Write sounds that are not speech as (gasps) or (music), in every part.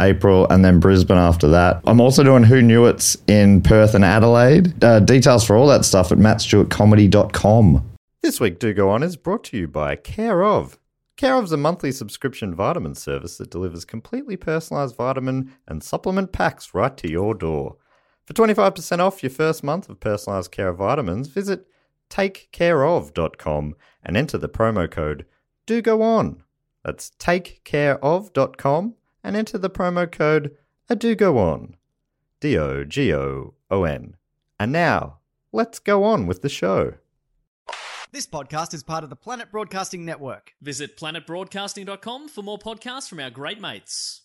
April, and then Brisbane after that. I'm also doing Who Knew It's in Perth and Adelaide. Uh, details for all that stuff at mattstewartcomedy.com. This week, Do Go On is brought to you by Care of. Care of's a monthly subscription vitamin service that delivers completely personalized vitamin and supplement packs right to your door. For 25% off your first month of personalized care of vitamins, visit takecareof.com and enter the promo code do go on. That's takecareof.com and enter the promo code a do go on. D O G O O N. And now, let's go on with the show. This podcast is part of the Planet Broadcasting Network. Visit planetbroadcasting.com for more podcasts from our great mates.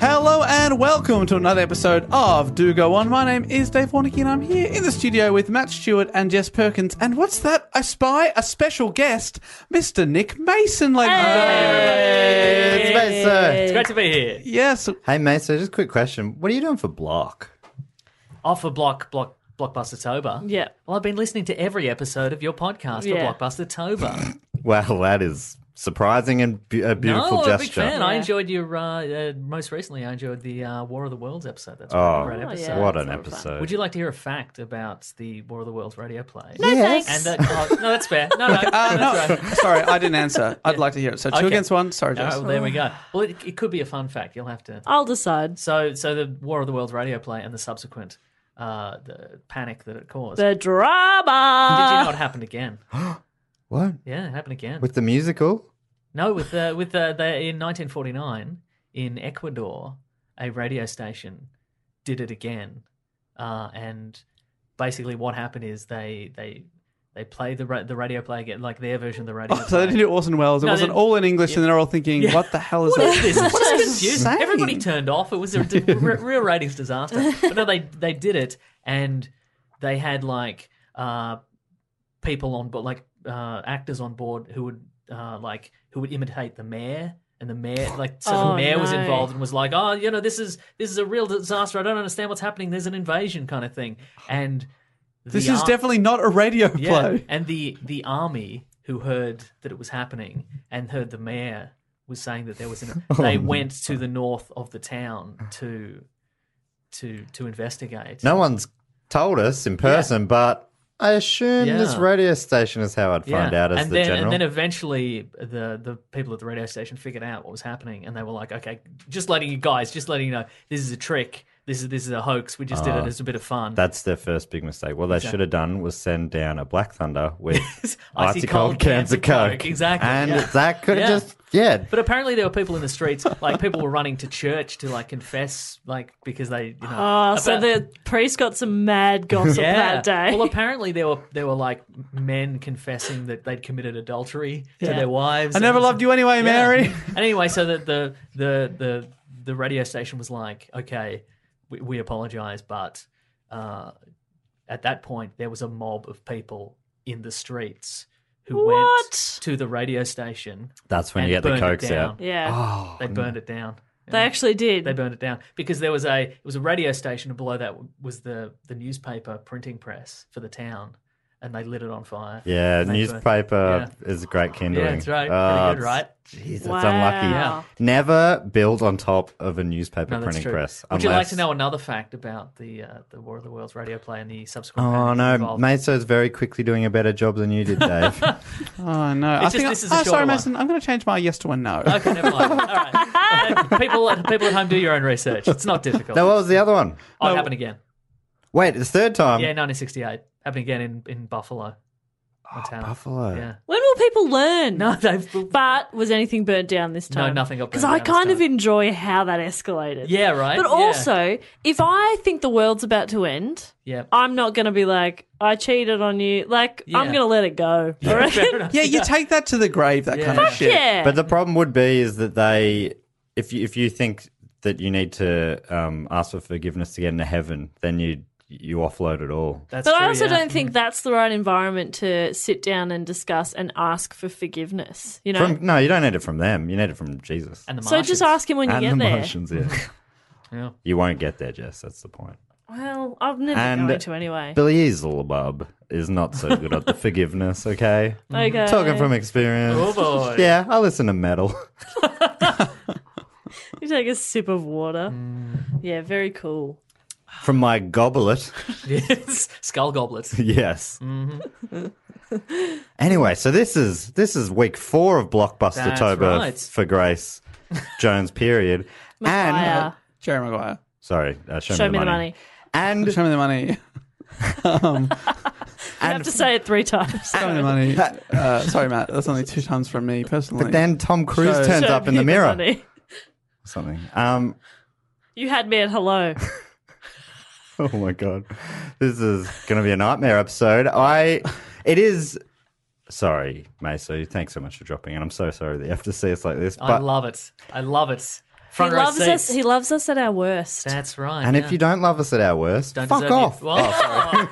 Hello and welcome to another episode of Do Go On. My name is Dave Warnicky and I'm here in the studio with Matt Stewart and Jess Perkins. And what's that? I spy a special guest, Mr. Nick Mason, uh, ladies and gentlemen. It's Mesa. Great to be here. Yes, Hey, Mesa, just a quick question. What are you doing for Block? Off of Block Block Blockbuster Tober. Yeah. Well, I've been listening to every episode of your podcast Yeah. for Blockbuster Tober. Well, that is surprising and bu- a (laughs) beautiful no, I'm a big gesture. fan. I Yeah. enjoyed your uh, uh, most recently. I enjoyed the uh, War of the Worlds episode. That's Oh, a great episode. yeah. what that's an a lot of fun. episode. Would you like to hear a fact about the War of the Worlds radio play? yes. And that, oh, no, that's fair. No, (laughs) no, Um, Uh, that's right. no, sorry, I didn't answer. I'd like to hear it. So two Okay. against one. Sorry, All right, Jess. well, Oh, there we go. Well, it, it could be a fun fact. You'll have to. I'll decide. So, so the War of the Worlds radio play and the subsequent uh, the panic that it caused. The Did you know drama. it happened again? What? Yeah, it happened again. With the musical? no, with uh, with uh, the, in 1949 in Ecuador, a radio station did it again, uh, and basically what happened is they they they played the ra- the radio play again, like their version of the (laughs) radio. Oh, so they play. didn't do Orson Welles. It No, wasn't they- all in English, and they're all thinking, "What the hell is What that?" is this? It's What just is confusing. insane? Everybody turned off. It was a d- (laughs) re- real ratings disaster. But no, they they did it, and they had like uh, people on board, like uh, actors on board who would uh, like who would imitate the mayor. And the mayor, like, so the Oh, mayor was no. involved and was like, "Oh, you know, this is this is a real disaster. I don't understand what's happening. There's an invasion, kind of thing." And This the is ar- definitely not a radio play. and the the army who heard that it was happening and heard the mayor was saying that there was (laughs) an Oh, they went to the north of the town to to to investigate. No one's told us in person, but I assume this Yeah. radio station is how I'd Yeah. find out as and the then general. and then eventually the the people at the radio station figured out what was happening and they were like, okay, just letting you guys, just letting you know, this is a trick. This is this is a hoax. We just did Ah, it as a bit of fun. That's their first big mistake. What they should have done was send down a Black Thunder (laughs) with icy, cold, cans of Coke. Exactly, And yeah. that could have Yeah. just, yeah. But apparently there were people in the streets, like people were running to church to like confess, like because they, you know. Oh, so about- the priest got some (laughs) mad gossip that day. Well, apparently there were there were like men confessing that they'd committed adultery to Yeah. their wives. I never and- loved you anyway, Yeah. Mary. And (laughs) anyway, so the the the the, the radio station was like, okay, we, we apologize, but uh, at that point there was a mob of people in the streets who went What? to the radio station. That's when and you get the burned it Cokes down. (laughs) out. Yeah. Oh, They burned it down. They actually did. Ah. They burned it down because there was a it was a radio station and below that was the the newspaper printing press for the town, and they lit it on fire. yeah, And they burned- newspaper is great kindling. Yeah, that's right. Oh, Pretty good, right? Jeez, it's Wow. unlucky. Yeah. Never build on top of a newspaper No, that's printing true. press. Would you like unless- to know another fact about the uh, the War of the Worlds radio play and the subsequent? Oh panic no, involved? Mesa's very quickly doing a better job than you did, (laughs) Dave. Oh no! I It's just- think I- this is a oh, sorry, shorter one. Mason. I'm going to change my yes to a no. Okay, never mind. All right. Uh, people, at, people at home, do your own research. It's not difficult. no, what was the other one? oh, it happened again. Wait, the third time. yeah, 1968. Happened again in, in Buffalo. Ah, Montana. Buffalo. Yeah. (laughs) When will people learn? No, they've. But was anything burnt down this No, time? nothing got Because burnt I down this kind of time. enjoy how that escalated. Yeah, right. But Yeah. also, if I think the world's about to end, Yeah. I'm not going to be like, I cheated on you. Like, Yeah. I'm going to let it go. I (laughs) reckon. Fair enough. Yeah, you take that to the grave, that kind of Fuck shit. Yeah. But the problem would be is that they, if you, if you think that you need to um, ask for forgiveness to get into heaven, then you you offload it all. That's But true, I also yeah. don't think that's the right environment to sit down and discuss and ask for forgiveness. You know, From no, you don't need it from them. You need it from Jesus And the so just ask him when you and get the there. Martians. Yeah. (laughs) Yeah. you won't get there, Jess. That's the point. Well, I've never And- going to anyway. Billy Eazelbub is not so good (laughs) at the forgiveness. Okay, Okay. talking from experience. Oh, boy. Yeah, I listen to metal. You take a sip of water. Mm. Yeah, very cool. From my goblet, (laughs) Yes. (laughs) Skull goblets. yes. anyway, so this is this is week four of Blockbuster That's Tober right. for Grace Jones. Period. and uh, Fire. Jerry Maguire. sorry, uh, show, Show me the money. And Show me the (laughs) money. You have to say it three times. Show me the (laughs) money. Uh, sorry, Matt. That's only two times from me personally. but then Tom Cruise Show- turns Show up in me the mirror. or money. something. Um, You had me at hello. oh my god, this is going to be a nightmare episode. I, it is. Sorry, Macy. Thanks so much for dropping in. I'm so sorry that you have to see us like this. I But love it. I love it. he (laughs) Front row loves us. seats. He loves us at our worst. That's right. and yeah. if you don't love us at our worst, fuck deserve off. Oh,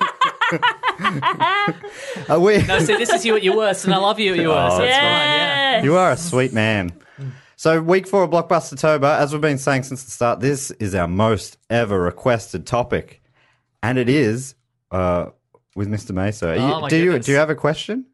It. Well, Are we? (laughs) no, see, this is you at your worst, and I love you at your worst. Oh, That's that's fine. Yeah. You are a sweet man. So, week four of Blockbuster Tober, as we've been saying since the start, this is our most ever requested topic. And it is uh, with Mr. Meso. Are you- Oh, my do, you, goodness. do you have a question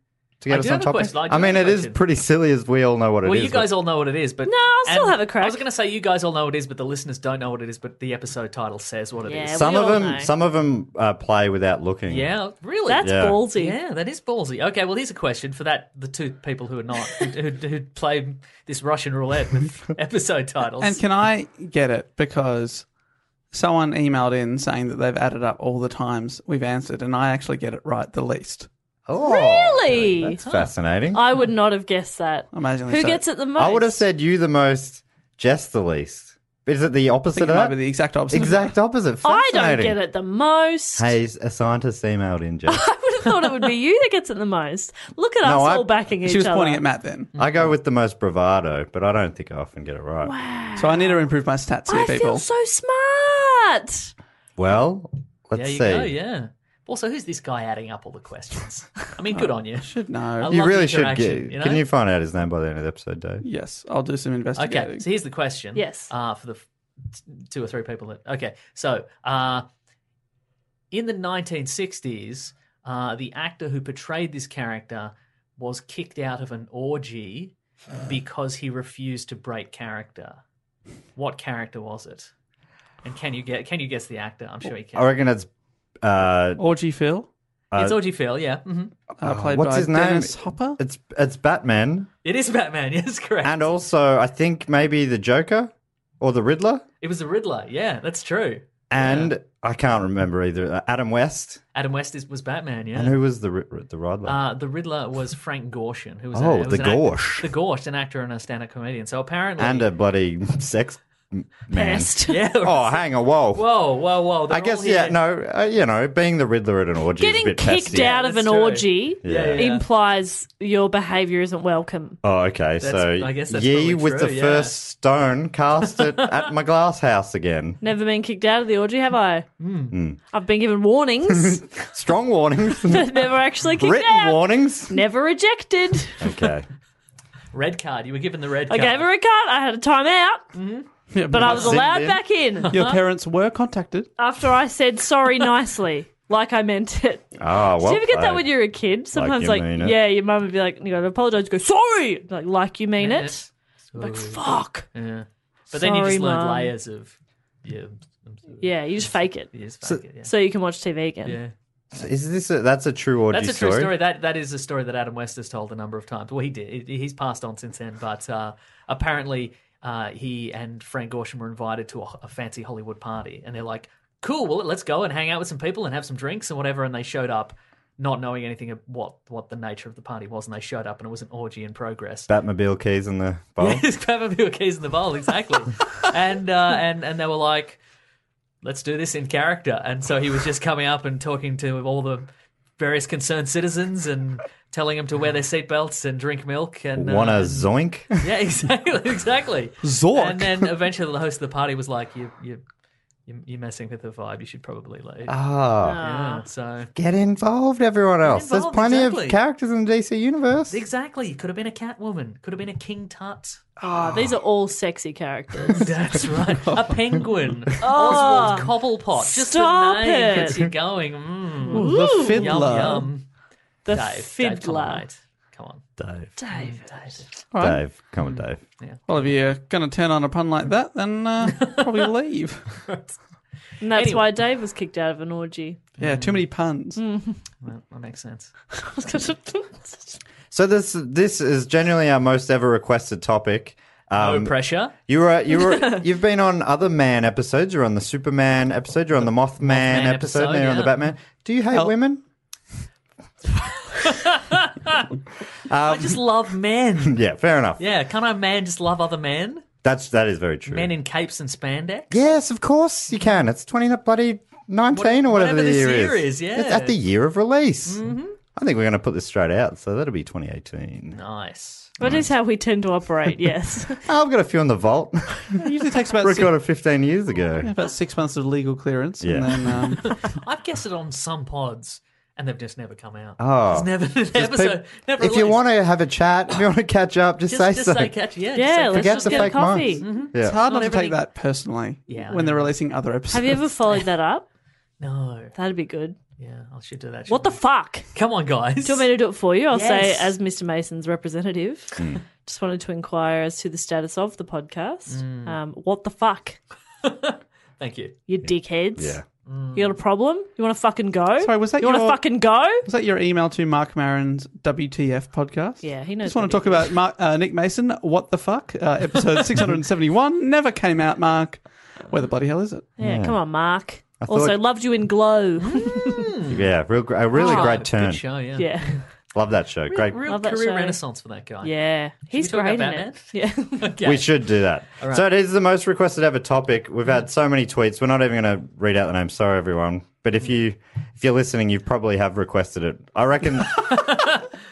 to get I us do on have a topic? question. I do I, mean, have it a is question. pretty silly as we all know what it is. Well, you guys but- all know what it is, but No, I'll still and have a crack. I was going to say you guys all know what it is, but the listeners don't know what it is. But the episode title says what it is. Yeah, some, we of all them, know. some of them uh, play without looking. Yeah, really. That's Yeah. ballsy. yeah, that is ballsy. Okay, well, here's a question for that the two people who are not (laughs) who, who, who play this Russian (laughs) roulette with episode titles. And can I get it? Because someone emailed in saying that they've added up all the times we've answered, and I actually get it right the least. Oh, Really? That's fascinating. I would not have guessed that. Amazingly Who so. gets it the most? I would have said you the most, Jess the least. Is it the I think opposite it of might that? be the exact opposite. Exact opposite. I don't Fascinating. get it the most. Hey, a scientist emailed in, Jess. (laughs) Mm-hmm. I would have thought it would be you that gets it the most. Look at No, us I- all backing each She was other. pointing at Matt then. I go with the most bravado, but I don't think I often get it right. So I need to improve my stats here, I people. feel so smart. Well, let's there you see. go. Yeah. Also, who's this guy adding up all the questions? (laughs) I mean, Oh, good on you. Should know. I You love really should interaction, get. you know? Can you find out his name by the end of the episode, Dave? Yes, I'll do some investigating. Okay, so here's the question. Yes. Uh, for the f- t- two or three people that. Okay, so uh, in the 1960s, uh, the actor who portrayed this character was kicked out of an (sighs) orgy because he refused to break character. What character was it? And can you get? Can you guess the actor? I'm sure you can. I reckon it's. Uh, Orgy Phil, it's Orgy Phil. Yeah, hmm uh, played Oh, what's by his name? Dennis Hopper. it's it's Batman, it is Batman. (laughs) Yes, correct. and also I think maybe the Joker or the Riddler, it was the Riddler. Yeah, that's true. and I can't remember either. Uh, Adam West, Adam West is, was Batman. Yeah. and who was the Ri- Ri- the Riddler? Uh, the Riddler was Frank Gorshin, who was Oh, a, who was the an act- Gorsh. the Gorsh, an actor and a stand-up comedian. So apparently, and a bloody sex m- man. Best. (laughs) (laughs) yeah, Oh, hang on, whoa. whoa, whoa, whoa. they're I guess all here. yeah, no, uh, you know, being the Riddler at an orgy is a Getting bit kicked pesky. out of That's an true. orgy Yeah. yeah, yeah. implies your behaviour isn't welcome. Oh, okay. That's- so I guess that's ye probably with true, the yeah. first stone cast (laughs) it at my glass house again. Never been kicked out of the orgy, have I? Hmm. I've been given (laughs) warnings, (laughs) Strong warnings, but never actually kicked written out. warnings. Never rejected. (laughs) Okay. red card. You were given the red I card. gave her a card. I had a timeout, Yeah, but I was Sit allowed in. back in Your parents were contacted. after I said sorry nicely, like I meant it. Ah, well. Do you ever get that played. when you're a kid? Sometimes, you like, mean it. yeah, your mum would be like, you gotta apologize, you go, sorry! Like, like you mean it. Yes. Like, fuck. Yeah. But then you Sorry, just learned Mum. layers of yeah, Yeah, you just fake it. it is fake, yeah. So you can watch TV again. yeah. Is this a, that's a true orgy That's a true story. That that is a story that Adam West has told a number of times. Well, he did. He- He's passed on since then, but uh, apparently uh, he and Frank Gorshin were invited to a, a fancy Hollywood party, and they're like, "Cool, well, let's go and hang out with some people and have some drinks and whatever." And they showed up, not knowing anything of what what the nature of the party was, and they showed up and it was an orgy in progress. Batmobile keys in (laughs) the bowl. Yes, Batmobile keys in the (laughs) bowl, exactly. and uh, and and they were like, "Let's do this in character." And so he was just coming up and talking to all the various concerned citizens and telling them to wear their seatbelts and drink milk and uh, Wanna and- zoink? (laughs) yeah, exactly, (laughs) exactly. Zork. And then eventually the host of the party was like, "You you you- you're messing with the vibe. You should probably leave." Ah, yeah, so get involved, everyone else. There's involved, plenty exactly. of characters in the DC universe. exactly, could have been a Catwoman, could have been a (laughs) King Tut. Oh, these are all sexy (laughs) characters. Ah, That's right. A penguin. Oswald Cobblepot. Just Stop the name it. gets you going. Mm. the fiddler. Yum yum. The Dave, Dave, come on, fiddler. mate. Come on, Dave, Dave. Mm. Dave. Dave, come on, Dave. Well, if you're going to turn on a pun like that, then uh, probably leave. And that's Anyway. why Dave was kicked out of an orgy. (laughs) Yeah, too many puns. Well, that makes sense. So this this is generally our most ever requested topic. No Um, pressure. you were you (laughs) were you've been on other man episodes. You're on the Superman episode. You're on the Mothman, episode. episode, and you're on the yeah. Batman. Do you hate women? um, I just (laughs) love men. Yeah, fair enough. yeah, can't a man just love other men? That's that is very true. Men in capes and spandex. yes, of course you can. It's twenty bloody nineteen or What- whatever, the whatever this year, year is. is, yeah. Mm-hmm. it's at the year of release. I think we're going to put this straight out, so that'll be twenty eighteen. Nice. That is how we tend to operate, yes. Oh, I've got a few in the (laughs) vault. It usually takes about six, (laughs) Recorded fifteen years ago. about six months of legal clearance. Yeah. And then, (laughs) um, I've guessed it on some pods, and they've just never come out. Oh. it's never (laughs) an Just episode. peop- never if you released. want to have a chat, if you want to catch up, just, just, say just so. say catch. Yeah, just say Yeah, catch. let's Forget just the get fake coffee. mimes. it's Yeah. hard not, to everything- take that personally Yeah, I when they're know. releasing other episodes. Have you ever followed that up? no. That'd be good. Yeah, I should do that. What the fuck? Come on, guys. Do you want me to do it for you? I'll Yes. say, as Mr. Mason's representative, just wanted to inquire as to the status of the podcast. Um, what the fuck, Thank you. you dickheads? Yeah. You got a problem? You want to fucking go? Sorry, was that you want your- to fucking go? Was that your email to Mark Maron's WTF podcast? Yeah, he knows Just want what to talk about Mark, uh, Nick Mason. What the fuck? Uh, (laughs) episode 671 never came out, Mark. Where the bloody hell is it? Yeah, come on, Mark. thought- Also, loved you in Glow. Yeah, real, gr- a really Mm. Oh, great turn. Good show, yeah. yeah, Love that show. great. Real Love that career show. renaissance for that guy. yeah, he's talk great in about it. (laughs) Yeah, (laughs) Okay. We should do that. So it is the most requested ever topic. We've had so many tweets. We're not even going to read out the name. Sorry, everyone. But Mm. if you if you're listening, you probably have requested it. I (laughs) reckon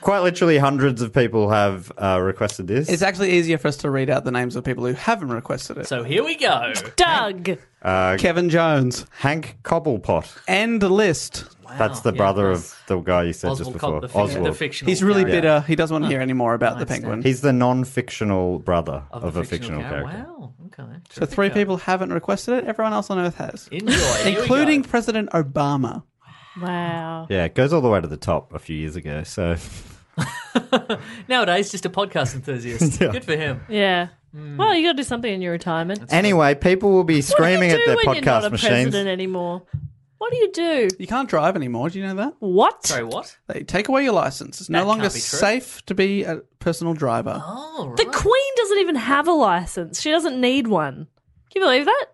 quite literally hundreds of people have uh, requested this. It's actually easier for us to read out the names of people who haven't requested it. So here we go. (laughs) Doug. Kevin Jones. Uh, Hank Cobblepot. End list. That's the Oh, yeah, brother that's- of the guy you said just Oswald before. Cobb, the, fic- the Oswald. fictional. He's really character. bitter. He doesn't want to hear any more about the penguin. He's the non-fictional brother of, Of the a fictional character. Wow. Okay. so three people haven't requested it. Everyone else on Earth has. Enjoy. Here we Including go. President Obama. Wow. Yeah, it goes all the way to the top a few years ago. So nowadays, just a podcast (laughs) enthusiast. Yeah. Good for him. Yeah. Well, you got to do something in your retirement. anyway, people will be what do you screaming do at their when you're not podcast a machines. president anymore? What do you do? You can't drive anymore. Do you know that? What? Sorry, what? They take away your license. It's That no can't longer be true. safe to be a personal driver. Oh, right. The Queen doesn't even have a license. She doesn't need one. Can you believe that?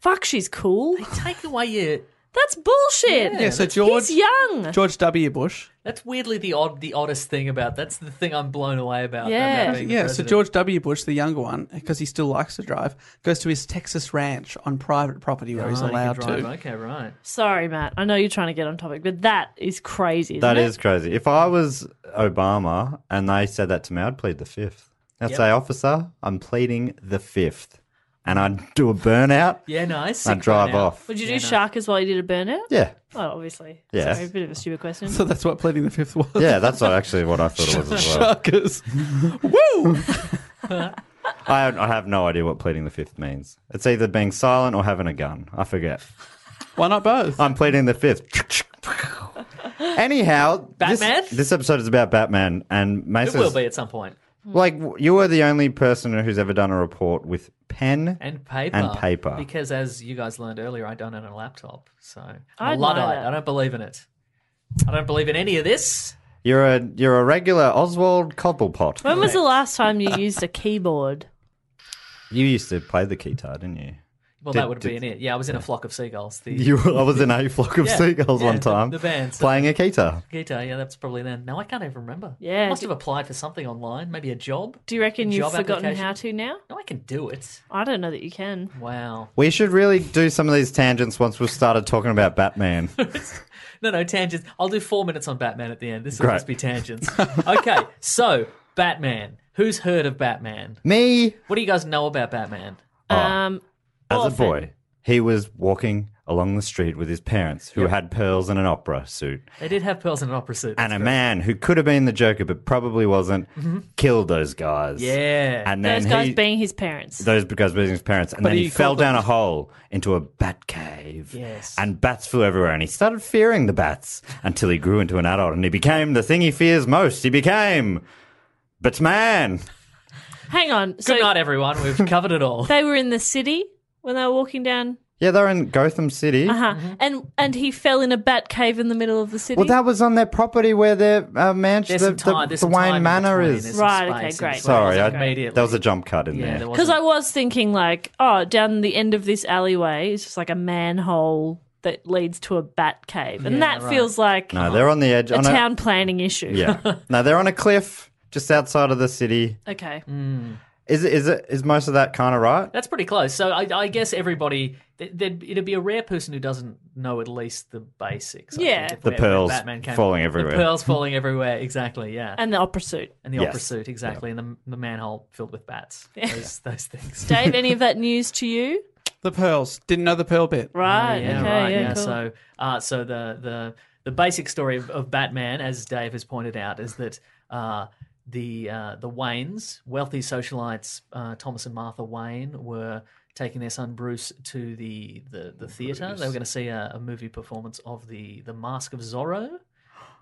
Fuck, she's cool. Take away your. That's bullshit. Yeah, so George He's young. George W. Bush. That's weirdly the odd, the oddest thing about. That's the thing I'm blown away about. Yeah. about being the Yeah, so president. George W. Bush, the younger one, because he still likes to drive, goes to his Texas ranch on private property where he's Oh, you can allowed drive. to. Okay, right. Sorry, Matt. I know you're trying to get on topic, but that is crazy. Isn't That it? is crazy. If I was Obama and they said that to me, I'd plead the fifth. I'd say, officer, I'm pleading the fifth, and I'd do a burnout. Yeah, nice. I'd drive off. Would you do shark as well? You did a burnout? Yeah, Oh, obviously. Yeah. Sorry, a bit of a stupid question. (laughs) (laughs) So that's what pleading the fifth was. (laughs) yeah, that's what, actually what I thought it was as well. (laughs) Fuckers. Woo! I, I have no idea what pleading the fifth means. It's either being silent or having a gun. I forget. Why not both? I'm pleading (laughs) the fifth. Anyhow, this- Batman? This, episode is about Batman, and It Mason's will be at some point. Like w- you are the only person who's ever done a report with pen. And paper. And paper. Because as you guys learned earlier, I don't own a laptop. So I'm I a admire Luddite. that. I don't believe in it. I don't believe in any of this. You're a you're a regular Oswald Cobblepot. (laughs) when was the last time you used a keyboard? You used to play the guitar, didn't you? Well, Did- that would have did- been it. Yeah, I was in a flock of seagulls. The You, I was in a flock of Yeah, seagulls yeah, one the- time, the band, so- playing a guitar. guitar. Yeah, that's probably then. No, I can't even remember. Yeah, must do- have applied for something online, maybe a job. Do you reckon you've Job forgotten application. how to now? No, I can do it. I don't know that you can. Wow. We should really do some of these tangents once we've started talking about (laughs) Batman. No, no tangents. I'll do four minutes on Batman at the end. This will Great. just (laughs) be tangents. okay, so Batman. Who's heard of Batman? Me, What do you guys know about Batman? Um, Oh, as a Often. boy, he was walking along the street with his parents, who had pearls and an opera suit, They did have pearls in an opera suit. and a man who could have been the Joker but probably wasn't killed those guys. Mm-hmm. yeah. and then those guys he, being his parents. those guys being his parents, and But then he, he fell called them- down a hole into a bat cave. Yes. and bats flew everywhere, and he started fearing the bats until he grew into an adult, and he became the thing he fears most. He became Batman. Hang on. So Good night, everyone. We've covered (laughs) it all. they were in the city when they were walking down. Yeah, they're in Gotham City. Uh-huh. And and he fell in a bat cave in the middle of the city. Well, that was on their property where their uh, mansion, There's the, some time. the, there's the some time Wayne in Manor between. is. There's some Right, okay, space in great. between. Sorry, It I, wasn't immediately. there was a jump cut in yeah, there. there Because wasn't- I was thinking, like, oh, down the end of this alleyway is just like a manhole that leads to a bat cave. And that feels like no, they're on the edge. a on town planning issue. A, (laughs) yeah, no, they're on a cliff just outside of the city. (laughs) Okay. Is it- is it is most of that kind of right? That's pretty close. So I, I guess everybody, th- there'd, it'd be a rare person who doesn't know at least the basics. I Yeah. think, if The we- if pearls Batman came- falling everywhere. (laughs) The pearls falling everywhere. Exactly. Yeah. And, And the opera suit. the opera Yes. suit. Exactly. And the, the manhole filled with bats. Those, those things. Dave, any of that news to you? The pearls. Didn't know the pearl bit. Right. Yeah, okay, right. yeah, Yeah. cool. So, uh, so the the the basic story of, of Batman, as Dave has pointed out, is that uh, the uh, the Waynes, wealthy socialites, uh, Thomas and Martha Wayne, were taking their son Bruce to the the, the theater. They were going to see a, a movie performance of the the Mask of Zorro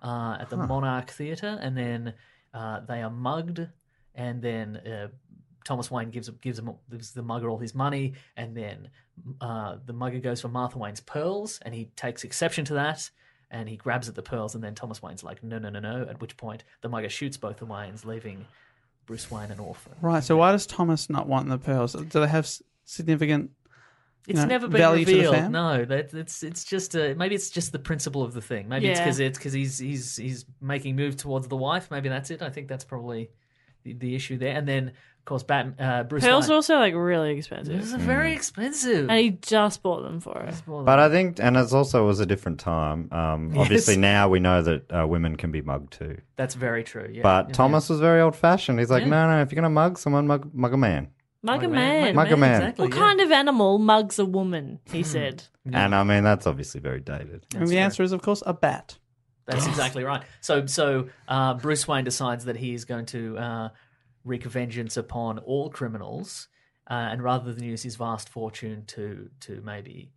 uh, at the Monarch Theatre, and then uh, they are mugged, and then uh, Thomas Wayne gives gives, him, gives the mugger all his money, and then uh, the mugger goes for Martha Wayne's pearls, and he takes exception to that, and he grabs at the pearls, and then Thomas Wayne's like, no, no, no, no. At which point, the mugger shoots both the Waynes, leaving Bruce Wayne an orphan. Right. So why does Thomas not want the pearls? Do they have s- significant? It's know, never been value to the revealed. fam? no, that, it's it's just a, maybe it's just the principle of the thing. Maybe it's Yeah. because it's because he's he's he's making moves towards the wife. Maybe that's it. I think that's probably the, the issue there. And then of course, Bat, uh, Bruce Pearls are Wayne. also like really It was expensive. Hmm. very expensive. And he just bought them for us. But I think, and it's also was a different time. (laughs) Um, Obviously, now we know that uh, women can be mugged too. that's very true. Yeah, But yeah, Thomas was very old fashioned. He's like, no, no, if you're going to mug someone, mug, mug a man. yeah. Mug a man. Mug a man. Exactly, What yeah. kind of animal mugs a woman? He said. And I mean, that's obviously very dated. and the answer is, of course, a bat. That's exactly right. So, so uh, Bruce Wayne decides that he is going to uh, wreak vengeance upon all criminals, uh, and rather than use his vast fortune to to maybe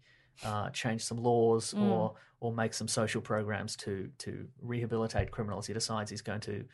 uh, change some laws or or make some social programs to to rehabilitate criminals, he decides he's going to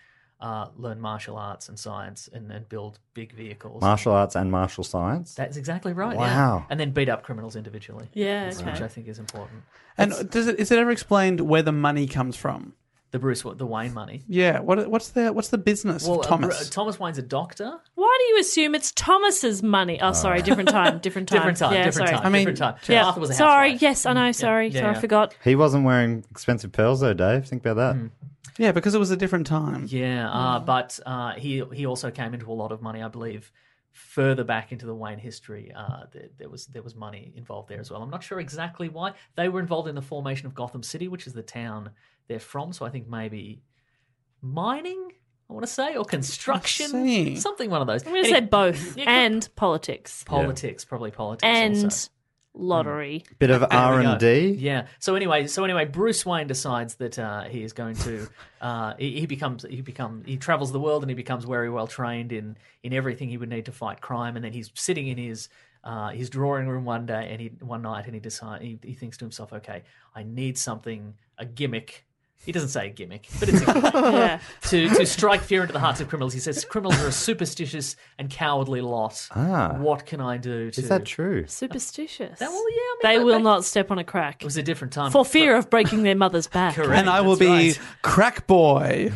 uh, learn martial arts and science and, and build big vehicles. Martial arts and martial science. That's exactly right. yeah. Wow. And then beat up criminals individually, Yeah, which okay. I think is important. And does it is it ever explained where the money comes from? The Bruce, the Wayne money. Yeah. What what's the what's the business Well, of uh, Thomas? Bru- Thomas Wayne's a doctor. Why do you assume it's Thomas's money? Oh, sorry, different (laughs) time, different time. Different time. yeah, different sorry. time. I mean, different time. Yeah. Martha was a sorry, housewife. yes, I know, sorry. yeah, sorry, yeah. I forgot. He wasn't wearing expensive pearls, though, Dave. Think about Hmm. that. yeah, because it was a different time. Yeah, uh, but uh, he he also came into a lot of money, I believe. Further back into the Wayne history, uh, there, there was there was money involved there as well. I'm not sure exactly why they were involved in the formation of Gotham City, which is the town they're from. So I think maybe mining, I want to say, or construction, see. something one of those. I'm going to say (laughs) both and politics politics, probably politics, and also. lottery. (laughs) Bit of There R we go. and D. Yeah. So anyway, so anyway, Bruce Wayne decides that uh, he is going to. (laughs) Uh, he, he becomes. He become. He travels the world and he becomes very well trained in in everything he would need to fight crime. And then he's sitting in his. Uh, his drawing room one day and he one night and he decide he, he thinks to himself okay i need something a gimmick He doesn't say a gimmick, but it's a (laughs) gimmick. Yeah. to, to strike fear into the hearts of criminals. He says criminals are a superstitious and cowardly lot. Ah. What can I do to Is that true? Superstitious. That will- yeah, I mean, they that- will that- not step on a crack It was a different time. for fear of breaking their mother's back. (laughs) Correct. And I will that's be right. crack (laughs) boy.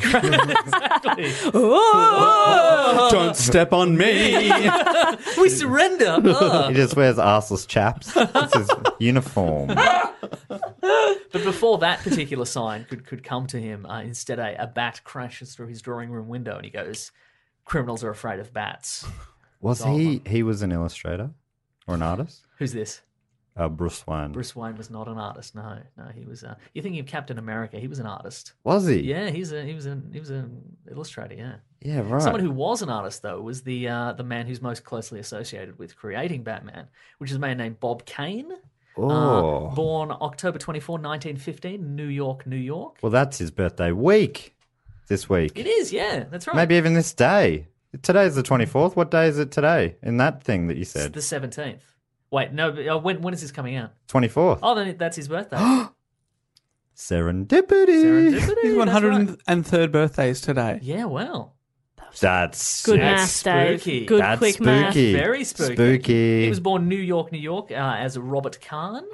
Don't step on me. We surrender. (laughs) Ugh. He just wears arseless (laughs) chaps. That's his uniform. But before that particular sign could, could come to him, uh, instead a, a bat crashes through his drawing room window and he goes, Criminals are afraid of bats. Was he? He was an illustrator or an artist? Who's this? Uh, Bruce Wayne. Bruce Wayne was not an artist. No, no, he was. Uh, you're thinking of Captain America. He was an artist. Was he? Yeah, he's a he was an he was an illustrator. Yeah, Yeah. Right. someone who was an artist though was the uh, the man who's most closely associated with creating Batman, which is a man named Bob Kane. uh, Oh. born October 24, 1915, New York, New York. well, that's his birthday week. This week. It is, yeah, that's right. Maybe even this day. Today's the 24th. What day is it today in that thing that you it's said? the 17th. Wait, no, but, uh, when when is this coming out? 24th. Oh, then it- that's his (gasps) birthday. Serendipity. Serendipity, His that's right. 103rd birthday is today. Yeah, well, That's Good sick. That's math, Dave. spooky. Good That's quick math. spooky. very spooky. Spooky. He was born New York, New York, uh, as Robert Kahn,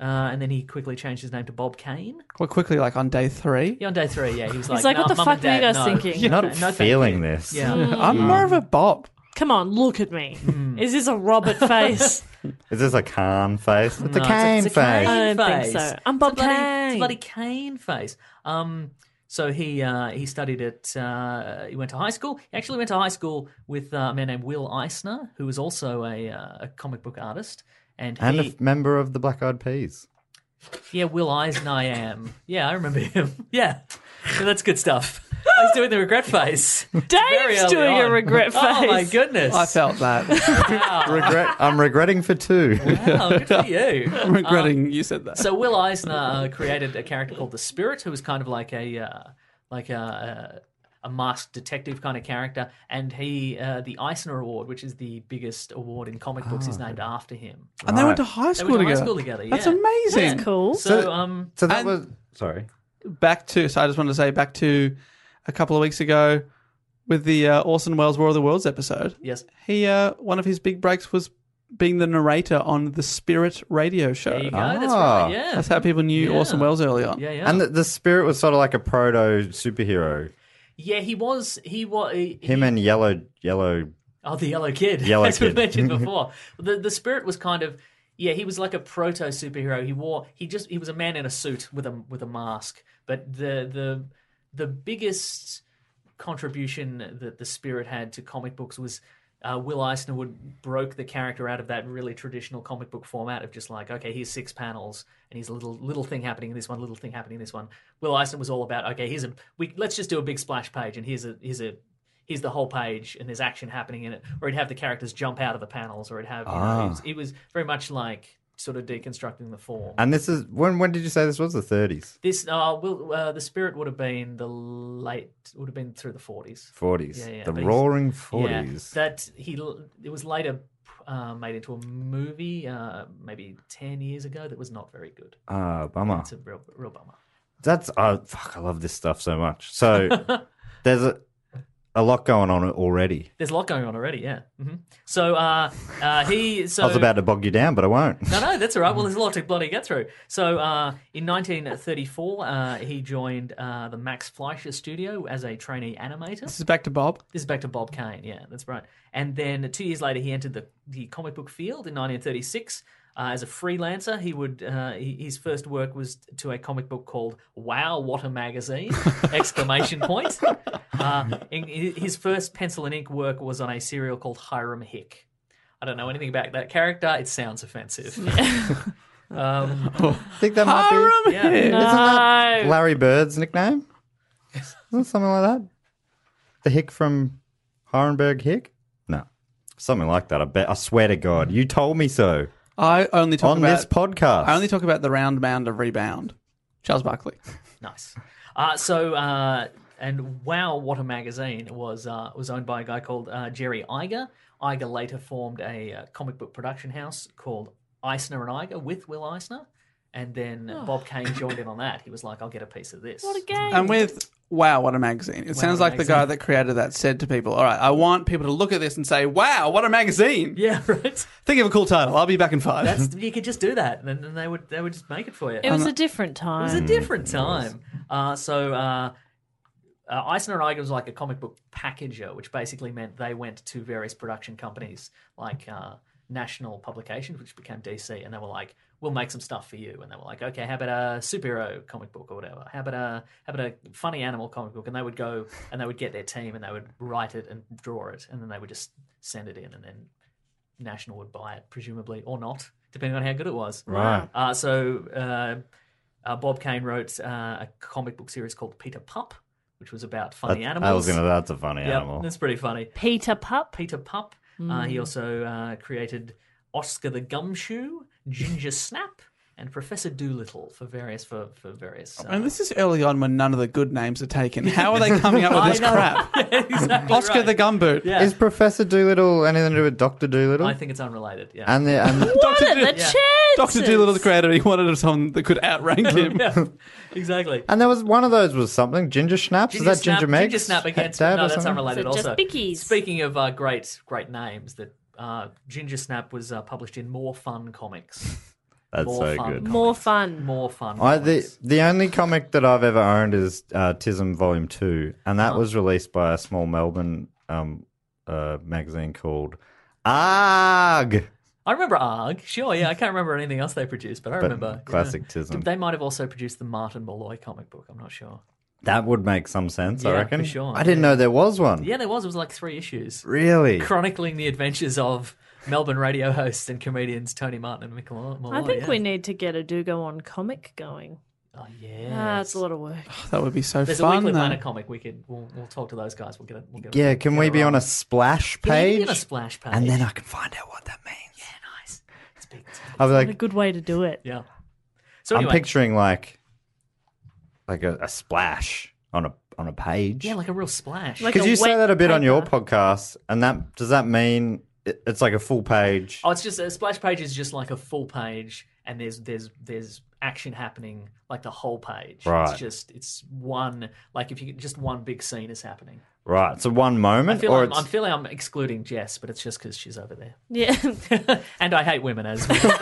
uh, and then he quickly changed his name to Bob Kane. Quite quickly, like on day three. Yeah, on day three, yeah, he was like, He's like, "Nah, what the Mum and fuck were you guys Dad, no." thinking? Yeah. Not No, thank feeling you. this. Hmm. Yeah. I'm more of a bop. Come on, look at me. Hmm. Is this a Robert (laughs) face? Is this a Khan face? It's a No, Kane it's a- it's a face. Kane I don't think face. so. I'm It's a Bob bloody- It's a Kane. bloody Kane face. Um, so he uh, he studied at uh, he went to high school. He actually went to high school with uh, a man named Will Eisner, who was also a, uh, a comic book artist. And, And a he, f- member of the Black Eyed Peas. (laughs) yeah, Will Eisner, I am. Yeah, I remember him. (laughs) Yeah, So that's good (laughs) stuff. I was doing the regret face. Very Dave's early doing a on. regret face. (laughs) Oh my goodness! I felt (laughs) Um, that. Ah. Regret. I'm regretting for two. Wow, Oh, good for (laughs) you. I'm (laughs) regretting you said that. So Will Eisner uh, created a character called the Spirit, who was kind of like a uh, like a, a masked detective kind of character, and he uh, the Eisner Award, which is the biggest award in comic books, is named after him. and they went to high They school went to high Ah. together. school together. Yeah. That's amazing. That's cool. So um, So that And- was. Sorry. Back to, so I just wanted to say back to a couple of weeks ago with the uh, Orson Welles War of the Worlds episode. yes, He, uh, one of his big breaks was being the narrator on the Spirit radio show. there you go. That's Ah. right. Yeah. That's how people knew Yeah. Orson Welles early on. yeah, yeah, And the, the spirit was sort of like a proto superhero. yeah. He was, he was, he, Him and Yellow. Yellow. Oh, the yellow kid. Yellow (laughs) as we kid. (laughs) mentioned before. The the spirit was kind of yeah, he was like a proto superhero. He wore he just he was a man in a suit with a with a mask. But the the the biggest contribution that the spirit had to comic books was uh, Will Eisner would broke the character out of that really traditional comic book format of just like okay here's six panels and here's a little little thing happening in this one little thing happening in this one. Will Eisner was all about okay here's a we let's just do a big splash page and here's a here's a here's the whole page and there's action happening in it or it'd have the characters jump out of the panels or it'd have you know, it, was, it was very much like sort of deconstructing the form. And this is. When When did you say this was? The 30s? this uh, will uh, the spirit would have been the late would have been through the 40s. 40s. Yeah, yeah, the but he's- roaring Yeah, 40s. that he l- it was later uh, made into a movie uh, maybe 10 years ago that was not very good. Ah, bummer. It's a real real bummer. That's oh fuck! I love this stuff so much. (laughs) So there's a a lot going on already. There's a lot going on already, yeah. hmm So uh, uh, he so I was about to bog you down, but I won't. (laughs) No, no, that's all right. Well, there's a lot to bloody get through. So, uh, in 1934, uh, he joined uh, the Max Fleischer Studio as a trainee animator. This is back to Bob. This is back to Bob Kane, yeah, that's right. And then two years later, he entered the, the comic book field in 1936 uh, as a freelancer. He would uh, he, his first work was to a comic book called "Wow, What a Magazine!" exclamation point. Uh, in, his first pencil and ink work was on a serial called Hiram Hick. I don't know anything about that character. It sounds offensive. um, I think that might be yeah. no. Larry Bird's nickname. Isn't it something like that? The Hick from Hirenberg Hick? No, something like that. I bet. I swear to God, you told me so I only talk on about this podcast. I only talk about the round mound of rebound. Charles Barkley. Nice. Uh, so, uh, and Wow, What a Magazine was uh, was owned by a guy called uh, Jerry Iger. Iger later formed a uh, comic book production house called Eisner and Iger with Will Eisner, And then Bob Kane joined in on that. He was like, I'll get a piece of this. Oh. What a game. And with Wow, what a magazine. It sounds what a like the guy magazine. that created that said to people, All right, I want people to look at this and say, Wow, what a magazine. (laughs) yeah, right. Think of a cool title. I'll be back in five. That's you could just do that, and, and they would they would just make it for you. it Um, was a different It was a time. different time. Uh, so uh, uh, Eisner and Iger was like a comic book packager, which basically meant they went to various production companies like uh, National Publications, which became DC, and they were like, "We'll make some stuff for you." And they were like, "Okay, how about a superhero comic book or whatever? How about a how about a funny animal comic book?" And they would go and they would get their team and they would write it and draw it, and then they would just send it in, and then National would buy it, presumably or not, depending on how good it was. Right. Uh, so uh, uh, Bob Kane wrote uh, a comic book series called Peter Pup, which was about funny That- animals. I was gonna. That's a funny Yep, animal. that's pretty funny. Peter Pup. Peter Pup. Uh, he also uh, created Oscar the Gumshoe, Ginger Snap, and Professor Doolittle for various for for various. Uh, (laughs) And this is early on when none of the good names are taken. How are they (laughs) coming up with I this know. crap? Yeah, (laughs) exactly Oscar right. the Gumboot. Yeah. Is Professor Doolittle anything to do with Doctor Doolittle? I think it's unrelated. Yeah. And the and What are Doo- the Yeah. chances? Dr. Doolittle the creator, he wanted someone that (laughs) could outrank him. yeah, exactly. and there was one of those was something ginger schnapps. Ginger is that ginger snap, Meg's Ginger snap against. dad no, or that's something? unrelated. So just also, bickies. speaking of uh, great, great names, that uh, Ginger Snap was uh, published in More Fun Comics. That's More so fun. good. More fun. More Fun. I, the comics. the only comic that I've ever owned is uh, Tism Volume Two, and Oh. that was released by a small Melbourne um, uh, magazine called Arg. I remember Arg. Sure, yeah, I can't remember anything else they produced, but I remember yeah. (laughs) classic Tism. They might have also produced the Martin Malloy comic book. I'm not sure. That would make some sense, I Yeah, reckon. for sure, I didn't yeah. know there was one. Yeah, there was. It was like three issues Really? chronicling the adventures of Melbourne radio hosts and comedians Tony Martin and Mick Malloy. I think yeah. we need to get a do go on comic going. Oh yeah, Ah, it's a lot of work. That would be so There's a fun. Weekly though. Planet comic. We could we'll, we'll talk to those guys. We'll get it. We'll get it Yeah, can get we it be on rolling. a splash Yeah, you page? can get a splash page? And then I can find out what that means. Yeah, nice. It's big. It's big. I was What a like, good way to do it. Yeah. So anyway, I'm picturing like like a, a splash on a on a page. yeah, like a real splash. Like Because a you say wet that a bit on your paper. podcast, and that does that mean it- it's like a full page? oh, it's just a splash page is just like a full page, and there's there's there's action happening like the whole page. Right. It's just it's one like if you just one big scene is happening. Right, so one I moment, feel or I'm, it's I'm feeling I'm excluding Jess, but it's just because she's over there. Yeah. (laughs) and I hate women as well.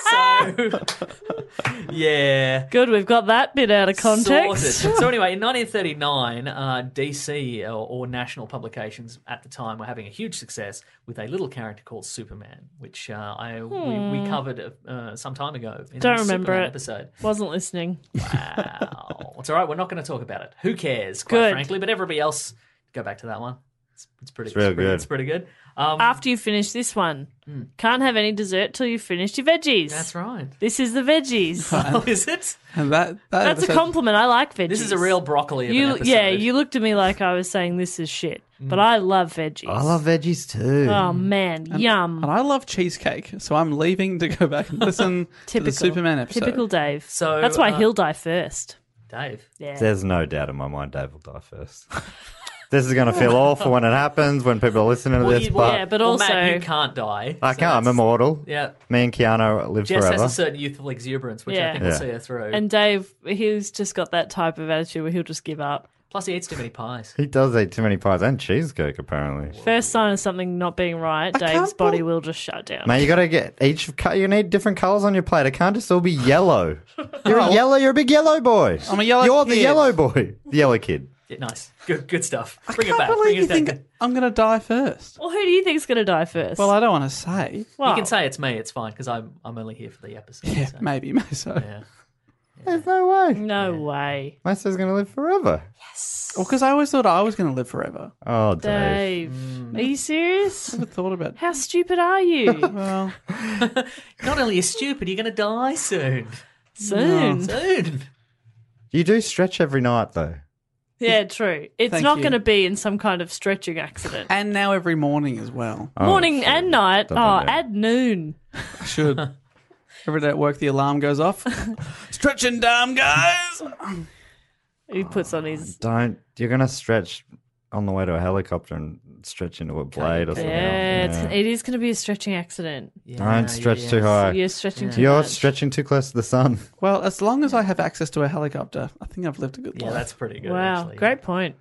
so (laughs) (laughs) yeah. good, we've got that bit out of Sorted. context. so anyway, in 1939, uh, DC or, or national publications at the time were having a huge success with a little character called Superman, which uh, I we, we covered uh, some time ago. Hmm. In Don't the remember Superman it. episode. (laughs) Wasn't listening. Wow, it's all right. We're not going to talk about it. Who cares? Quite Good. frankly, but everybody else, go back to that one. It's, it's pretty. It's, real pretty, good. It's pretty good. Um, After you finish this one, can't have any dessert till you finished your veggies. that's right. This is the veggies. Oh, is (laughs) it? And that, that That's a episode- compliment. I like veggies. This is a real broccoli. Of an You, episode. yeah, you looked at me like I was saying this is shit, but I love veggies. I love veggies too. Oh man, yum! And I love cheesecake, so I'm leaving to go back and (laughs) listen to the Typical. Superman episode. Typical Dave. So, that's why uh, he'll die first. Dave. Yeah. There's no doubt in my mind Dave will die first. (laughs) this is going to feel awful when it happens, when people are listening to Well, this, you- well, but yeah, but well, also Matt, you can't die. I so can't. I'm that's- immortal. Yeah. Me and Keanu live Jess forever. has a certain youthful exuberance, which I Yeah. think will Yeah. see her through. And Dave, he's just got that type of attitude where he'll just give up. Plus, he eats too many pies. he does eat too many pies and cheesecake, apparently. First sign of something not being right, Dave's can't body bel- will just shut down. Man, you got to get each. co- You need different colors on your plate. It can't just all be yellow. You're a yellow. You're a big yellow boy. I'm a yellow You're the kid. yellow boy. The yellow kid. Yeah, nice, good, good stuff. Bring I it can't back. Bring believe it you back. think I'm going to die first. well, who do you think's going to die first? Well, I don't want to say. you Oh. can say it's me. It's fine because I'm I'm only here for the episode. Yeah, so, maybe, (laughs) maybe so. yeah. There's no way. no way, Master's gonna live forever. Well, because I always thought I was going to live forever. Oh, Dave. Dave. Mm. Are you serious? I thought about How stupid are (laughs) you? Well, Not only is stupid, you're going to die soon. Soon. Soon. You do stretch every night, though. Yeah, true. It's Thank not you. going to be in some kind of stretching accident. and now every morning as well. Oh, Morning and night. Don't Oh, do that. at noon. I should. (laughs) Every day at work, the alarm goes off. Stretch and damn, guys. He puts on his Oh, Don't. You're gonna stretch on the way to a helicopter and stretch into a blade or something. Yeah, else. it's, it is going to be a stretching accident. Don't stretch too high. You're stretching too You're much. stretching too close to the sun. Well, as long as I have access to a helicopter, I think I've lived a good Yeah, life. that's pretty good. wow, actually. great point.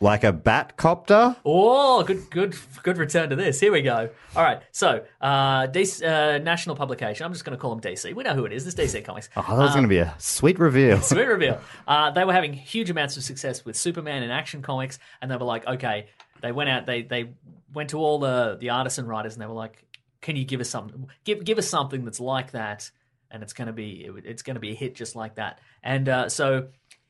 Like a bat copter? Oh, good, good, good return to this. Here we go. All right. So, uh, DC, uh, national publication. I'm just going to call them DC. We know who it is. This DC Comics. Oh, that was going to be a sweet reveal. Sweet reveal. Uh, they were having huge amounts of success with Superman and Action Comics, and they were like, okay, they went out, they they went to all the the artists and writers, and they were like, can you give us something? Give give us something that's like that, and it's gonna be it's gonna be a hit just like that. And uh, so,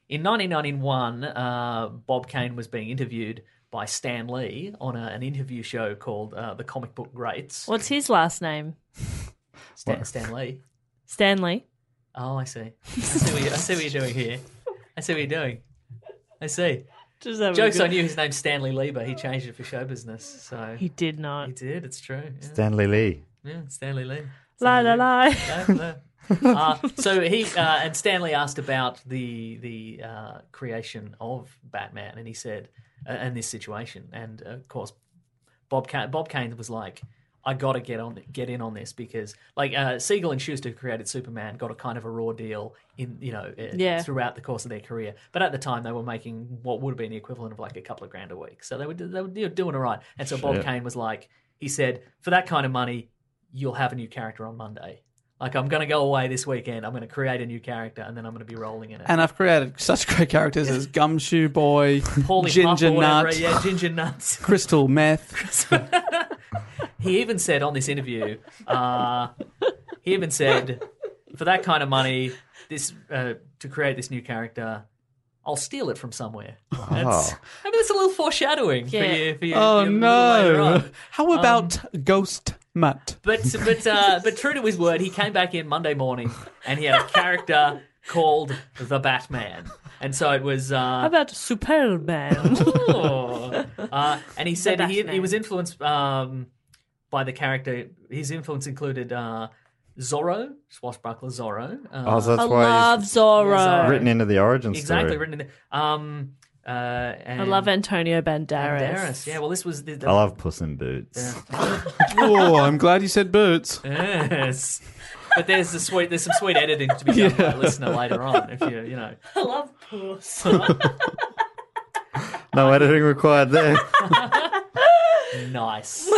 in 1991, uh, Bob Kane was being interviewed by Stan Lee on a, an interview show called uh, The Comic Book Greats. What's his last name? Stan, Stan Lee. Stanley. Oh, I see. I see, what you, I see what you're doing here. I see what you're doing. I see. Just having a Joke's good- on you. His name's Stanley Lieber. He changed it for show business. So He did he not. did. It's true. Yeah, Stanley Lee. yeah Stanley Lee. La la la. (laughs) No, no. Uh, so he uh, and Stanley asked about the the uh, creation of Batman, and he said, uh, and this situation, and uh, of course, Bob Kane, Bob Kane was like, I got to get on get in on this because like uh, Siegel and Schuster who created Superman got a kind of a raw deal in you know uh, Yeah. throughout the course of their career, but at the time they were making what would have been the equivalent of like a couple of grand a week, so they were they were you know, doing all right, and so Bob Kane was like, he said, for that kind of money, you'll have a new character on Monday. Like I'm going to go away this weekend. I'm going to create a new character, and then I'm going to be rolling in it. and I've created such great characters (laughs) as Gumshoe Boy, Paulie Puff Ginger or whatever, Nut, yeah, ginger nuts. (laughs) Crystal (laughs) Meth. He even said on this interview, uh, he even said, for that kind of money, this uh, to create this new character, I'll steal it from somewhere. That's, I mean, that's a little foreshadowing for Yeah. you. For you Oh for you a little later no! on. How about Ghost Mutt? But but uh, but true to his word, he came back in Monday morning and he had a character called the Batman, and so it was. How Uh, about (laughs) Superman? Oh. Uh, and he said he, he Batman. was influenced um, by the character. His influence included uh, Zorro, swashbuckler Zorro. Uh, Oh, so I that's why love Zorro. Zorro. he's written into the origin story. exactly, written in the. Um, uh, and I love Antonio Banderas. Banderas. Yeah, well, this was the. the I love Puss in Boots. oh, I'm glad you said (laughs) boots. (laughs) yes. But there's the sweet, there's some sweet editing to be done (laughs) by a listener later on. If you, you know, I love Puss. (laughs) No editing required there. (laughs) (laughs) nice.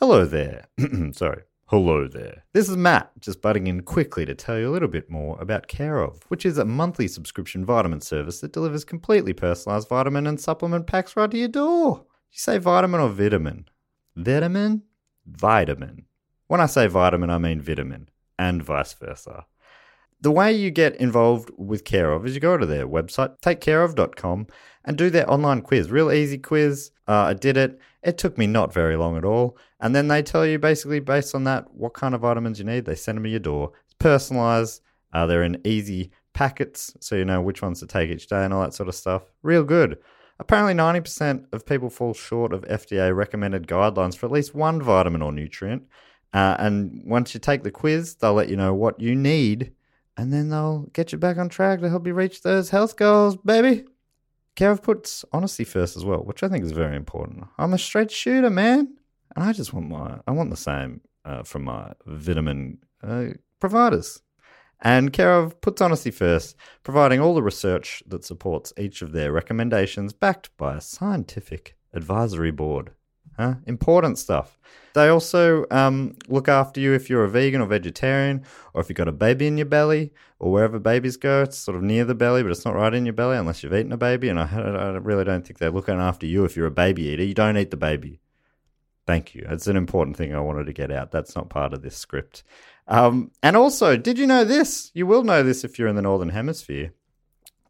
Hello there. (clears throat) Sorry. Hello there. This is Matt, just butting in quickly to tell you a little bit more about Care of, which is a monthly subscription vitamin service that delivers completely personalized vitamin and supplement packs right to your door. You say vitamin or vitamin? Vitamin? Vitamin. When I say vitamin, I mean vitamin, and vice versa. The way you get involved with Care of is you go to their website, takecareof.com, and do their online quiz. Real easy quiz. Uh, I did it. It took me not very long at all. And then they tell you basically based on that what kind of vitamins you need. They send them to your door. It's personalized. Uh, they're in easy packets, so you know which ones to take each day and all that sort of stuff. Real good. Apparently, 90% of people fall short of FDA recommended guidelines for at least one vitamin or nutrient. Uh, and once you take the quiz, they'll let you know what you need, and then they'll get you back on track to help you reach those health goals, baby. Kev puts honesty first as well, which I think is very important. I'm a straight shooter, man, and I just want my I want the same uh, from my vitamin uh, providers. And Kerov puts honesty first, providing all the research that supports each of their recommendations, backed by a scientific advisory board. Huh? Important stuff. They also um, look after you if you're a vegan or vegetarian, or if you've got a baby in your belly, or wherever babies go. It's sort of near the belly, but it's not right in your belly unless you've eaten a baby. And I, I really don't think they're looking after you if you're a baby eater. You don't eat the baby. Thank you. It's an important thing I wanted to get out. That's not part of this script. Um, and also, did you know this? You will know this if you're in the Northern Hemisphere.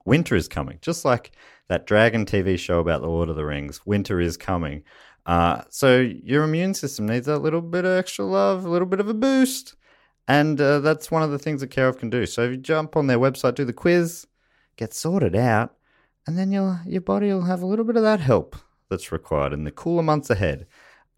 Winter is coming, just like that dragon TV show about the Lord of the Rings. Winter is coming. Uh, so your immune system needs that little bit of extra love, a little bit of a boost. And uh, that's one of the things that Care of can do. So if you jump on their website, do the quiz, get sorted out, and then you'll, your body will have a little bit of that help that's required in the cooler months ahead.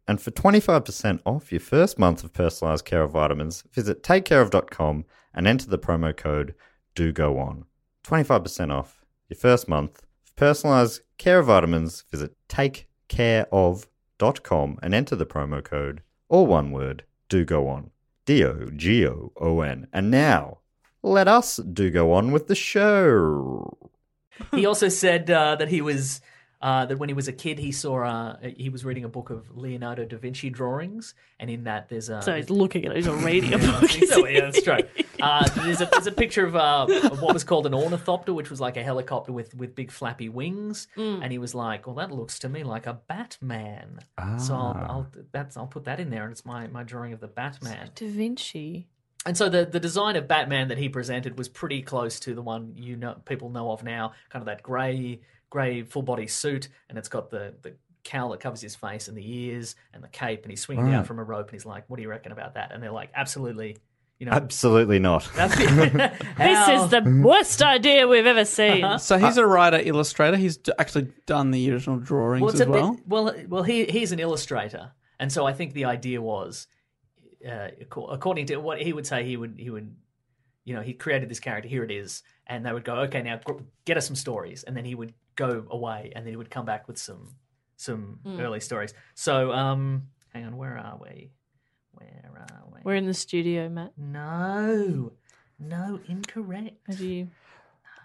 And for 25% off your first month of personalized care of vitamins, visit takecareof.com and enter the promo code do go on. 25% off your first month of personalized care of vitamins, visit takecareof.com and enter the promo code, or one word, do go on. D O G O O N. And now, let us do go on with the show. he also said uh, that he was uh, that when he was a kid, he saw uh, he was reading a book of Leonardo da Vinci drawings, and in that there's a So he's looking at it. He's reading a book. (laughs) is so, he? yeah, that's true. Uh, there's, a, there's a picture of, uh, of what was called an ornithopter, which was like a helicopter with, with big flappy wings, Mm. and he was like, "Well, that looks to me like a Batman." So I'll, I'll that's I'll put that in there, and it's my, my drawing of the Batman. Da Vinci. And so the the design of Batman that he presented was pretty close to the one you know people know of now, kind of that grey grey full body suit, and it's got the the cowl that covers his face and the ears and the cape, and he's swinging down from a rope, and he's like, "What do you reckon about that?" And they're like, "Absolutely." You know, Absolutely not. that's This it. is the Mm. worst idea we've ever seen. Uh-huh. So he's a writer illustrator. He's d- actually done the original drawings well, it's as a well. (laughs) bit, well, well, he he's an illustrator, and so I think the idea was, uh, acco- according to what he would say, he would he would, you know, he created this character. Here it is, and they would go, okay, now gr- get us some stories, and then he would go away, and then he would come back with some some early stories. So, um, hang on, where are we? Where are we? We're in the studio, Matt. no, no, incorrect. Have you?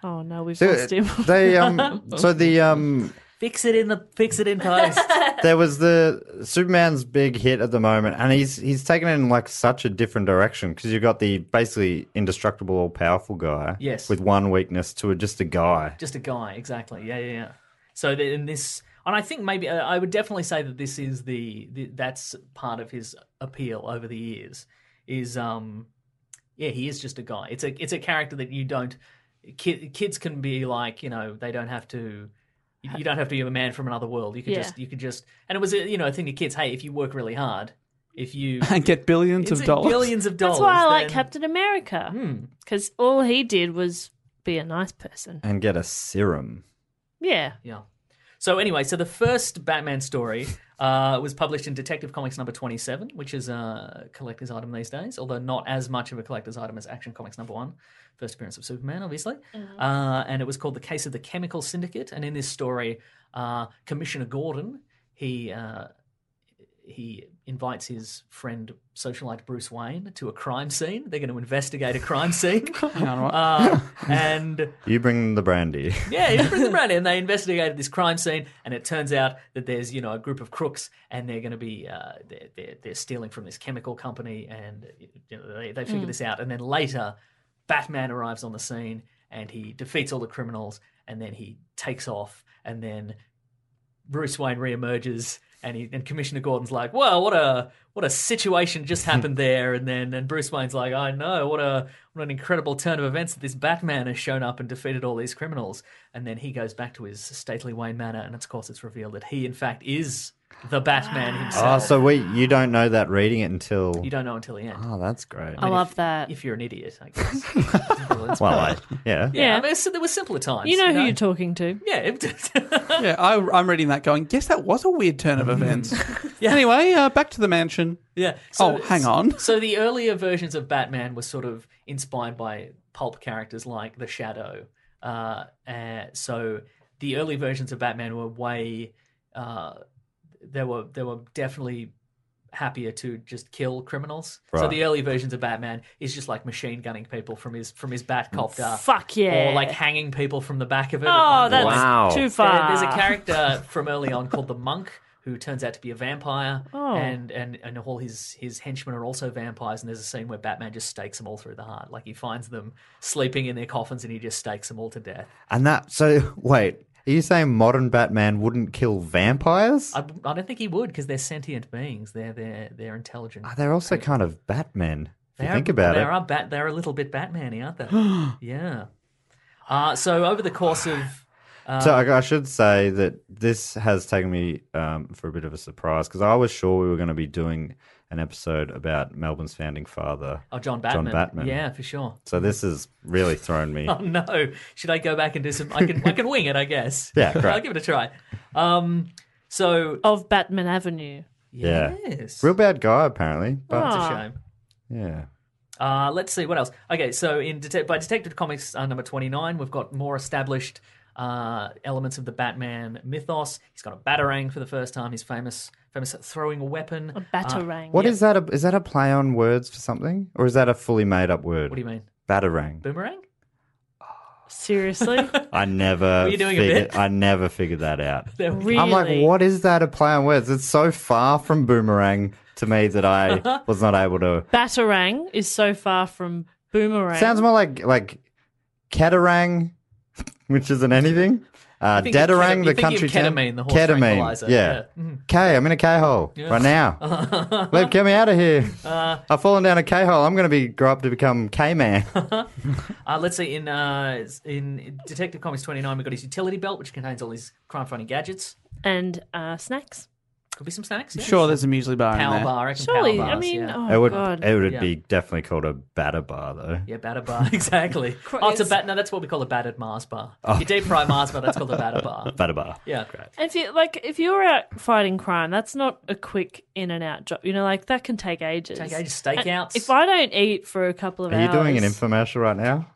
Oh no, we've So, uh, lost him. they um so the um Fix it in the fix it in post. there was the Superman's big hit at the moment and he's he's taken it in like such a different direction because you've got the basically indestructible all powerful guy Yes. with one weakness to a, just a guy. just a guy exactly yeah yeah yeah so th- in this and i think maybe uh, i would definitely say that this is the, the that's part of his appeal over the years is um yeah he is just a guy it's a it's a character that you don't ki- kids can be like you know they don't have to you you don't have to be a man from another world you could Yeah. just you could just and it was a, you know a thing to kids hey if you work really hard if (laughs) you and get billions it's of dollars. billions of dollars That's why I like then- Hmm. Captain America because all he did was be a nice person. And get a serum. Yeah, Yeah. So anyway, so the first Batman story uh, was published in Detective Comics number twenty-seven, which is a collector's item these days, although not as much of a collector's item as Action Comics number one, first appearance of Superman, obviously. Uh, and it was called "The Case of the Chemical Syndicate." And in this story, uh, Commissioner Gordon he uh, he invites his friend socialite Bruce Wayne to a crime scene. They're going to investigate a crime scene, uh, and You bring the (laughs) brandy. yeah, he's prison brandy, and they investigated this crime scene, and it turns out that there's you know a group of crooks, and they're going to be uh, they're, they're they're stealing from this chemical company, and you know they they figure this out, and then later, Batman arrives on the scene, and he defeats all the criminals, and then he takes off, and then Bruce Wayne reemerges. And, he, and Commissioner Gordon's like, "Well, what a what a situation (laughs) just happened there." And then and Bruce Wayne's like, "I know what a what an incredible turn of events that this Batman has shown up and defeated all these criminals." And then he goes back to his stately Wayne manor, and of course, it's revealed that he in fact is the Batman Ah, himself. so we you don't know that reading it until you don't know until the end Oh, that's great. I love that. if you're an idiot, (laughs) I guess. well, I, yeah. (laughs) yeah, I mean, it's- there were simpler times. you know who you're talking to. Yeah, (laughs) it- (laughs) Yeah, I, I'm reading that going, yes, that was a weird turn of (laughs) events. Anyway, uh, back to the mansion. yeah. oh, hang on. So the earlier versions of Batman were sort of inspired by pulp characters like the Shadow. Uh, uh, so the early versions of Batman were way uh, they were they were definitely happier to just kill criminals. So Right. the early versions of Batman is just like machine gunning people from his from his Mm. Batcopter. Fuck yeah. Or like hanging people from the back of it. oh, that's Wow. too There- far. there's a character from early on called the monk who turns out to be a vampire, Oh. and, and and all his his henchmen are also vampires. And there's a scene where Batman just stakes them all through the heart. Like he finds them sleeping in their coffins, and he just stakes them all to death. And that so wait, are you saying modern Batman wouldn't kill vampires? I, I don't think he would because they're sentient beings. They're they're they're intelligent. Oh, they're also kind of Batman. If They you are- think about they it. Are bat, they're a little bit Batman-y, (gasps) aren't they? yeah. Uh, so over the course of so Um, I, I should say that this has taken me um, for a bit of a surprise because I was sure we were going to be doing an episode about Melbourne's founding father. oh, John Batman. Batman. Yeah, for sure. So this has really thrown me. (laughs) Oh no! Should I go back and do some? I can I can wing it, I guess. (laughs) Yeah, great. I'll give it a try. Um, so of Batman Avenue. Ah, Yeah. yes, Real bad guy, apparently. But Oh, That's a shame. yeah. Uh, let's see what else. Okay, so in Det- by Detective Comics uh, number twenty nine, we've got more established uh, elements of the Batman mythos. He's got a batarang for the first time. His famous famous throwing a weapon. A batarang. What is that? A, is that a play on words for something, or is that a fully made up word? What do you mean? Batarang. Boomerang? (laughs) Seriously? I never. Were you doing a figured, bit? I never figured that (laughs) out. really? I'm like, what is that a play on words? It's so far from boomerang to me that (laughs) I was not able to. Batarang is so far from boomerang. Sounds more like like ketarang, (laughs) which isn't anything. Uh, think of Detarang, ketam- the you think of country term. ketamine, the horse tranquilizer. yeah. Yeah. Mm-hmm. Uh-huh. K, I'm in a K hole right (laughs) now. Lev, get me out of here. I've fallen down a K hole. I'm going to be grow up to become K (laughs) man. Uh, let's see. In uh, in Detective Comics 29, we've got his utility belt, which contains all his crime-fighting gadgets. and uh, snacks. Could be some snacks. yeah. Sure, there's a muesli bar in power there. bar. I reckon Surely, power bars, I mean, yeah. oh it would god. it would Yeah. be definitely called a batter bar though. Yeah, batter bar, (laughs) exactly. oh, it's a bat. No, that's what we call a battered Mars bar. You deep fry Mars bar, that's called a batter bar. (laughs) Batter bar. Yeah, great. if you like, if you're out fighting crime, that's not a quick in and out job. You know, like that can take ages. Take ages, stakeouts. If I don't eat for a couple of Are you hours, doing an infomercial right now?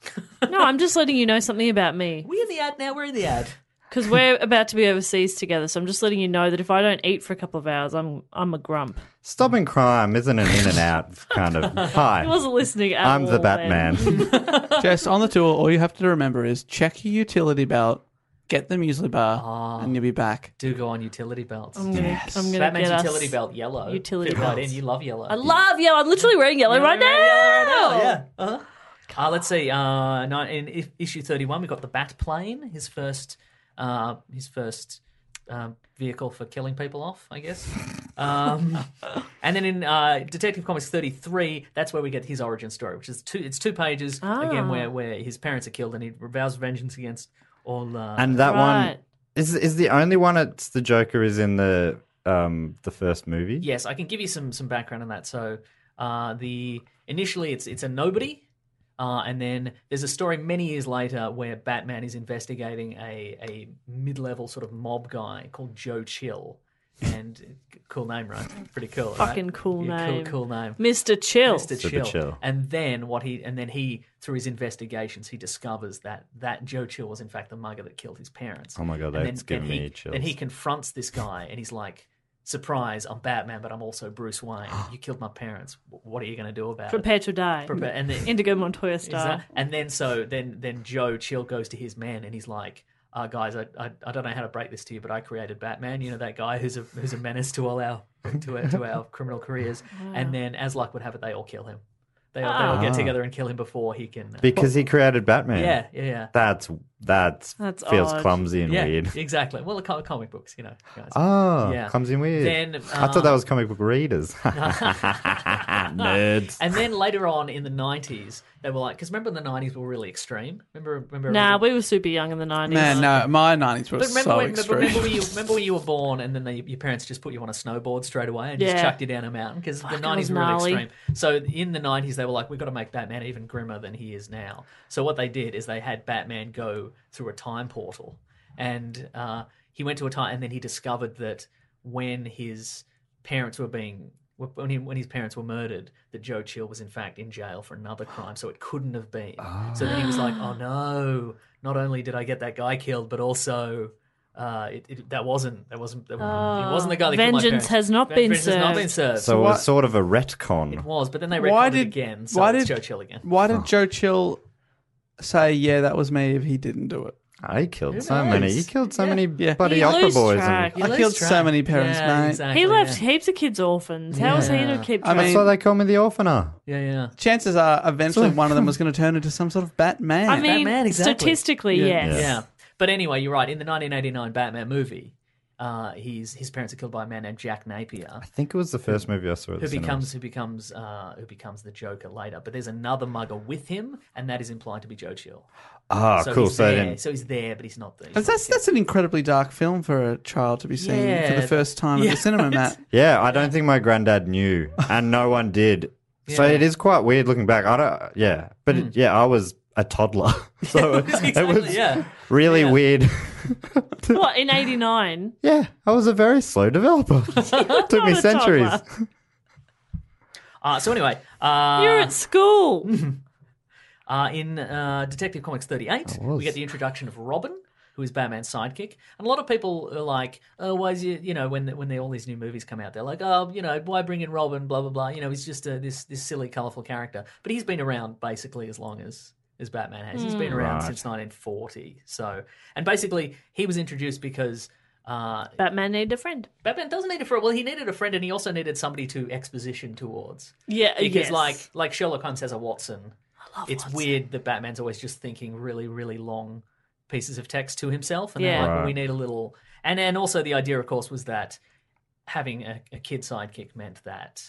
No, I'm just letting you know something about me we're in the ad now. We're in the ad. because we're about to be overseas together. So I'm just letting you know that if I don't eat for a couple of hours, I'm I'm a grump. (laughs) Stopping crime isn't an in and out kind (laughs) of. Hi. I wasn't listening at I'm all the then. Batman. Jess, on (laughs) the tour, all you have to remember is check your utility belt, get the muesli Ah. bar, and you'll be back. Do go on utility belts. I'm gonna, I'm gonna Batman's get us- utility belt, yellow. utility Fit right in. belts. You love yellow. I love yellow. I'm literally wearing yellow right now. Yeah. Uh-huh. Uh, let's see. Uh, nine, in i- issue thirty-one, we got the Bat Plane. His first, uh, his first um, vehicle for killing people off, I (laughs) guess. Um, and then in uh, Detective Comics thirty-three, that's where we get his origin story, which is two. It's two pages again, where where his parents are killed, and he vows vengeance against all. Uh, and that Right. one is is the only one it's the Joker is in the um the first movie. Mm-hmm. Yes, I can give you some some background on that. So uh, the initially it's it's a nobody, uh, and then there's a story many years later where Batman is investigating a a mid level sort of mob guy called Joe Chill, and cool name, right? Pretty cool. right? Fucking cool Yeah, name. Cool, cool name. Mr. Chill. Mr. Super Chill. chill. And then what he and then he through his investigations he discovers that that Joe Chill was in fact the mugger that killed his parents. Oh my God, And that's giving he, me chills. Then he confronts this guy and he's like, "Surprise! I'm Batman, but I'm also (gasps) Bruce Wayne. You killed my parents. W- What are you going to do about Prepare to die. it?" Prepare. And then Indigo Montoya is style. that- and then so then then Joe Chill goes to his men and he's like. Uh, guys, I, I I don't know how to break this to you, but I created Batman. You know that guy who's a who's a menace to all our to our, to our criminal careers. And then, as luck would have it, they all kill him. They all, they all get together and kill him before he can. uh, Because he created Batman. yeah, yeah, yeah. That's that's, That's feels odd. clumsy and yeah, weird. exactly. Well, the co- comic books, you know. Guys. Oh, Yeah. clumsy and weird. Then, I thought that uh, was comic book readers. (laughs) Nerds. And then later on in the nineties, they were like, because remember in the nineties were really extreme. Remember, remember. Nah, everything- we were super young in the 90s. Man, no, my 90s were But remember, so when, remember, extreme. remember when you (laughs) remember when you were born, and then they, your parents just put you on a snowboard straight away and just Yeah. chucked you down a mountain because the Fuck, it nineties was were really gnarly. extreme. So in the nineties, they were like, we've got to make Batman even grimmer than he is now. So what they did is they had Batman go through a time portal, and uh, he went to a time, and then he discovered that when his parents were being when, he, when his parents were murdered, that Joe Chill was in fact in jail for another crime, so it couldn't have been. So then he was like, "Oh no! Not only did I get that guy killed, but also uh, it, it, that wasn't that wasn't that, it wasn't the guy that killed my Oh, vengeance parents. has not been vengeance has not been served. served. so it what- was sort of a retcon. it was, but then they why recorded did it again. So why it's did Joe Chill again? Why did Joe Chill say, "Yeah, that was me"? If he didn't do it, I killed so many. He killed so many Yeah. bloody You opera lose boys. track. I killed so many parents, yeah, mate. Exactly, He left Yeah, heaps of kids orphans. How was he to keep I track? That's mean- why they call me the orphaner. yeah, yeah. chances are eventually one of them was (laughs) going to turn into some sort of Batman. I mean, Batman, exactly. statistically, yes. Yeah. But anyway, you're right. In the 1989 Batman movie, uh, he's, his parents are killed by a man named Jack Napier. I think it was the first movie I saw at Who the cinema. becomes who becomes uh, who becomes the Joker later? But there's another mugger with him, and that is implied to be Joe Chill. Ah, cool. He's So there, then so he's there, but he's not there. But that's that's an incredibly dark film for a child to be seeing for Yeah. the first time at Yeah. the (laughs) cinema, Matt. Yeah, I don't think my granddad knew, and no one (laughs) did. So Yeah. Hmm. it is quite weird looking back. I don't. Yeah, but it- yeah, I was a toddler, (laughs) so (laughs) it, (laughs) Exactly, was yeah. really weird. (laughs) What, in 89? yeah, I was a very slow (laughs) developer. (laughs) it took me Not a toddler. centuries. Uh, so anyway, uh, You're at (laughs) school. uh, in uh, Detective Comics 38, we get the introduction of Robin. who is Batman's sidekick. And a lot of people are like, "Oh, why is he?" You know, when when they, all these new movies come out, they're like, "Oh, you know, why bring in Robin?" Blah blah blah. You know, he's just a, this this silly, colorful character. But he's been around basically as long as as Batman has. He's been around Right. since 1940. So, and basically, he was introduced because. Uh, Batman needed a friend. Batman doesn't need a friend. Well, he needed a friend, and he also needed somebody to exposition towards. Yeah, Because, yes. like, like Sherlock Holmes has a Watson. I love it's Watson. weird that Batman's always just thinking really, really long pieces of text to himself, and then Yeah. like, well, Right. we need a little. And then also the idea, of course, was that having a, a kid sidekick meant that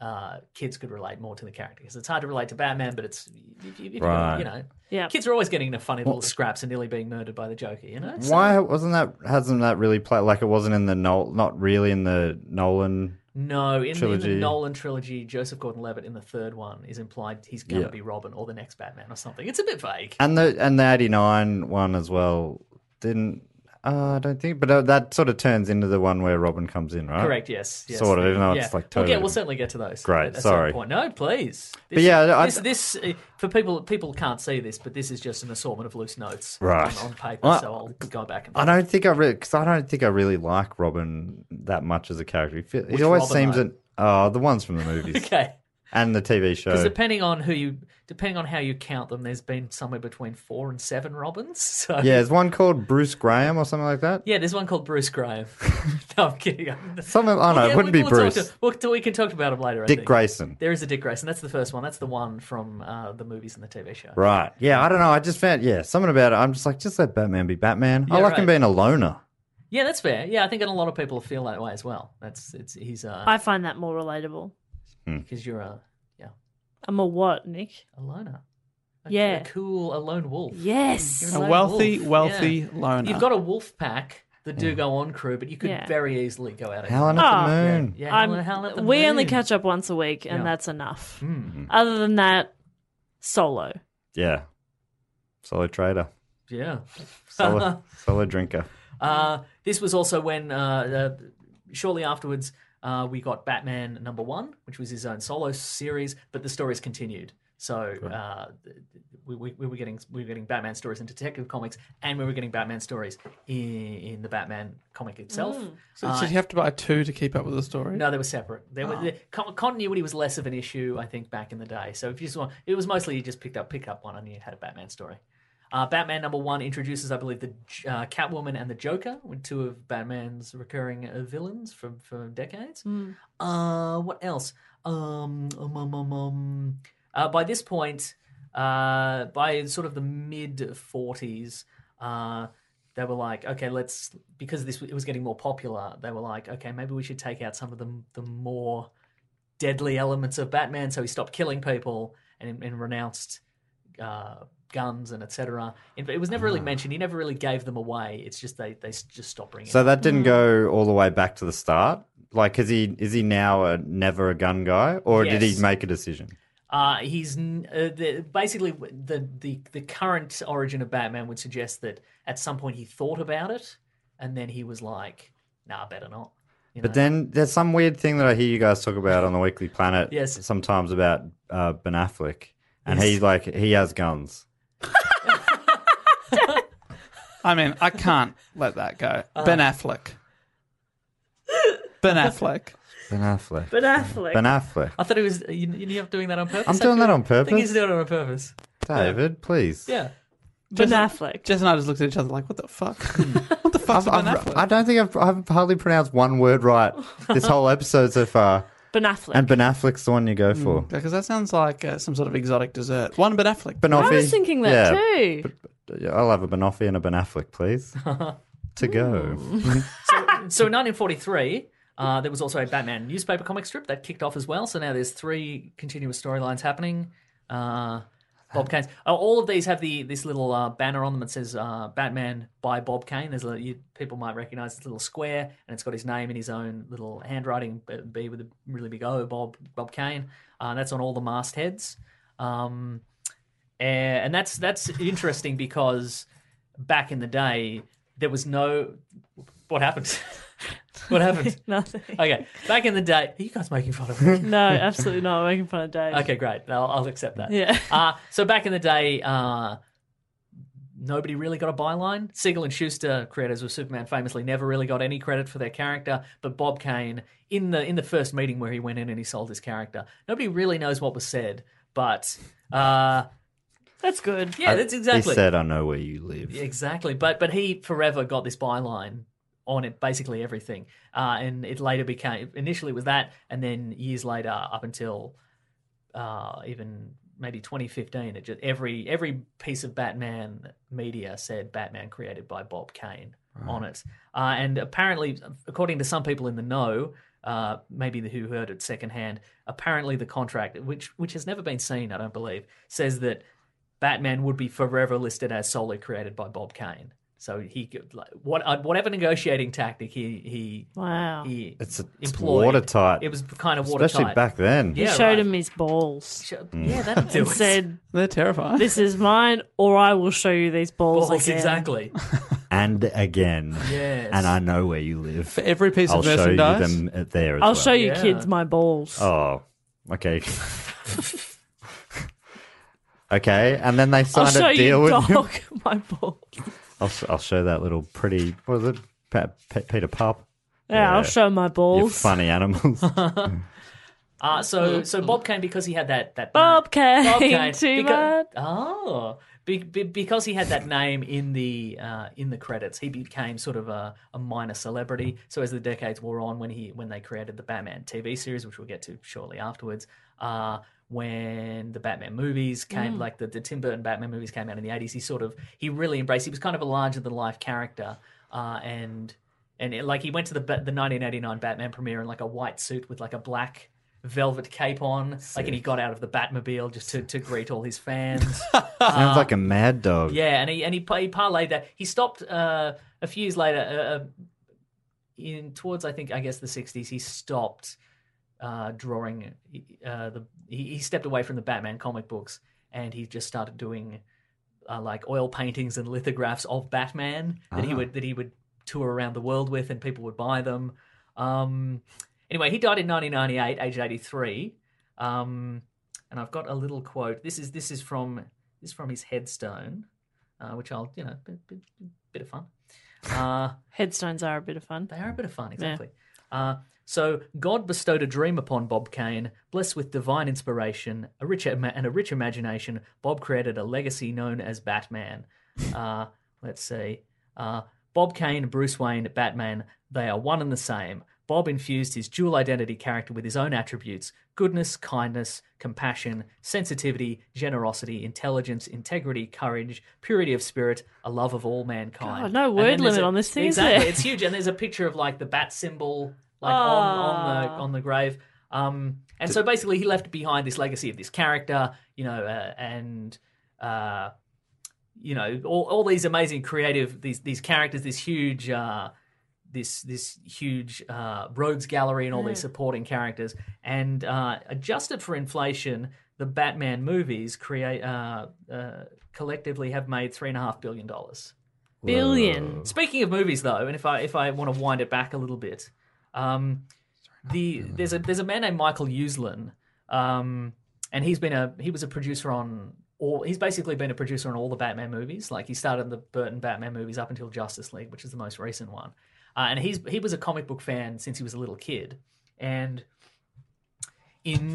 uh, kids could relate more to the character because it's hard to relate to Batman, but it's if you, if you- Right. you know, Yeah. kids are always getting into funny little scraps and nearly being murdered by the Joker, you know. So- Why wasn't that? Hasn't that really played? Like it wasn't in the Nol, not really in the Nolan. No, in, the- in the Trilogy. Nolan trilogy, Joseph Gordon-Levitt in the third one is implied he's going to Yeah. be Robin or the next Batman or something. It's a bit vague. and the and the eighty nine one as well didn't. Uh, I don't think, but uh, that sort of turns into the one where Robin comes in, right? Correct. Yes. yes. Sort of, even though yeah. it's, like, We'll, get- totally- we'll certainly get to those. Great, at a certain sorry. Point. No, please. This, yeah, I- this, this uh, for people people can't see this, but this is just an assortment of loose notes Right. on, on paper. Well, so I'll go back and. I don't think I really because I don't think I really like Robin that much as a character. He, fe- Which he always Robin, seems though? an oh the ones from the movies (laughs) Okay. and the TV show. Because depending on who you, depending on how you count them, there's been somewhere between four and seven Robins. (laughs) So yeah, there's one called Bruce Graham or something like that. Yeah, there's one called Bruce (laughs) Graham. (laughs) no, I'm kidding. I'm- Something I don't know. Yeah, it wouldn't we, be we'll Bruce. Talk to, we'll- we can talk about him later. I Dick think. Grayson. There is a Dick Grayson. That's the first one. That's the one from uh, the movies and the TV show. Right. Yeah, I don't know. I just found yeah something about it. I'm just like just let Batman be Batman. I Yeah, like him right. being a loner. Yeah, that's fair. Yeah, I think a lot of people feel that way as well. That's it's he's uh I find that more relatable. because you're a yeah I'm a what, Nick? a loner. A, Yeah. a cool a lone wolf. Yes. A Lone wealthy, wolf. wealthy Yeah. loner. You've got a wolf pack, the Do Go On crew, but you could Yeah. very easily go out. Helen and- at Oh. the Moon. Ah, yeah, I'm, Helen- Helen at the we only Moon. catch up once a week, and Yeah. that's enough. Mm. Other than that, solo. Yeah. Solo (laughs) trader. Yeah. Solo, solo drinker. Uh, this was also when, uh, uh, shortly afterwards, uh, we got Batman number one, which was his own solo series, but the stories continued. So uh, we, we, we were getting we were getting Batman stories in Detective Comics, and we were getting Batman stories in, in the Batman comic itself. So, so you have to buy two to keep up with the story. No, they were separate. They were, the, con- continuity was less of an issue, I think, back in the day. So if you just want, it was mostly you just picked up pick up one and you had a Batman story. Uh, Batman number one introduces, I believe, the J- uh, Catwoman and the Joker, were two of Batman's recurring uh, villains from for decades. Uh, what else? Um, um, um, um, um. Uh, by this point, uh, by sort of the mid forties, uh, they were like, okay, let's because this it was getting more popular. They were like, okay, maybe we should take out some of the the more deadly elements of Batman. So he stopped killing people and, and renounced uh, guns and etc. It was never really mentioned. He never really gave them away. It's just they they s- just stopped bringing. it. So that didn't go all the way back to the start. Like, is he is he now a never a gun guy, or did Yes. he make a decision? Uh, he's n- uh, the, basically the, the the current origin of Batman would suggest that at some point he thought about it, and then he was like, "Nah, better not." You But know? then there's some weird thing that I hear you guys talk about on the Weekly Planet. Yes. sometimes about uh, Ben Affleck, and he like he has guns. I mean, (laughs) I can't let that go. Uh. Ben Affleck. Ben Affleck. Ben Affleck. But Affleck. Ben Affleck. I thought he was uh, you, you're doing that on purpose. I'm doing that on I think purpose. he's doing it on purpose. David, please. Yeah, Ben Just- Affleck. Jess and I just looked at each other like, what (laughs) the fuck? Hmm. what the fuck's I've, Ben I've, Affleck? I don't think I've, I've hardly pronounced one word right this whole episode so far. Ben Affleck. And Ben Affleck's the one you go for. Because that sounds like uh, some sort of exotic dessert. One Ben Affleck. Ben I Affleck. was thinking that too. too. I'll have a Ben Affleck and a Ben Affleck, (laughs) please. to go. so in 1943, uh, there was also a Batman newspaper comic strip that kicked off as well. So now there's three continuous storylines happening. Uh, Bob Kane's. Oh, all of these have the this little uh, banner on them that says uh, "Batman by Bob Kane." There's a, you, people might recognize this little square, and it's got his name in his own little handwriting, B, B with a really big O, Bob Bob Kane. Uh, that's on all the mastheads. Um, uh, and that's that's interesting because back in the day there was no what happened (laughs) (laughs) what happened Nothing. okay back in the day are you guys making fun of me No, absolutely not. I'm making fun of Dave. Uh, okay great i'll, I'll accept that Yeah. uh, so back in the day uh, nobody really got a byline. Siegel and Schuster, creators of Superman, famously never really got any credit for their character. But Bob Kane, in the in the first meeting where he went in and he sold his character, nobody really knows what was said. But uh, (laughs) That's good. yeah, that's exactly He said, "I know where you live." Exactly, but but he forever got this byline on it, basically everything, uh, and it later became initially it was that, and then years later, up until uh, even maybe 2015, it just every every piece of Batman media said Batman created by Bob Kane on it, uh, and apparently, according to some people in the know. Uh, maybe the who heard it secondhand. Apparently, the contract, which which has never been seen, I don't believe, says that Batman would be forever listed as solely created by Bob Kane. So he could, like, what uh, whatever negotiating tactic he Wow. he he It's, it's employed, watertight, It was kind of watertight. especially back then. Yeah, he showed right. him his balls Sh- (laughs) Yeah, (laughs) that'd do and it. said, They're terrifying. "This is mine, or I will show you these balls." Balls, again." (laughs) exactly. And again, Yes. and I know where you live. For every piece I'll of show you merchandise. them uh, there. As I'll well. show you Yeah. kids my balls. Oh, okay. (laughs) okay, and then they I'll signed show a you deal with dog him. (laughs) my (laughs) balls. (laughs) I'll, s- I'll show that little pretty. What was it? Pa- Pa- Peter Pup. Yeah, I'll show my You balls. funny (laughs) animals. Uh, so so Bob Kane because he had that Mm-hmm. that Bob Kane, Bob Kane, too because, much. oh be, be- because he had that name in the uh, in the credits he became sort of a, a minor celebrity so as the decades wore on when he when they created the Batman TV series which we'll get to shortly afterwards uh, when the Batman movies Mm. came like the, the Tim Burton Batman movies came out in the 80s he sort of he really embraced he was kind of a larger than life character uh, and and it, like he went to the ba- the 1989 Batman premiere in like a white suit with like a black velvet cape on like and he got out of the Batmobile just to, to greet all his fans Sounds like a mad dog. yeah, and he and he, pa- he parlayed that. He stopped uh, a few years later, uh, uh, in towards I think I guess the '60s. He stopped uh, drawing. Uh, the he, he stepped away from the Batman comic books, and he just started doing uh, like oil paintings and lithographs of Batman that he would that he would tour around the world with, and people would buy them. Um, anyway, he died in 1998, aged 83. Um, and I've got a little quote. This is this is from this is from his headstone, uh, which I'll you know bit, bit, bit of fun. Uh, Headstones are a bit of fun. they are a bit of fun, exactly. Uh, so God bestowed a dream upon Bob Kane, blessed with divine inspiration, a rich ima- and a rich imagination. Bob created a legacy known (laughs) as Batman. Uh, let's see. Uh, Bob Kane, Bruce Wayne, Batman, they are one and the same. Bob infused his dual identity character with his own attributes goodness, kindness, compassion, sensitivity, generosity, intelligence, integrity, courage, purity of spirit, a love of all mankind. God, no And word then there's limit a- on this thing, is Exactly. there? It's huge. And there's a picture of like the bat symbol like on, on the Ah. on the grave. Um, and so basically, he left behind this legacy of this character, you know, uh, and uh, you know all, all these amazing creative these these characters this huge uh this this huge uh rogues gallery and all these supporting characters and uh adjusted for inflation the batman movies create uh, uh collectively have made three and a half billion dollars Billion. Speaking of movies, though, and if I if I want to wind it back a little bit, um, the there's a there's a man named Michael Uslan, um, and he's been a he was a producer on all he's basically been a producer on all the Batman movies. Like he started the Burton Batman movies up until Justice League, which is the most recent one. Uh, and he's he was a comic book fan since he was a little kid, and in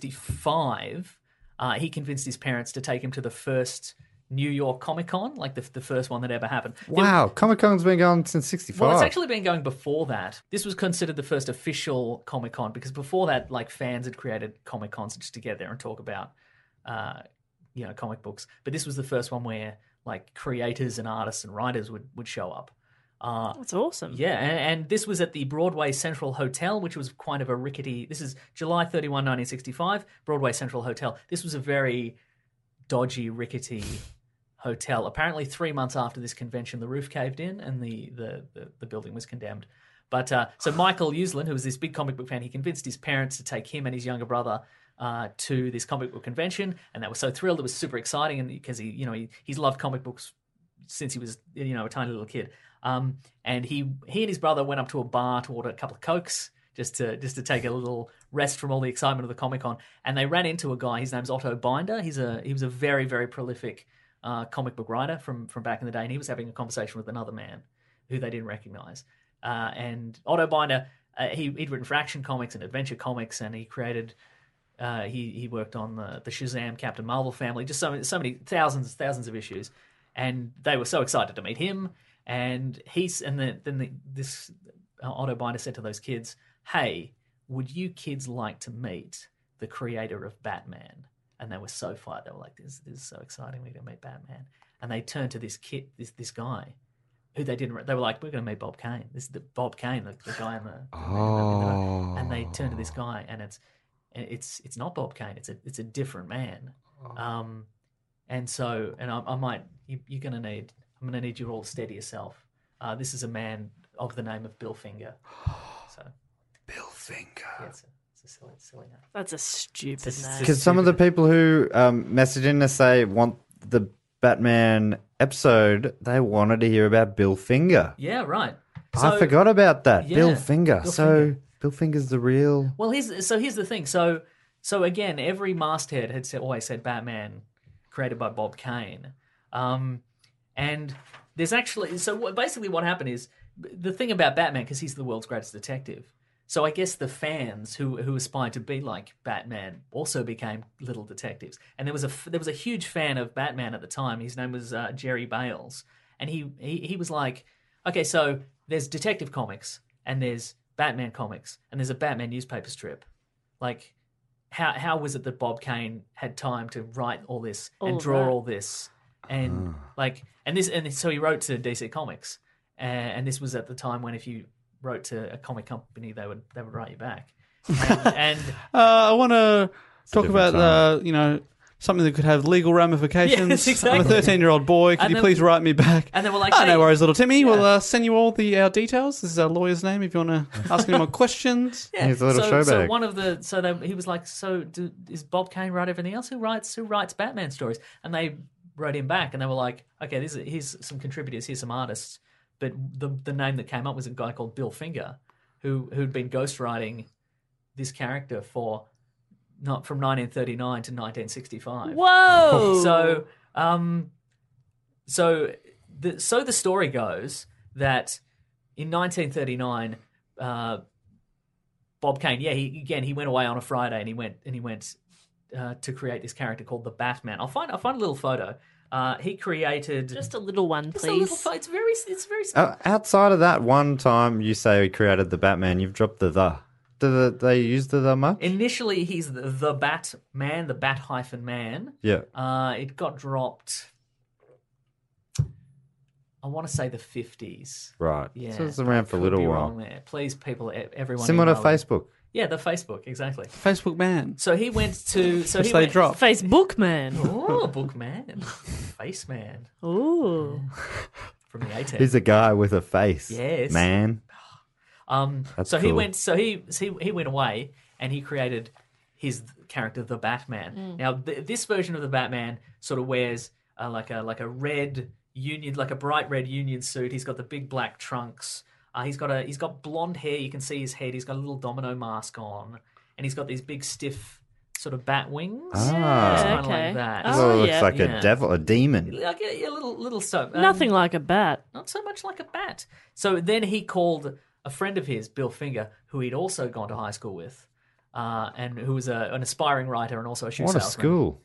1965, uh, he convinced his parents to take him to the first New York Comic Con, like the, the first one that ever happened. There- Wow, Comic Con's been going since '65. well, it's actually been going before that. This was considered the first official Comic Con because before that, like fans had created Comic Cons just to get there and talk about, uh, you know, comic books. But this was the first one where like creators and artists and writers would would show up. Oh, Uh, That's awesome. yeah, and, and this was at the Broadway Central Hotel, which was kind of a rickety. This is July 31, 1965, Broadway Central Hotel. This was a very dodgy, rickety hotel. Apparently, three months after this convention, the roof caved in and the, the, the, the building was condemned. But uh, so Michael Uslan, who was this big comic book fan, he convinced his parents to take him and his younger brother uh, to this comic book convention, and they were so thrilled. It was super exciting, and because he, you know, he, he's loved comic books since he was you know a tiny little kid. Um, and he he and his brother went up to a bar to order a couple of cokes just to just to take a little rest from all the excitement of the Comic Con. And they ran into a guy. His name's Otto Binder. He's a he was a very very prolific uh, comic book writer from from back in the day, and he was having a conversation with another man who they didn't recognize. Uh, and Otto Binder, uh, he, he'd written for Action Comics and Adventure Comics, and he created. Uh, he he worked on the the Shazam, Captain Marvel family, just so many, so many thousands thousands of issues, and they were so excited to meet him. And he's and then then the, this uh, Otto Binder said to those kids, "Hey, would you kids like to meet the creator of Batman?" And they were so fired. They were like, "This this is so exciting. We're gonna meet Batman." And they turned to this kid, this this guy, who they didn't. re- They were like, "We're going to meet Bob Kane. This is the Bob Kane, the, the guy in the." Oh. And they turn to this guy, and it's it's it's not Bob Kane. It's a it's a different man. Um, and so, and I, I might you, you're going to need. I'm going to need you all to steady yourself. Uh, this is a man of the name of (sighs) Bill Finger. So Oh, Bill Finger. yeah, it's a, it's a silly silly name. That's a stupid It's a- name. it's a Because some of the stupid- people who um, message in to say want the Batman episode, they wanted to hear about Bill Finger. yeah right. I So- forgot about that. yeah, Bill Finger. Bill so Finger. Bill Finger's the real. Well, here's so here's the thing. So so again, every masthead had said, always said Batman, created by Bob Kane. Um, and there's actually so what, basically what happened is the thing about Batman because he's the world's greatest detective. So I guess the fans who who aspired to be like Batman also became little detectives. And there was a f- there was a huge fan of Batman at the time. His name was uh, Jerry Bales, and he, he he was like, okay, so there's Detective Comics and there's Batman Comics and there's a Batman newspaper strip. Like, how how was it that Bob Kane had time to write all this All and of draw that. all this and like and this and so he wrote to DC Comics, uh, and this was at the time when if you wrote to a comic company, they would they would write you back. And, and Uh, I want to talk different about uh, you know something that could have legal ramifications. Yes, I'm a exactly. 13 year old boy. Could And you then- please write me back? and they were (laughs) like, Oh, "Hey." no worries, little Timmy. We'll Yeah. uh, send you all the uh, details. This is our lawyer's name if you (laughs) want to ask any more questions. Yeah. He's a little so, so showbag. one of the so they, he was like, so do, is Bob Kane write everything else? Who writes who writes Batman stories? And they wrote him back, and they were like, okay, this is, here's some contributors, here's some artists, but the the name that came up was a guy called Bill Finger, who who'd been ghostwriting this character for not from 1939 to 1965. (laughs) Whoa! (laughs) So, um, so the so the story goes that in 1939, uh, Bob Kane, yeah, he again he went away on a Friday and he went and he went uh, to create this character called the Batman. I'll find I'll find a little photo. Uh, he created just a little one, Just a little please. pho- It's very it's very simple. Uh, outside of that one time you say we created the Batman, you've dropped the the. Do the, they use the the much? Initially, he's the, the Batman, the Bat hyphen man. yeah. Uh, it got dropped. I want to say the 50s. Right. Yeah, so it's around for a could little be while. wrong there. Please, people, e- everyone. Similar to email them. Facebook. Yeah, the Facebook, exactly. Facebook man. So he went to. So Which he they went, drop. Facebook (laughs) man. Oh, book man, (laughs) face man Ooh. from the 80s. He's a guy with a face. Yes. Man. Um, That's so he cool. went. So he so he he went away, and he created his character, the Batman. Now th- this version of the Batman sort of wears uh, like a like a red union, like a bright red union suit. He's got the big black trunks. Uh, he's got a he's got blonde hair. You can see his head. He's got a little domino mask on, and he's got these big stiff sort of bat wings. Ah. It's kinda Okay. like that. Oh, Well, it looks yeah. like Yeah. a devil, a demon. Like a, a little little so um, Nothing like a bat. not so much like a bat. So then he called a friend of his, Bill Finger, who he'd also gone to high school with, uh, and who was a, an aspiring writer and also a shoe What a salesman. school.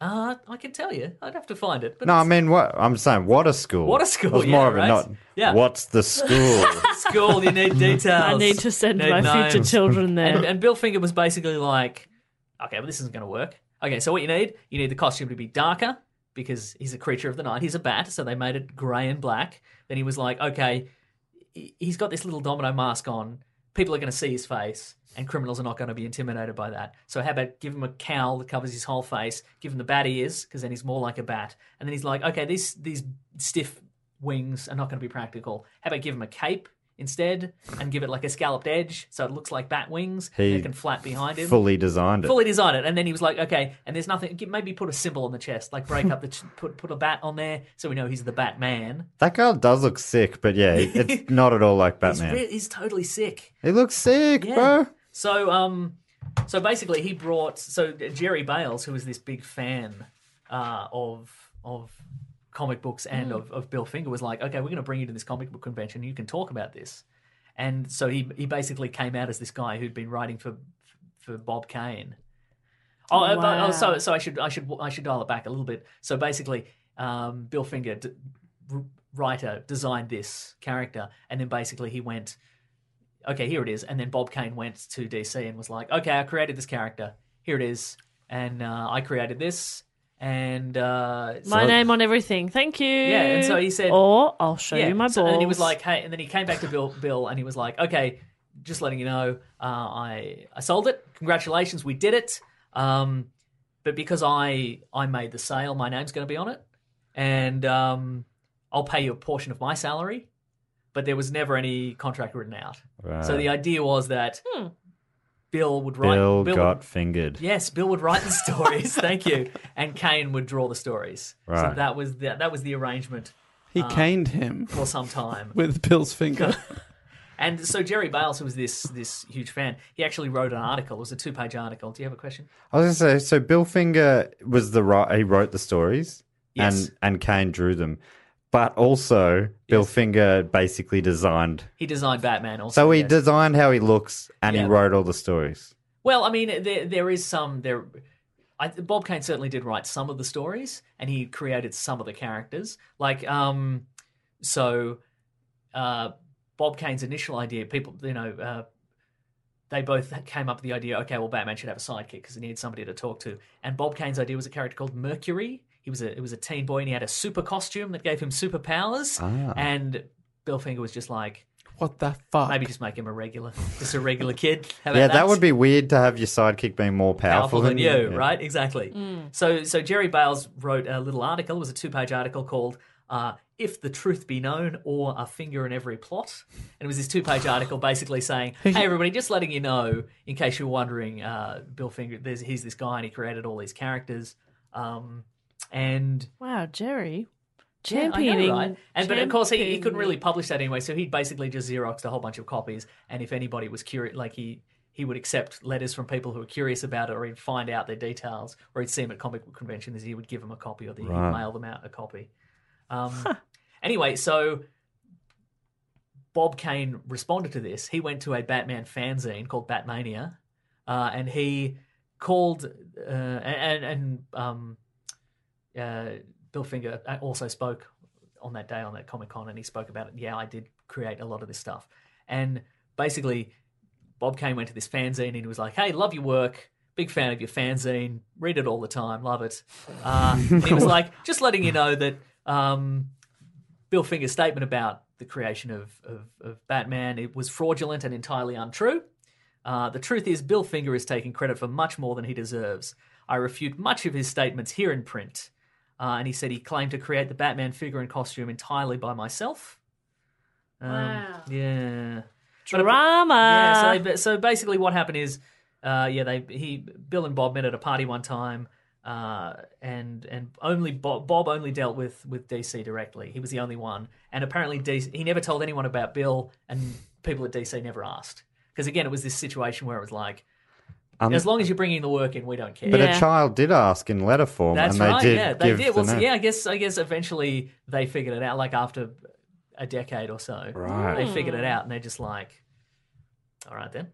Uh, I can tell you. I'd have to find it. But No, I it's- mean what I'm saying. What a school! What a school, It was yeah, more of right? a not. Yeah. What's the (laughs) school? school, (laughs) you need details. I need to send Need my future names. children there. And, and Bill Finger was basically like, okay, well, this isn't going to work. Okay, so what you need, you need the costume to be darker because he's a creature of the night. He's a bat, so they made it grey and black. Then he was like, okay, he- he's got this little domino mask on. People are going to see his face, and criminals are not going to be intimidated by that. So how about give him a cowl that covers his whole face, give him the bat ears, because then he's more like a bat. And then he's like, okay, these these stiff wings are not going to be practical. How about give him a cape instead, and give it like a scalloped edge, so it looks like bat wings. He and it can flap behind him. Fully designed it. Fully designed it, and then he was like, "Okay." And there's nothing. g- Maybe put a symbol on the chest, like break up the ch- (laughs) put put a bat on there, so we know he's the Batman. That guy does look sick, but yeah, it- it's (laughs) not at all like He's, Batman. re- he's totally sick. he looks sick, Yeah. bro. So um, so basically, he brought so Jerry Bales, who was this big fan uh, of of comic books and of, of Bill Finger was like, okay, we're going to bring you to this comic book convention. You can talk about this. And so he he basically came out as this guy who'd been writing for for Bob Kane. Oh, uh, but- oh, Wow. so so I should I should I should dial it back a little bit. So basically, um, Bill Finger, d- r- writer, designed this character, and then basically he went, okay, here it is. And then Bob Kane went to DC and was like, okay, I created this character. Here it is, and uh, I created this, and uh, My So- name on everything. Thank you. Yeah, and so he said- or I'll show you my balls. so- and then he was like, hey, and then he came back to Bill, Bill, and he was like, okay, just letting you know, uh, I I sold it. Congratulations, we did it. Um, but because I I made the sale, my name's going to be on it, and um, I'll pay you a portion of my salary. But there was never any contract written out. So the idea was that Hmm. Bill would write. Bill, would- got fingered. Yes, Bill would write (laughs) the stories. thank you, and Kane would draw the stories. So Right. that was the, that was the arrangement He caned him for some time. with Bill's (laughs) finger. And so Jerry Bales, who was this this huge fan, he actually wrote an article. It was a two page article. Do you have a question? I was going to say, so Bill Finger was the right. He wrote the stories, Yes. and and Kane drew them, but also Bill Finger basically designed. He designed Batman also. So he yes. designed how he looks, and Yeah. he wrote all the stories. Well, I mean, there there is some there. I, Bob Kane certainly did write some of the stories, and he created some of the characters. Like, um, so uh, Bob Kane's initial idea, people, you know, uh, they both came up with the idea. Okay, well, Batman should have a sidekick because he needs somebody to talk to. And Bob Kane's idea was a character called Mercury. He was a it was a teen boy, and he had a super costume that gave him superpowers. Ah. And Bill Finger was just like, what the fuck? maybe just make him a regular, just a regular kid. (laughs) How about Yeah, that? would be weird to have your sidekick being more powerful powerful, than you, Yeah. right? Exactly. So, so Jerry Bales wrote a little article. It was a two-page article called uh, "If the Truth Be Known" or "A Finger in Every Plot," and it was this two-page article basically saying, "Hey, everybody, just letting you know, in case you're wondering, uh, Bill Finger, there's, he's this guy, and he created all these characters." Um, and wow, Jerry, yeah, I know, championing. right? And but of course, he, he couldn't championing. really publish that anyway, so he'd basically just xeroxed a whole bunch of copies. And if anybody was curious, like he he would accept letters from people who were curious about it, or he'd find out their details, or he'd see them at comic book conventions. He would give them a copy, or he'd Right. mail them out a copy. Um, Anyway, so Bob Kane responded to this. He went to a Batman fanzine called Batmania, uh, and he called uh, and and um, uh, Bill Finger also spoke on that day on that Comic Con, and he spoke about it. Yeah, I did create a lot of this stuff, and basically, Bob Kane went to this fanzine and he was like, "Hey, love your work." Big fan of your fanzine. Read it all the time. Love it. Uh, and he was like, just letting you know that um, Bill Finger's statement about the creation of, of, of Batman it was fraudulent and entirely untrue. Uh, the truth is, Bill Finger is taking credit for much more than he deserves. I refute much of his statements here in print. Uh, and he said he claimed to create the Batman figure and costume entirely by myself. Um, Wow. Yeah. But- Drama. Uh, yeah, so, they, so basically, what happened is, uh, yeah, they he Bill and Bob met at a party one time, uh, and and only Bob, Bob only dealt with with DC directly. He was the only one, and apparently DC, he never told anyone about Bill, and people at DC never asked because again, it was this situation where it was like, Um, as long as you're bringing the work in, we don't care. But Yeah. a child did ask in letter form, That's and they right. did yeah, they give did. Well, the so, name. yeah, I guess I guess eventually they figured it out. Like after a decade or so, Right. They figured it out, and they're just like, "All right then."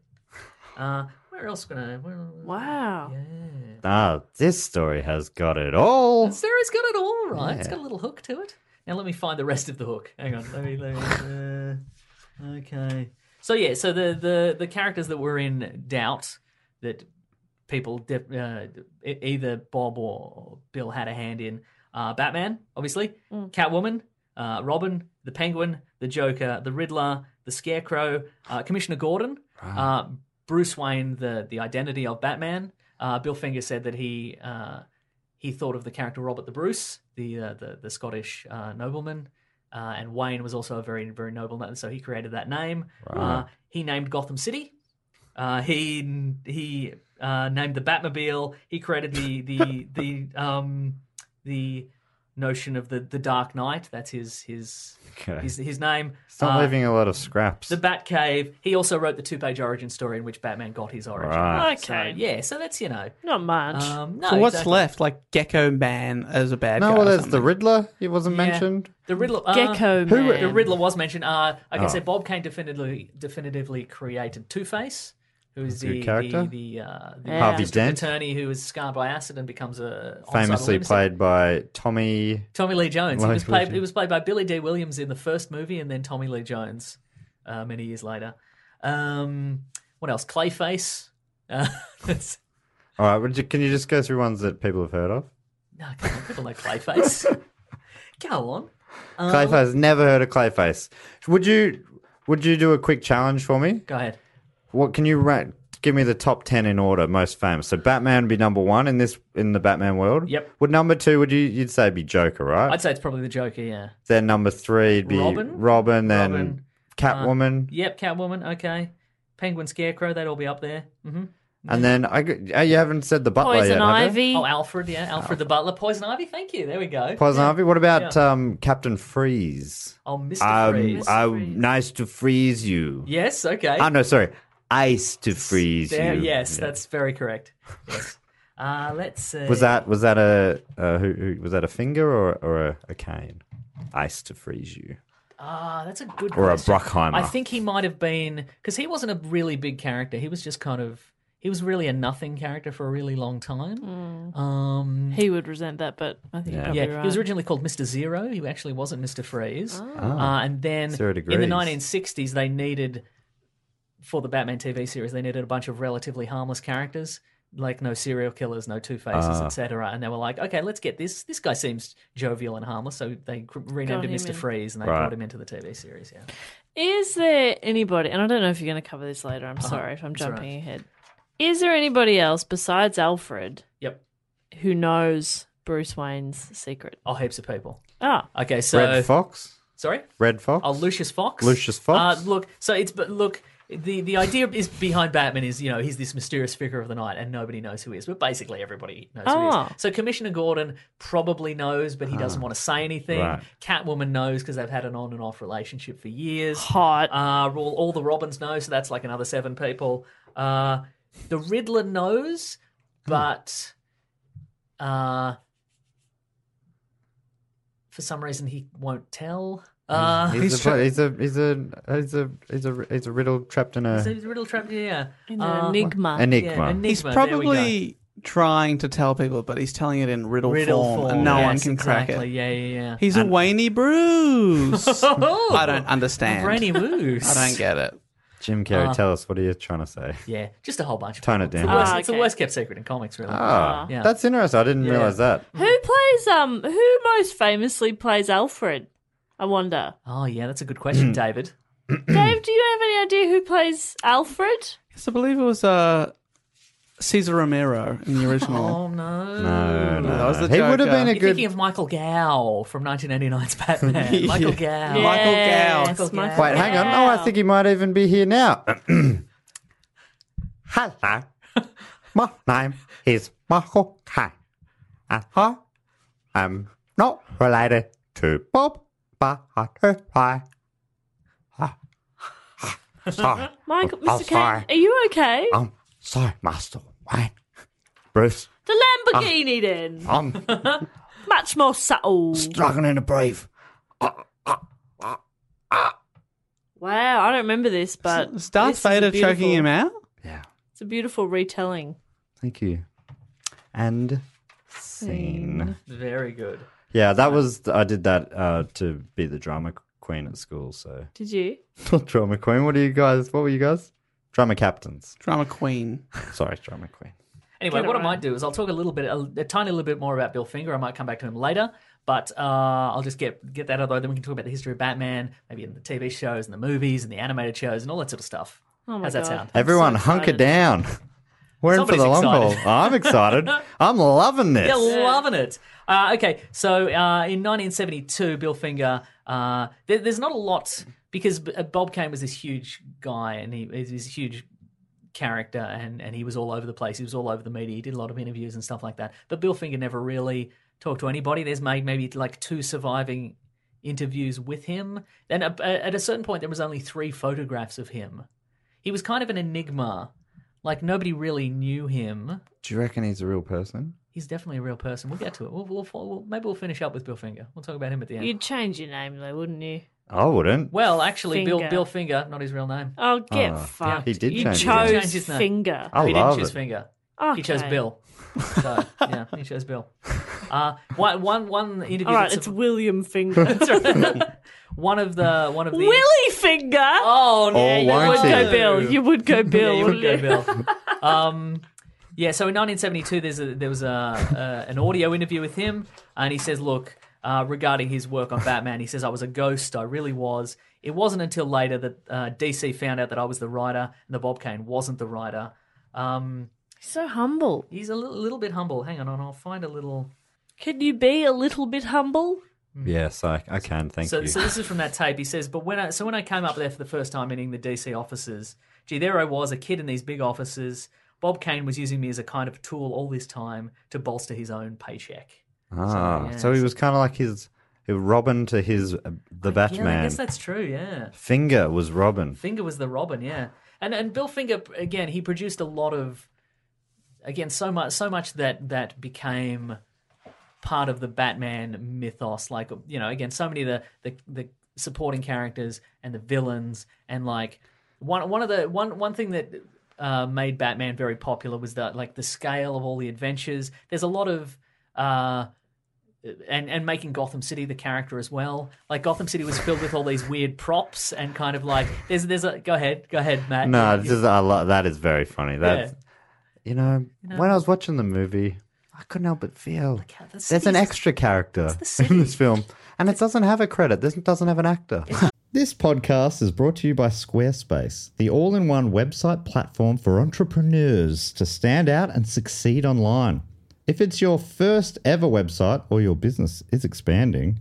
Uh, where else can I? Where, wow. Ah, this story has got it all. (laughs) Sarah's got it all right. It's got a little hook to it. Now let me find the rest of the hook. Hang on. Let me. Let me uh, okay. So yeah. So the the the characters that were in doubt that people def- uh, e- either Bob or Bill had a hand in uh, Batman, obviously, Catwoman, uh, Robin, the Penguin, the Joker, the Riddler, the Scarecrow, uh, Commissioner Gordon, uh, Bruce Wayne, the the identity of Batman. Uh, Bill Finger said that he. Uh, he thought of the character Robert the Bruce, the uh, the, the Scottish uh, nobleman, uh, and Wayne was also a very very noble, and so he created that name. Uh, he named Gotham City. Uh, he he (laughs) uh, named the Batmobile. He created the the the um, the notion of the, the Dark Knight. That's his his Okay. his, his name. It's not Uh, leaving a lot of scraps. the Batcave. He also wrote the two page origin story in which Batman got his origin. Right. Okay. So, yeah, so that's you know. Not much. Um, no, So what's exactly. left? Like Gecko Man as a bad no, guy. well, or there's the something. Riddler. He wasn't Yeah. mentioned. The Riddler. Uh, Gecko Man. The Riddler was mentioned. Uh, I Oh. can say Bob Kane definitively definitively created Two Face, who is Good the character. the, the, uh, the Yeah. Harvey district Dent. attorney who is scarred by acid and becomes a homicidal Famously lunatic. played by Tommy. Tommy Lee Jones. He Like was played. Richard. He was played by Billy D. Williams in the first movie, and then Tommy Lee Jones uh, many years later. Um, what else? Clayface. Uh, (laughs) that's- All right, would you, can you just go through ones that people have heard of? no, come on, people know (laughs) Clayface. Go on. Um, Clayface. Never heard of Clayface. Would you? Would you do a quick challenge for me? Go ahead. What can you rank? Give me the top ten in order, most famous. So Batman would be number one in this in the Batman world. Yep. Would number two? Would you? You'd say be Joker, right? I'd say it's probably the Joker. Yeah. then number three would be Robin? Robin. then Robin. Uh, Catwoman, Yep. Catwoman. Okay. Penguin, Scarecrow. They'd all be up there. hmm and then I. g- uh, You haven't said the Butler yet. Poison have you? Ivy. Oh, Alfred. Yeah. Alfred the Butler. Poison Ivy. Thank you. There we go. Poison Ivy. What about Yeah. um, Captain Freeze? oh, Mister Um, Freeze. i Freeze. nice to freeze you. yes. Okay. Oh no, sorry, ice to freeze There- you. yes, Yeah. that's very correct. (laughs) Yes. Uh, let's see. Was that was that a uh, who, who was that a finger or or a, a cane? Ice to freeze you Ah, that's a good. or a question. Bruckheimer? I think he might have been because he wasn't a really big character. He was just kind of he was really a nothing character for a really long time. Um, He would resent that, but I think Yeah. you're probably yeah, right. he was originally called Mister Zero. He actually wasn't Mister Freeze. Oh. Uh, and then Ah. Zero in the degrees. 1960s, they needed for the Batman TV series, they needed a bunch of relatively harmless characters. Like no serial killers, no Two Faces, Ah. etc. And they were like, okay, let's get this. This guy seems jovial and harmless, so they cr- renamed Got him him Mister in. Freeze, and they Right. brought him into the TV series. Yeah. Is there anybody, and I don't know if you're going to cover this later, I'm sorry if I'm Uh-huh. it's all jumping ahead. Is there anybody else besides Alfred Yep. who knows Bruce Wayne's secret? Oh, heaps of people. Oh, Okay, so Red Fox. sorry. Red Fox. Oh, Lucius Fox. Lucius Fox? Uh, look, so it's but look, the the idea is behind Batman is you know he's this mysterious figure of the night and nobody knows who he is, but basically everybody knows who he Ah. is. So Commissioner Gordon probably knows, but he doesn't want to say anything. Ah. Right. Catwoman knows because they've had an on and off relationship (sighs) for years. hot. Uh, all, all the Robins know, so that's like another seven people. Uh, the Riddler knows, Hmm. but uh, for some reason he won't tell. Uh, He's, a, he's a he's a he's a he's a he's a riddle trapped in a so he's a riddle trap. Yeah, An Uh, enigma. enigma. yeah, enigma. He's there we go. probably trying to tell people, but he's telling it in riddle, riddle form, form. and no one Yes, can crack exactly. it. Yeah, yeah, yeah. He's a whiny Bruce. (laughs) Oh! I don't understand. Brainy (laughs) moves. I don't get it. Jim Uh-huh. Carrey, tell us what are you trying to say? Yeah, just a whole bunch. Of Tone it people. It's down. the worst- Ah, It's the okay. worst kept secret in comics, Uh-huh. really. Ah, Yeah. that's interesting. I didn't realize that. Who plays um? Who most famously plays Alfred? I wonder. Oh, yeah, that's a good Hmm. question, David. Dave, do you have any idea who plays Alfred? Yes, I believe it was uh, Cesar Romero in the original. Oh no. No, no, that was no. the he would have Joker. been a You're good. thinking of Michael Gow from (laughs) 1989's Batman. Uh, Michael Gow. Michael Gow. Yes, Michael Gow. Wait, hang on. Oh, I think he might even be here now. (clears throat) Hello. (laughs) My name is Michael Kai. And I am not related to Bob, but I do try. Ah, ah, (laughs) Sorry. Michael, I'm Mr. Kane, sorry. are you okay? I'm sorry, Master Wayne. Bruce, the Lamborghini, then (laughs) I'm much more subtle. struggling to breathe. Wow, I don't remember this, but Is Darth this is a Vader beautiful- choking him out? Yeah. It's a beautiful retelling. Thank you. And scene. Very good. Yeah, that was I did that uh, to be the drama queen at school. So (laughs) Did you? not drama queen. What are you guys? What were you guys? Drama captains. Drama Queen. Sorry, drama queen. Anyway, it what I right. might do is I'll talk a little bit, a, a tiny little bit more about Bill Finger. I might come back to him later, but uh, I'll just get get that out of the way. Then we can talk about the history of Batman, maybe in the TV shows and the movies and the animated shows and all that sort of stuff. Oh my How's God. that sound? Everyone, hunker excited. down. (laughs) We're in for the Somebody's long excited. haul. I'm (laughs) excited. I'm loving this. They're loving it. Uh, okay, so uh, in 1972, Bill Finger. Uh, there, there's not a lot because B- uh, Bob Kane was this huge guy, and he he's this huge character, and and he was all over the place. He was all over the media. He did a lot of interviews and stuff like that. But Bill Finger never really talk to anybody. There's made maybe like two surviving interviews with him. Then a- a- at a certain point, there was only three photographs of him. He was kind of an enigma. Like nobody really knew him. Do you reckon he's a real person? He's definitely a real person. We'll get to it. We'll, we'll, we'll maybe we'll finish up with Bill Finger. We'll talk about him at the end. You'd change your name though, wouldn't you? I wouldn't. Well, actually, Bill Finger. Bill Finger, not his real name. Oh, get Ah, fucked. he did you change his name. chose Changed his name. finger. I he love didn't choose it. Finger. Okay. He chose Bill. So yeah, he chose (laughs) Bill. Uh, one one one interview. All right, that's- it's William Finger. (laughs) that's right. (laughs) one of the one of the Willie Finger. Oh no! Or you won't would he? go Bill. You would go Bill. (laughs) Yeah, you would wouldn't go (laughs) Bill. Um, yeah, so in 1972, there's a, there was a, uh, an audio interview with him, and he says, "Look, uh, regarding his work on Batman, he says I was a ghost. I really was. It wasn't until later that uh, DC found out that I was the writer, and the Bob Kane wasn't the writer. Um, He's so humble. he's a little, little bit humble. Hang on, I'll find a little. Can you be a little bit humble? Yes, I, I can. Thank so, you. so this is from that tape. He says, but when I so when I came up there for the first time in the DC offices, gee, there I was, a kid in these big offices. Bob Kane was using me as a kind of tool all this time to bolster his own paycheck. ah, yeah. so he was kind of like his Robin to his uh, the Yeah, I Batman. guess that's true. Yeah, Finger was Robin. Finger was the Robin. Yeah, and and Bill Finger again, he produced a lot of, again, so much so much that that became part of the Batman mythos. Like you know, again, so many of the the, the supporting characters and the villains and like one one of the one one thing that uh, made Batman very popular was that like the scale of all the adventures. There's a lot of uh, and and making Gotham City the character as well. Like Gotham City was filled with all these weird props and kind of like there's there's a go ahead go ahead Matt. No, You- this is, I lo- that is very funny. That's, you, know, when I was watching the movie, I couldn't help but feel at the there's an cities. extra character (laughs) the in this film, and it doesn't have a credit. This doesn't have an actor. (laughs) This podcast is brought to you by Squarespace, the all in one website platform for entrepreneurs to stand out and succeed online. If it's your first ever website or your business is expanding,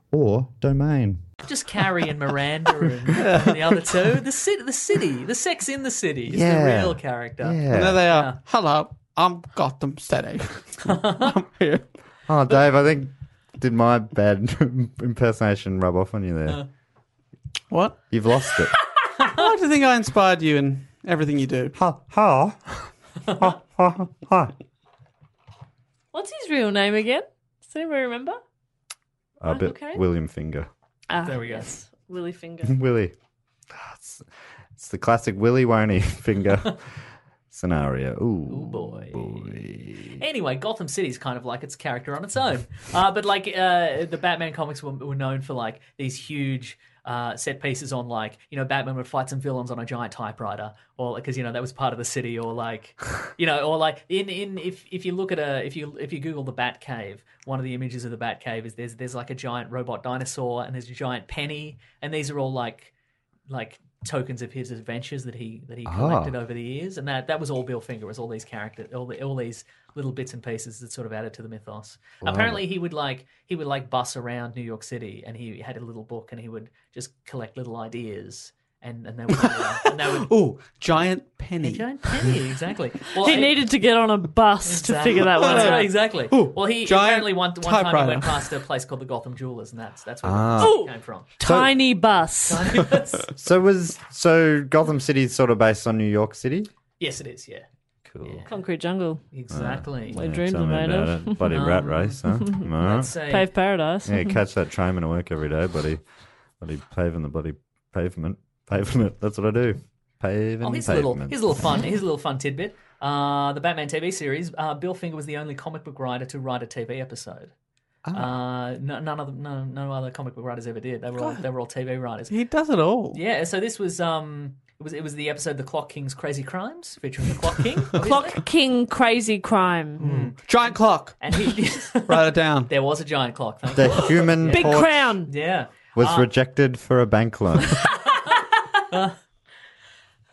or domain. just Carrie and Miranda and the other two. The city, the city, the sex in the city is the Yeah. real character. And there Yeah. they are. Hello, I'm Gotham (laughs) City. I'm here. Oh, Dave, I think did my bad (laughs) impersonation rub off on you there? What? You've lost it. I like to think I inspired you in everything you do. ha ha ha ha ha. What's his real name again? Does anybody remember? A bit Okay. William Finger. Ah, There we go. Yes. Willie (laughs) Finger. Willy. Ah, It's, it's the classic Willy won't he (laughs) finger scenario. Ooh. boy. Anyway, Gotham City's kind of like its character on its own. Uh, but like uh, the Batman comics were, were known for like these huge uh, set pieces on like you know Batman would fight some villains on a giant typewriter, or because you know that was part of the city, or like you know, or like in in if if you look at a if you if you Google the Bat Cave, one of the images of the Bat Cave is there's there's like a giant robot dinosaur and there's a giant penny, and these are all like like tokens of his adventures that he that he Ah. collected over the years, and that that was all Bill Finger. It was all these characters, all the, all these little bits and pieces that sort of added to the mythos. Apparently, he would like he would like bus around New York City, and he had a little book, and he would just collect little ideas, and and they would, and they would (laughs) Ooh, giant penny. giant penny exactly. Well, He it- needed to get on a bus to figure that (laughs) one That's right, out. exactly. well, he giant apparently one, one time he typewriter. Ah. went past a place called the Gotham Jewelers, and that's that's where the the came from. (laughs) Tiny bus. So was so Gotham City is sort of based on New York City. yes, it is. Ah. Yeah, Cool. Concrete jungle. exactly. My dreams Tell are me made about of. it. Bloody rat race, huh? Alright. Let's say- Paved paradise. Yeah, catch that train to work every day, buddy. Bloody paving the bloody pavement. Pavement. That's what I do. Paving Oh, here's a pavement. little, here's a little fun. Here's a little fun tidbit. Uh, the Batman TV series. Uh, Bill Finger was the only comic book writer to write a TV episode. Uh, no, none of them, no, no other comic book writers ever did. They were all, they were all TV writers. He does it all. Yeah. So this was um, it was it was the episode "The Clock King's Crazy Crimes" featuring the Clock King. obviously. Clock King crazy Mm. crime. Giant clock. And he, (laughs) Write it down. there was a giant clock. Thank you. The human (laughs) Big torch crown. Yeah. was rejected for a bank (laughs) loan.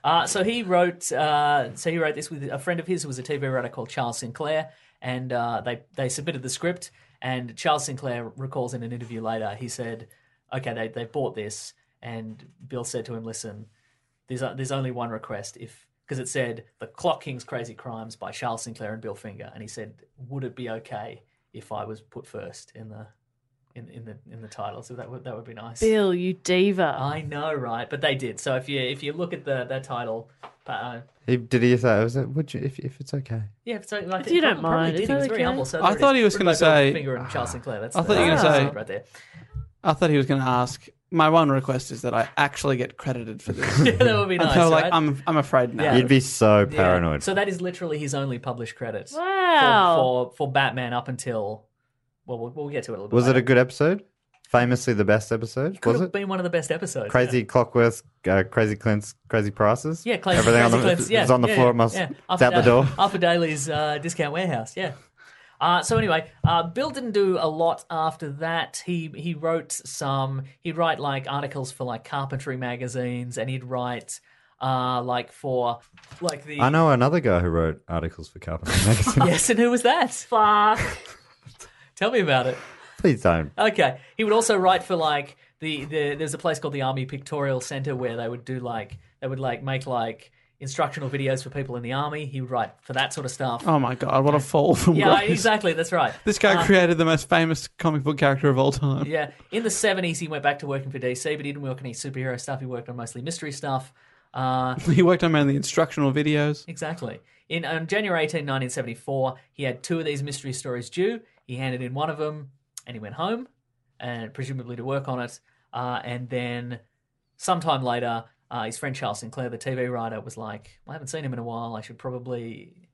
Uh, so he wrote. Uh, so he wrote this with a friend of his who was a TV writer called Charles Sinclair, and uh, they they submitted the script. And Charles Sinclair recalls in an interview later, he said, "Okay, they they bought this." And Bill said to him, "Listen, there's uh, there's only one request if." Because it said the Clock King's Crazy Crimes by Charles Sinclair and Bill Finger, and he said, "Would it be okay if I was put first in the in, in the in the title?" So that would that would be nice. Bill, you diva. I know, right? But they did. So if you if you look at the that title, uh, he, did he say? Was it? Would you? If, if it's okay. yeah, so like you he don't probably mind, did. it's he was very okay. humble. So I there it thought is. he was gonna Written by Bill say- Finger and Charles Sinclair. That's I thought you were going gonna to say- right there. (laughs) I thought he was going to ask. My one request is that I actually get credited for this. Yeah, that would be nice. and so, like, right? I'm, I'm afraid now. Yeah. You'd be so Yeah. paranoid. So that is literally his only published credit. for- Wow. For, for Batman up until well, we'll, we'll get to it a little bit. was it later. a good episode? Famously, the best episode. Could Was have it? been one of the best episodes? Crazy Clockworth, uh, Crazy Clint's, Crazy Prices. Yeah, Clay's Everything Crazy on the, Clint's, yeah, was on the yeah, floor. yeah, It must (laughs) yeah. it's out the Da- door. Alpha Daily's uh, discount warehouse. Yeah. Uh, so anyway, uh, Bill didn't do a lot after that. He he wrote some. He'd write like articles for like carpentry magazines, and he'd write uh, like for like the. I know another guy who wrote articles for Carpenter (laughs) Magazine. (laughs) Yes, and who was that? Fuck. Tell me about it. Please don't. Okay. He would also write for like the, the there's a place called the Army Pictorial Center where they would do like they would like make like instructional videos for people in the army. He would write for that sort of stuff. Oh my god, what a fall from yeah, Ah. grace. exactly. That's right. This guy created the most famous comic book character of all time. Yeah. In the 70s, he went back to working for DC, but he didn't work on any superhero stuff. He worked on mostly mystery stuff. Uh, He worked on mainly instructional videos. Exactly. In on January 18, 1974, he had two of these mystery stories due. He handed in one of them, and he went home, and presumably to work on it. Uh, and then, sometime later, uh, his friend Charles Sinclair, the TV writer, was like, "I haven't seen him in a while. I should probably,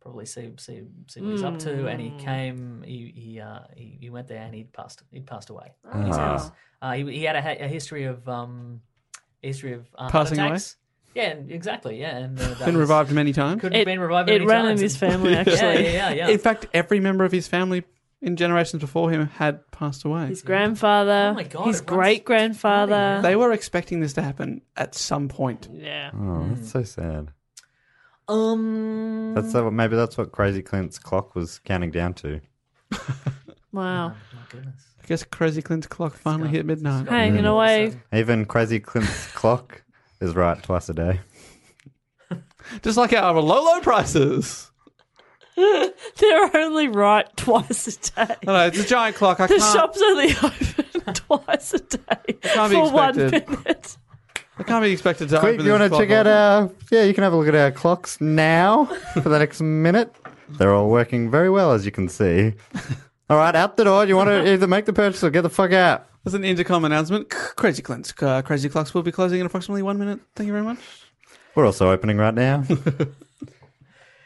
probably see see see what he's up to." And he came. He he uh, he, he went there, and he'd passed he'd passed away. at his house. Uh, he he had a, ha- a history of um, history of uh, heart Passing away? attacks. Yeah, and- exactly. Yeah, and uh, that (laughs) Been was- revived many times. could It, have been revived. it many ran in times. his family, actually. (laughs) Yeah, yeah, yeah. yeah. In fact, every member of his family in generations before him had passed away. His grandfather. Oh my God, His it runs- great grandfather. they were expecting this to happen at some point. Yeah. Oh, that's so sad. um, That's so, maybe that's what Crazy Clint's clock was counting down to. Wow. Oh, my goodness. I guess Crazy Clint's clock finally hit midnight. Scott- Hey, you know what? Even Crazy (laughs) Clint's clock is right twice a day. Just like our low, low prices. (laughs) They're only right twice a day. I know, it's a giant clock. Oh, I The can't, shop's only open (laughs) twice a day can't be for one expected. (laughs) minute. I can't be expected to Quick, open you this want to clock check out up. our? Yeah, you can have a look at our clocks now for the next minute. They're all working very well, as you can (laughs) see. All right, out the door. You want to either make the purchase or get the fuck out. There's an intercom announcement. Crazy Clint's uh, Crazy Clocks will be closing in approximately one minute. Thank you very much. We're also opening right (laughs) now.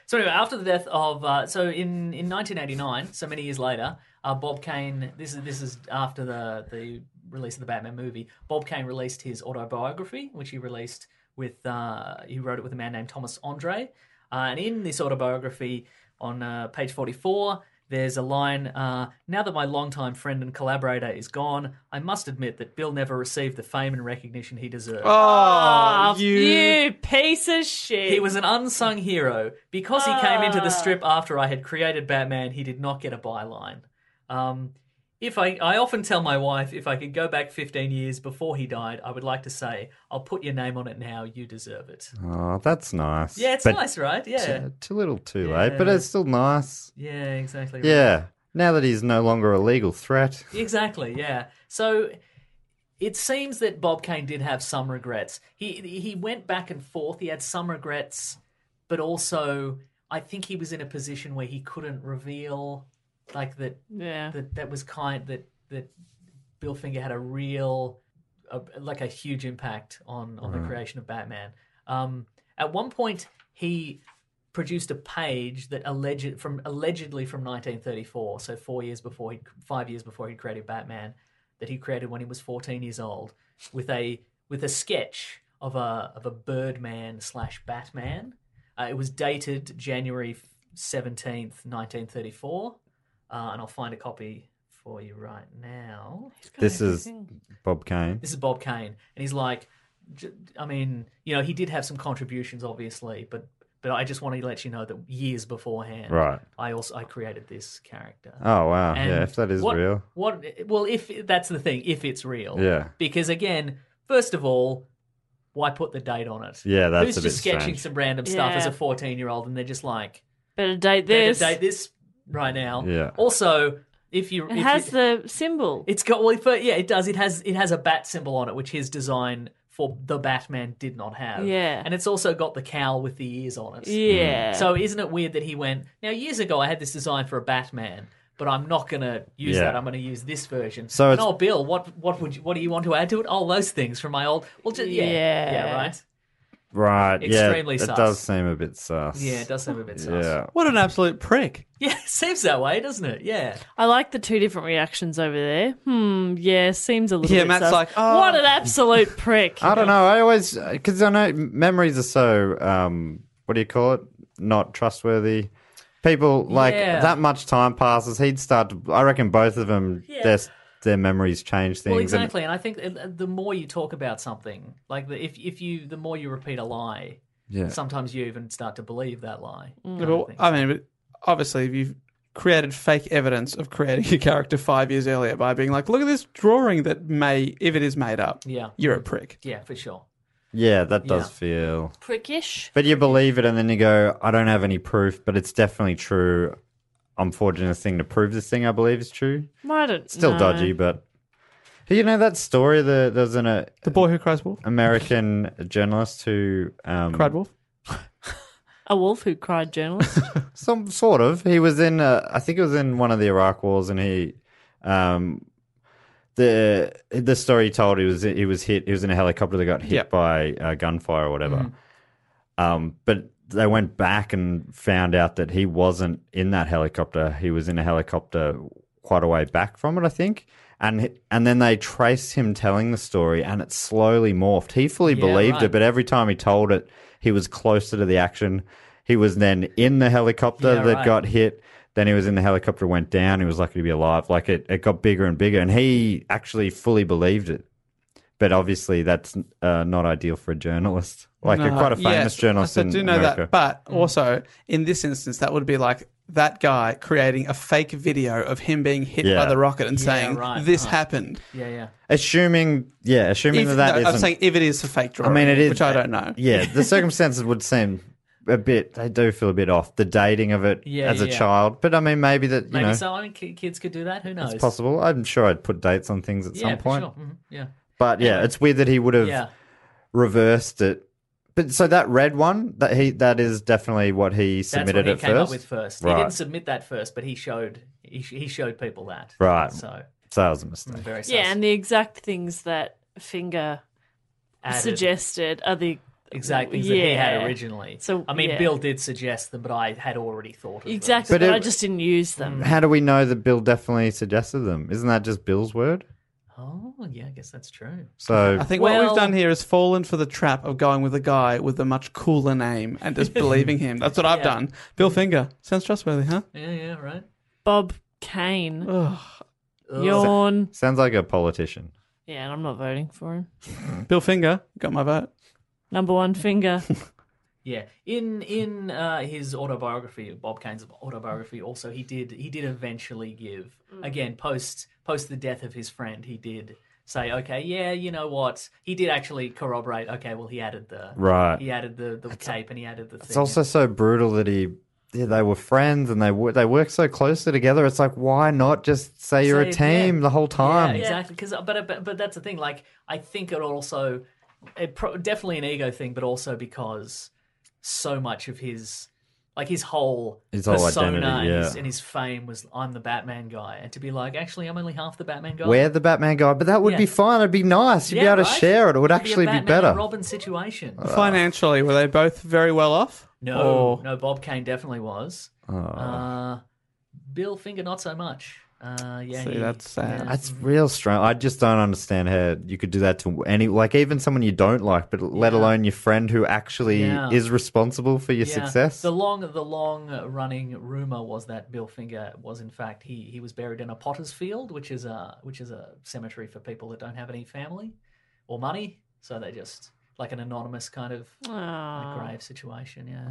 So anyway, after the death of uh, so in in 1989, so many years later, uh, Bob Kane. This is this is after the the release of the Batman movie. Bob Kane released his autobiography, which he released with uh, he wrote it with a man named Thomas Andre. Uh, and in this autobiography, on uh, page 44, There's a line uh, Now that my longtime friend and collaborator is gone, I must admit that Bill never received the fame and recognition he deserved. Ah! Oh, you. You piece of shit. He was an unsung hero. Because he came into the strip after I had created Batman, he did not get a byline. Um, if I, I often tell my wife, if I could go back 15 years before he died, I would like to say, I'll put your name on it now. You deserve it. Oh, that's nice. Yeah, it's But nice, right? Yeah. Too, too little, too late, but Yeah. it's still nice. Yeah, exactly. Right. Yeah. Now that he's no longer a legal threat. (laughs) Exactly, yeah. So it seems that Bob Kane did have some regrets. He he went back and forth. He had some regrets, but also I think he was in a position where he couldn't reveal like that yeah. that that was kind that that Bill Finger had a real a, like a huge impact on on the creation of Batman. Um, at one point, he produced a page that alleged from allegedly from 1934, so four years before he five years before he created Batman, that he created when he was 14 years old, with a with a sketch of a of a Birdman slash Batman. Uh, it was dated January 17th, 1934. Uh, and I'll find a copy for you right now. This is Bob Kane. This is Bob Kane, and he's like, j- I mean, you know, he did have some contributions, obviously, but but I just want to let you know that years beforehand, Right. I also I created this character. Oh, wow. And yeah, if that is what- real. what? Well, if that's the thing, if it's real, Yeah. Because again, first of all, why put the date on it? Yeah, that's Who's a bit just sketching strange. some random stuff as Yeah. a fourteen-year-old, and they're just like, Better date better this. date this right now. Yeah. Also, if you It if has you, the symbol. It's got well, for, yeah, it does. It has it has a bat symbol on it, which his design for the Batman did not have. Yeah. and it's also got the cowl with the ears on it. yeah. Mm. So isn't it weird that he went now? Years ago, I had this design for a Batman, but I'm not gonna use Yeah. that. I'm gonna use this version. So and, it's- oh, Bill, what what would you, what do you want to add to it? Oh, those things from my old. Well, just, yeah, yeah, Yeah. right. Right. Extremely yeah, sus. It does seem a bit sus. Yeah, it does seem a bit sus. Yeah. What an absolute prick. yeah, it seems that way, doesn't it? Yeah. I like the two different reactions over there. Hmm. Yeah. Seems a little. Yeah, bit Matt's sus. like, oh. Ah. what an absolute (laughs) prick. I don't know. I always, because I know memories are so, um, what do you call it? Not trustworthy. People, like, Yeah. that much time passes. He'd start to, I reckon both of them, their, their memories change things. Well, and- exactly, and I think uh, the more you talk about something, like the, if if you the more you repeat a lie, Yeah. sometimes you even start to believe that lie. Mm. Yeah, but, I mean, but obviously, if you've created fake evidence of creating a character five years earlier by being like, look at this drawing that may, if it is made up, Yeah. you're a prick. Yeah, for sure. yeah, that does Yeah. feel. Prickish. But you believe it, and then you go, I don't have any proof, but it's definitely true. I'm forging this thing to prove this thing I believe is true. I don't. Still know. dodgy, but. You know that story? The, there's an uh, The boy who cries wolf, American journalist who. Um, cried wolf. A wolf who cried journalist. some sort of. He was in, uh, I think it was in one of the Iraq wars, and he, um, the the story he told he was he was hit. He was in a helicopter that got hit Yep. by uh, gunfire or whatever. Um, but they went back and found out that he wasn't in that helicopter. He was in a helicopter quite a way back from it, I think. And and then they traced him telling the story, and it slowly morphed. He fully Yeah, believed right. it, but every time he told it, he was closer to the action. He was then in the helicopter Yeah, that right. got hit. Then he was in the helicopter, went down. He was lucky to be alive. Like it, it got bigger and bigger, and he actually fully believed it. But obviously, that's uh, not ideal for a journalist. Like a, No. quite a famous Yes, journalist I in do know America. that, but also in this instance, that would be like that guy creating a fake video of him being hit Yeah. by the rocket and saying right, this right. happened. Yeah, yeah. Assuming, yeah, assuming If- that that no, I'm not saying if it is a fake I drawing, mean, it is. which I don't know. Yeah, (laughs) the circumstances would seem a bit. They do feel a bit off. The dating of it Yeah, as a yeah. child, but I mean, maybe that you Maybe know so. I mean, ki- kids could do that. Who knows? it's possible. I'm sure I'd put dates on things at Yeah, some for point. sure. Mhm, Yeah. But yeah, it's weird that he would have Yeah. reversed it. But so that red one that he that is definitely what he That's submitted what he at came first. up with first. He Right. didn't submit that first, but he showed he, sh- he showed people that. Right. So So that was a mistake. very sus. yeah, and the exact things that Finger Added suggested are the exact things that he had Yeah. originally. So, I mean, yeah. Bill did suggest them, but I had already thought of them. exactly. But But, it- Mm. I just didn't use Mm. them. How do we know that Bill definitely suggested them? Isn't that just Bill's word? Oh, yeah. I guess that's true. So (laughs) I think what Well- we've done here is fallen for the trap of going with a guy with a much cooler (laughs) name and just believing him. That's what I've done. Bill Finger sounds trustworthy, huh? Yeah, yeah. Right. Bob Kane. Ugh. Yawn. Sounds like a politician. Yeah, and I'm not voting for him. Bill Finger got my vote. Number one finger. Yeah, in in uh, his autobiography, Bob Kane's autobiography, also he did he did eventually give again post post the death of his friend, he did say, okay, yeah, you know what, he did actually corroborate. Okay, well, he added the Right. he added the the cape and he added the. It's also so brutal that he. yeah, They were friends and they wo- they work so closely together. It's like why not just say you're a Say, yeah. team the whole time? Yeah, exactly. Because but, uh, but but that's the thing. Like I think it also it pro- definitely an ego thing, but also because so much of his like his whole His whole persona identity, and, his, yeah. and his fame was I'm the Batman guy, and to be like actually I'm only half the Batman guy. We're the Batman guy, but that would Yeah. be fine. It'd be nice. You'd be Yeah, able to right? share it. It would It'd actually be, a be, Batman better. and Robin situation. Financially, were they both very well off? No, Oh. Or- no, Bob Kane definitely was. Uh, Bill Finger not so much. Uh, yeah, See, he- that's sad. That's real strange. I just don't understand how you could do that to any, like even someone you don't like, but let alone your friend who actually Yeah. is responsible for your Yeah, success. The long, the long running rumor was that Bill Finger was in fact he he was buried in a potter's field, which is a which is a cemetery for people that don't have any family or money, so they just like an anonymous kind of Ah. like, grave situation. Yeah.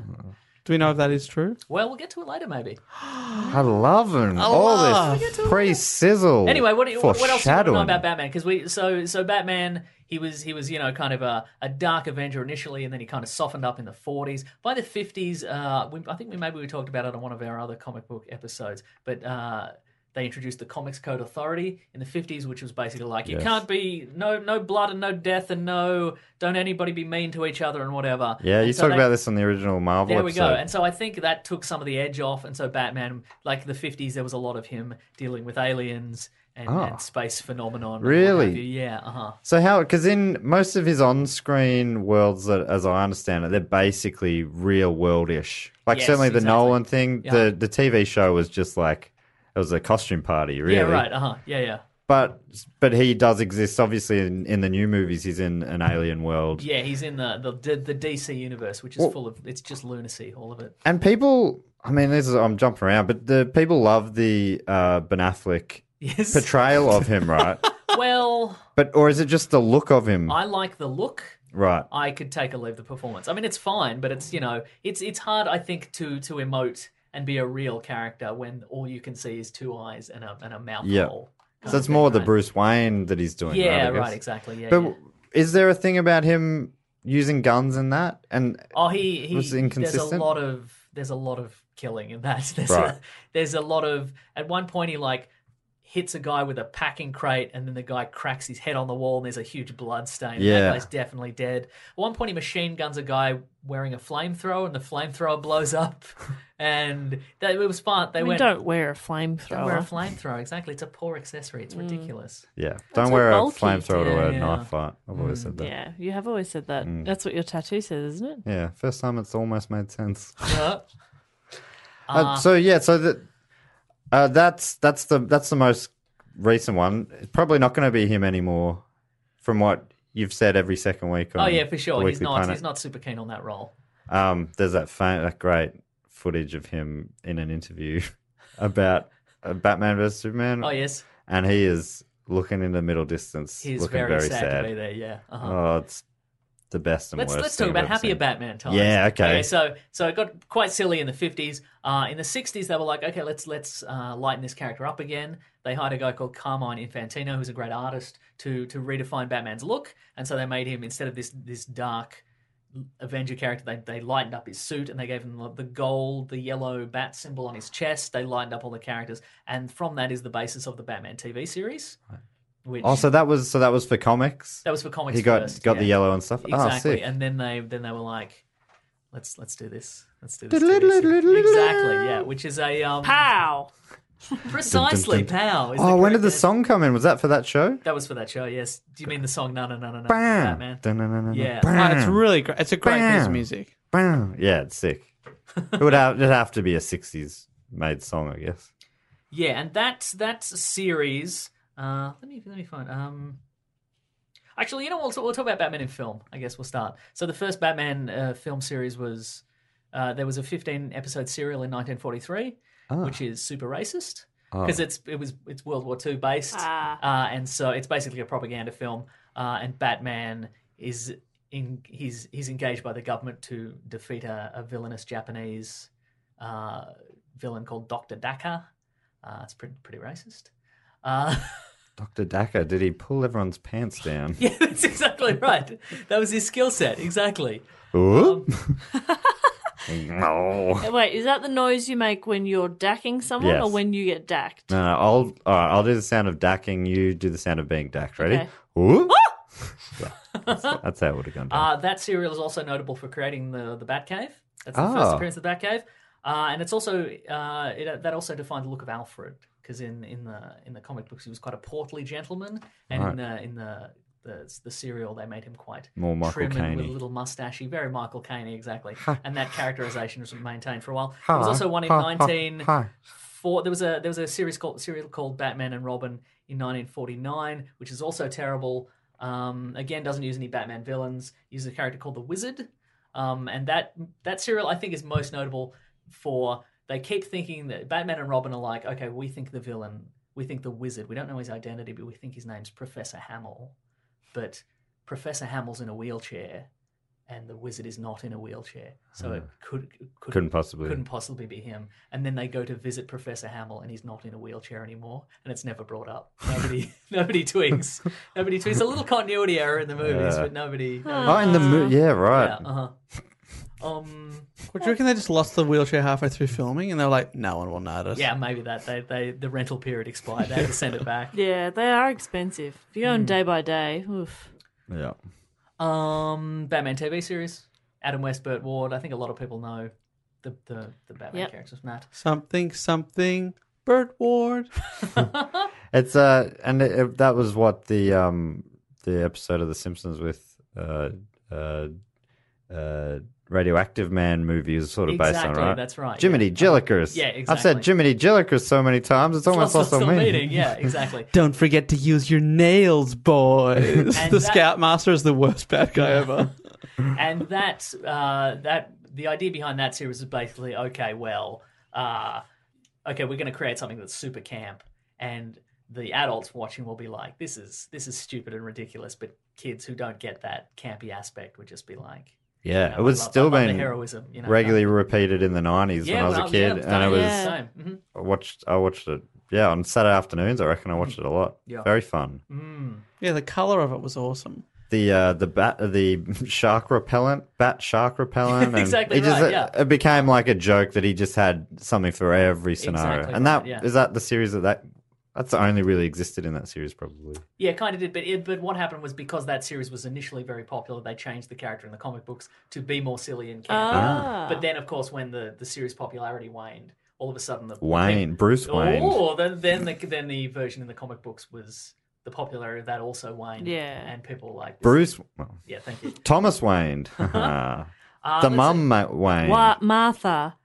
Do we know if that is true? Well, we'll get to it later, maybe. I love him. All this pre sizzle. Anyway, what do you, what what else do you want to know about Batman? Because we so so Batman he was he was you know kind of a, a dark Avenger initially, and then he kind of softened up in the forties. By the fifties, uh, we, I think we maybe we talked about it on one of our other comic book episodes, but. Uh, they introduced the Comics Code Authority in the fifties, which was basically like you can't be no no blood and no death and no don't anybody be mean to each other and whatever. Yeah, And you so talked they- about this on the original Marvel there we episode. go. And so I think that took some of the edge off. And so Batman, like the 50s, there was a lot of him dealing with aliens and, and space phenomenon. and Oh. what Really? have you. Yeah. Uh huh. So how? Because in most of his on-screen worlds, that, as I understand it, they're basically real worldish. Like Yes, certainly the exactly. Nolan thing, Yeah. the the TV show was just like it was a costume party, really. Yeah, right. Uh huh. Yeah, yeah. But but he does exist. Obviously, in, in the new movies, he's in an alien world. Yeah, he's in the, the, the, the DC universe, which is Well- full of, it's just lunacy, all of it. (laughs) And people, I mean, this is I'm jumping around, but the people love the uh, Ben Affleck Yes. portrayal of him, (laughs) right? well, But or is it just the look of him, I like the look. right? I could take or leave the performance. I mean, it's fine, but it's you know, it's it's hard, I think, to to emote and be a real character when all you can see is two eyes and a and a mouth Yeah. hole. So it's more the Right. Bruce Wayne that he's doing. Yeah, right, I right, guess. exactly. Yeah, But yeah. is there a thing about him using guns in that? And Oh, he, he Was it There's inconsistent? a lot of there's a lot of killing in that. (laughs) There's Right. a, there's a lot of at one point he like hits a guy with a packing crate and then the guy cracks his head on the wall and there's a huge blood stain. and Yeah. That guy's definitely dead. At one point he machine guns a guy wearing a flamethrower and the flamethrower blows (laughs) up and that it was fun. They I mean, went don't wear a "Don't wear a flamethrower. flamethrower, exactly. It's a poor accessory. It's ridiculous. yeah, don't wear a bulky. flamethrower to Yeah, Mm, a yeah. knife fight. I've always said that. Yeah. Yeah, you have always said that. That's what your tattoo says, isn't it? first time it's almost made sense. Uh, (laughs) Yeah. so yeah, so that uh, that's that's the that's the most recent one. It's probably not going to be him anymore, from what you've said every second week. oh on yeah, for The sure. He's Weekly not Planet. he's not super keen on that role. Um, there's that fam- that great footage of him in an interview (laughs) about uh, Batman vs Superman. Oh yes. and he is looking in the middle distance, He's looking very, very, sad, sad. to be there, yeah. Uh-huh. Oh, it's the best and let's worst. let's thing talk I've about ever happier seen. Batman times. Yeah, okay. So so it got quite silly in the fifties. Uh, in the sixties, they were like, okay, let's let's uh, lighten this character up again. They hired a guy called Carmine Infantino, who's a great artist, to to redefine Batman's look, and so they made him instead of this this dark. Avenger character, they, they lightened up his suit and they gave him the- the gold, the yellow bat symbol on his chest. They lined up all the characters, and from that is the basis of the Batman TV series. Which Oh, so that was so that was for comics. that was for comics. he got first, got the yeah. yellow and stuff. Oh, Exactly. sick. and then they then they were like, let's let's do this. Let's do this. TV. exactly. Yeah. Which is a um Pow! precisely pow. Is oh, when did correct the answer. song come in? Was that for that show? That was for that show. Yes. Do you mean the song? No, no, no, no, no. Bam. Batman. Dun-dun-dun-dun-dun. Yeah. Ah, Bam. it's really great. It's a great piece of Mm. Bam. music. Bam. Yeah, it's sick. it would have, it'd have to be a '60s made song, I guess. Yeah, and that's that series. Uh, let me let me find. Um, actually, you know, we'll talk, we'll talk about Batman in film. I guess we'll start. So the first Batman uh, film series was uh, there was a 15 episode serial in 1943. which is super racist because it's it was it's World War II based, uh, and so it's basically a propaganda film. Uh, and Batman is in he's he's engaged by the government to defeat a, a villainous Japanese uh, villain called Doctor Daka. Uh, it's pretty pretty racist. Uh, Dr. Daka, did he pull everyone's pants down? (laughs) yeah, that's exactly right. That was his skill set exactly. Ooh. (laughs) no. Wait, is that the noise you make when you're dacking someone Yes. or when you get dacked? No, no, I'll all right, I'll do the sound of dacking. You do the sound of being dacked. Ready? Okay. Ooh. (laughs) that's, that's how it would have gone down. Uh, that serial is also notable for creating the the Batcave. That's the Ah. first appearance of the Batcave, uh, and it's also uh, it, that also defined the look of Alfred because in, in the in the comic books he was quite a portly gentleman, and in the in the the, the serial they made him quite More Michael trim and with a Caine-y. little mustache, very Michael Caine exactly, and that characterization was maintained for a while. There was also one in nineteen four. There was a there was a series called serial called Batman and Robin in 1949, which is also terrible. Um, again, doesn't use any Batman villains. Uses a character called the Wizard, um, and that that serial I think is most notable for they keep thinking that Batman and Robin are like, okay, we think the villain, we think the Wizard. We don't know his identity, but we think his name's Professor Hamill. But Professor Hamill's in a wheelchair, and the Wizard is not in a wheelchair, so it could could Couldn't possibly. Uh, couldn't possibly be him. And then they go to visit Professor Hamill, and he's not in a wheelchair anymore, and it's never brought up. Nobody, (laughs) nobody tweaks. Nobody tweaks. A little continuity error in the movies, but nobody. nobody- Oh, in the mo- yeah, right. yeah, uh-huh. Um. Well, do you reckon they just lost the wheelchair halfway through filming and they're like, no one will notice? Yeah, maybe that they, they the rental period expired. They had to send it back. (laughs) Yeah, they are expensive. If you're going day by day, oof. Yeah. Um, Batman TV series. Adam West, Burt Ward. I think a lot of people know the the, the Batman Yep. characters from that. Something, something, Burt Ward. It's uh, and it, it- that was what the um the episode of The Simpsons with uh uh uh radioactive man movie is sort of based on, Exactly, right? that's right, Jiminy yeah. Jillikers. Yeah, I've said exactly. Jiminy Jillikers so many times, it's almost Lost- lost on lost the me. meaning. (laughs) Yeah, exactly. Don't forget to use your nails, (laughs) boys. And the that- Scoutmaster is the worst bad guy ever. and that uh, that the idea behind that series is basically okay, well, uh, okay, we're going to create something that's super camp, and the adults watching will be like, this is this is stupid and ridiculous, but kids who don't get that campy aspect would just be like, Yeah, you it know, was I love- I still love the being heroism, you know, regularly repeated in the 90s Yeah, when I was a yeah, kid it's and it same, was it's same. Mhm. I watched I watched it yeah, on Saturday afternoons I reckon I watched it a lot. Mm. Yeah. Very fun. (laughs) yeah, the color of it was awesome. the uh, the bat the shark repellent bat shark (laughs) repellent and Exactly he just, right, it, yeah. it became like a joke that he just had something for every scenario Exactly and that is right, yeah. that the series that that that's the only really existed in that series probably Yeah, kind of did, but it, but what happened was because that series was initially very popular, they changed the character in the comic books to be more silly and campy. Ah. But then, of course, when the the series popularity waned, all of a sudden the Wayne Bruce Wayne Oh, then then the then the version in the comic books was the popularity of that also waned. Yeah. and people were like this- Bruce well, Yeah, thank you. Thomas (laughs) Wayne (laughs) Uh, the let's- mum Ma- Wayne What, Martha?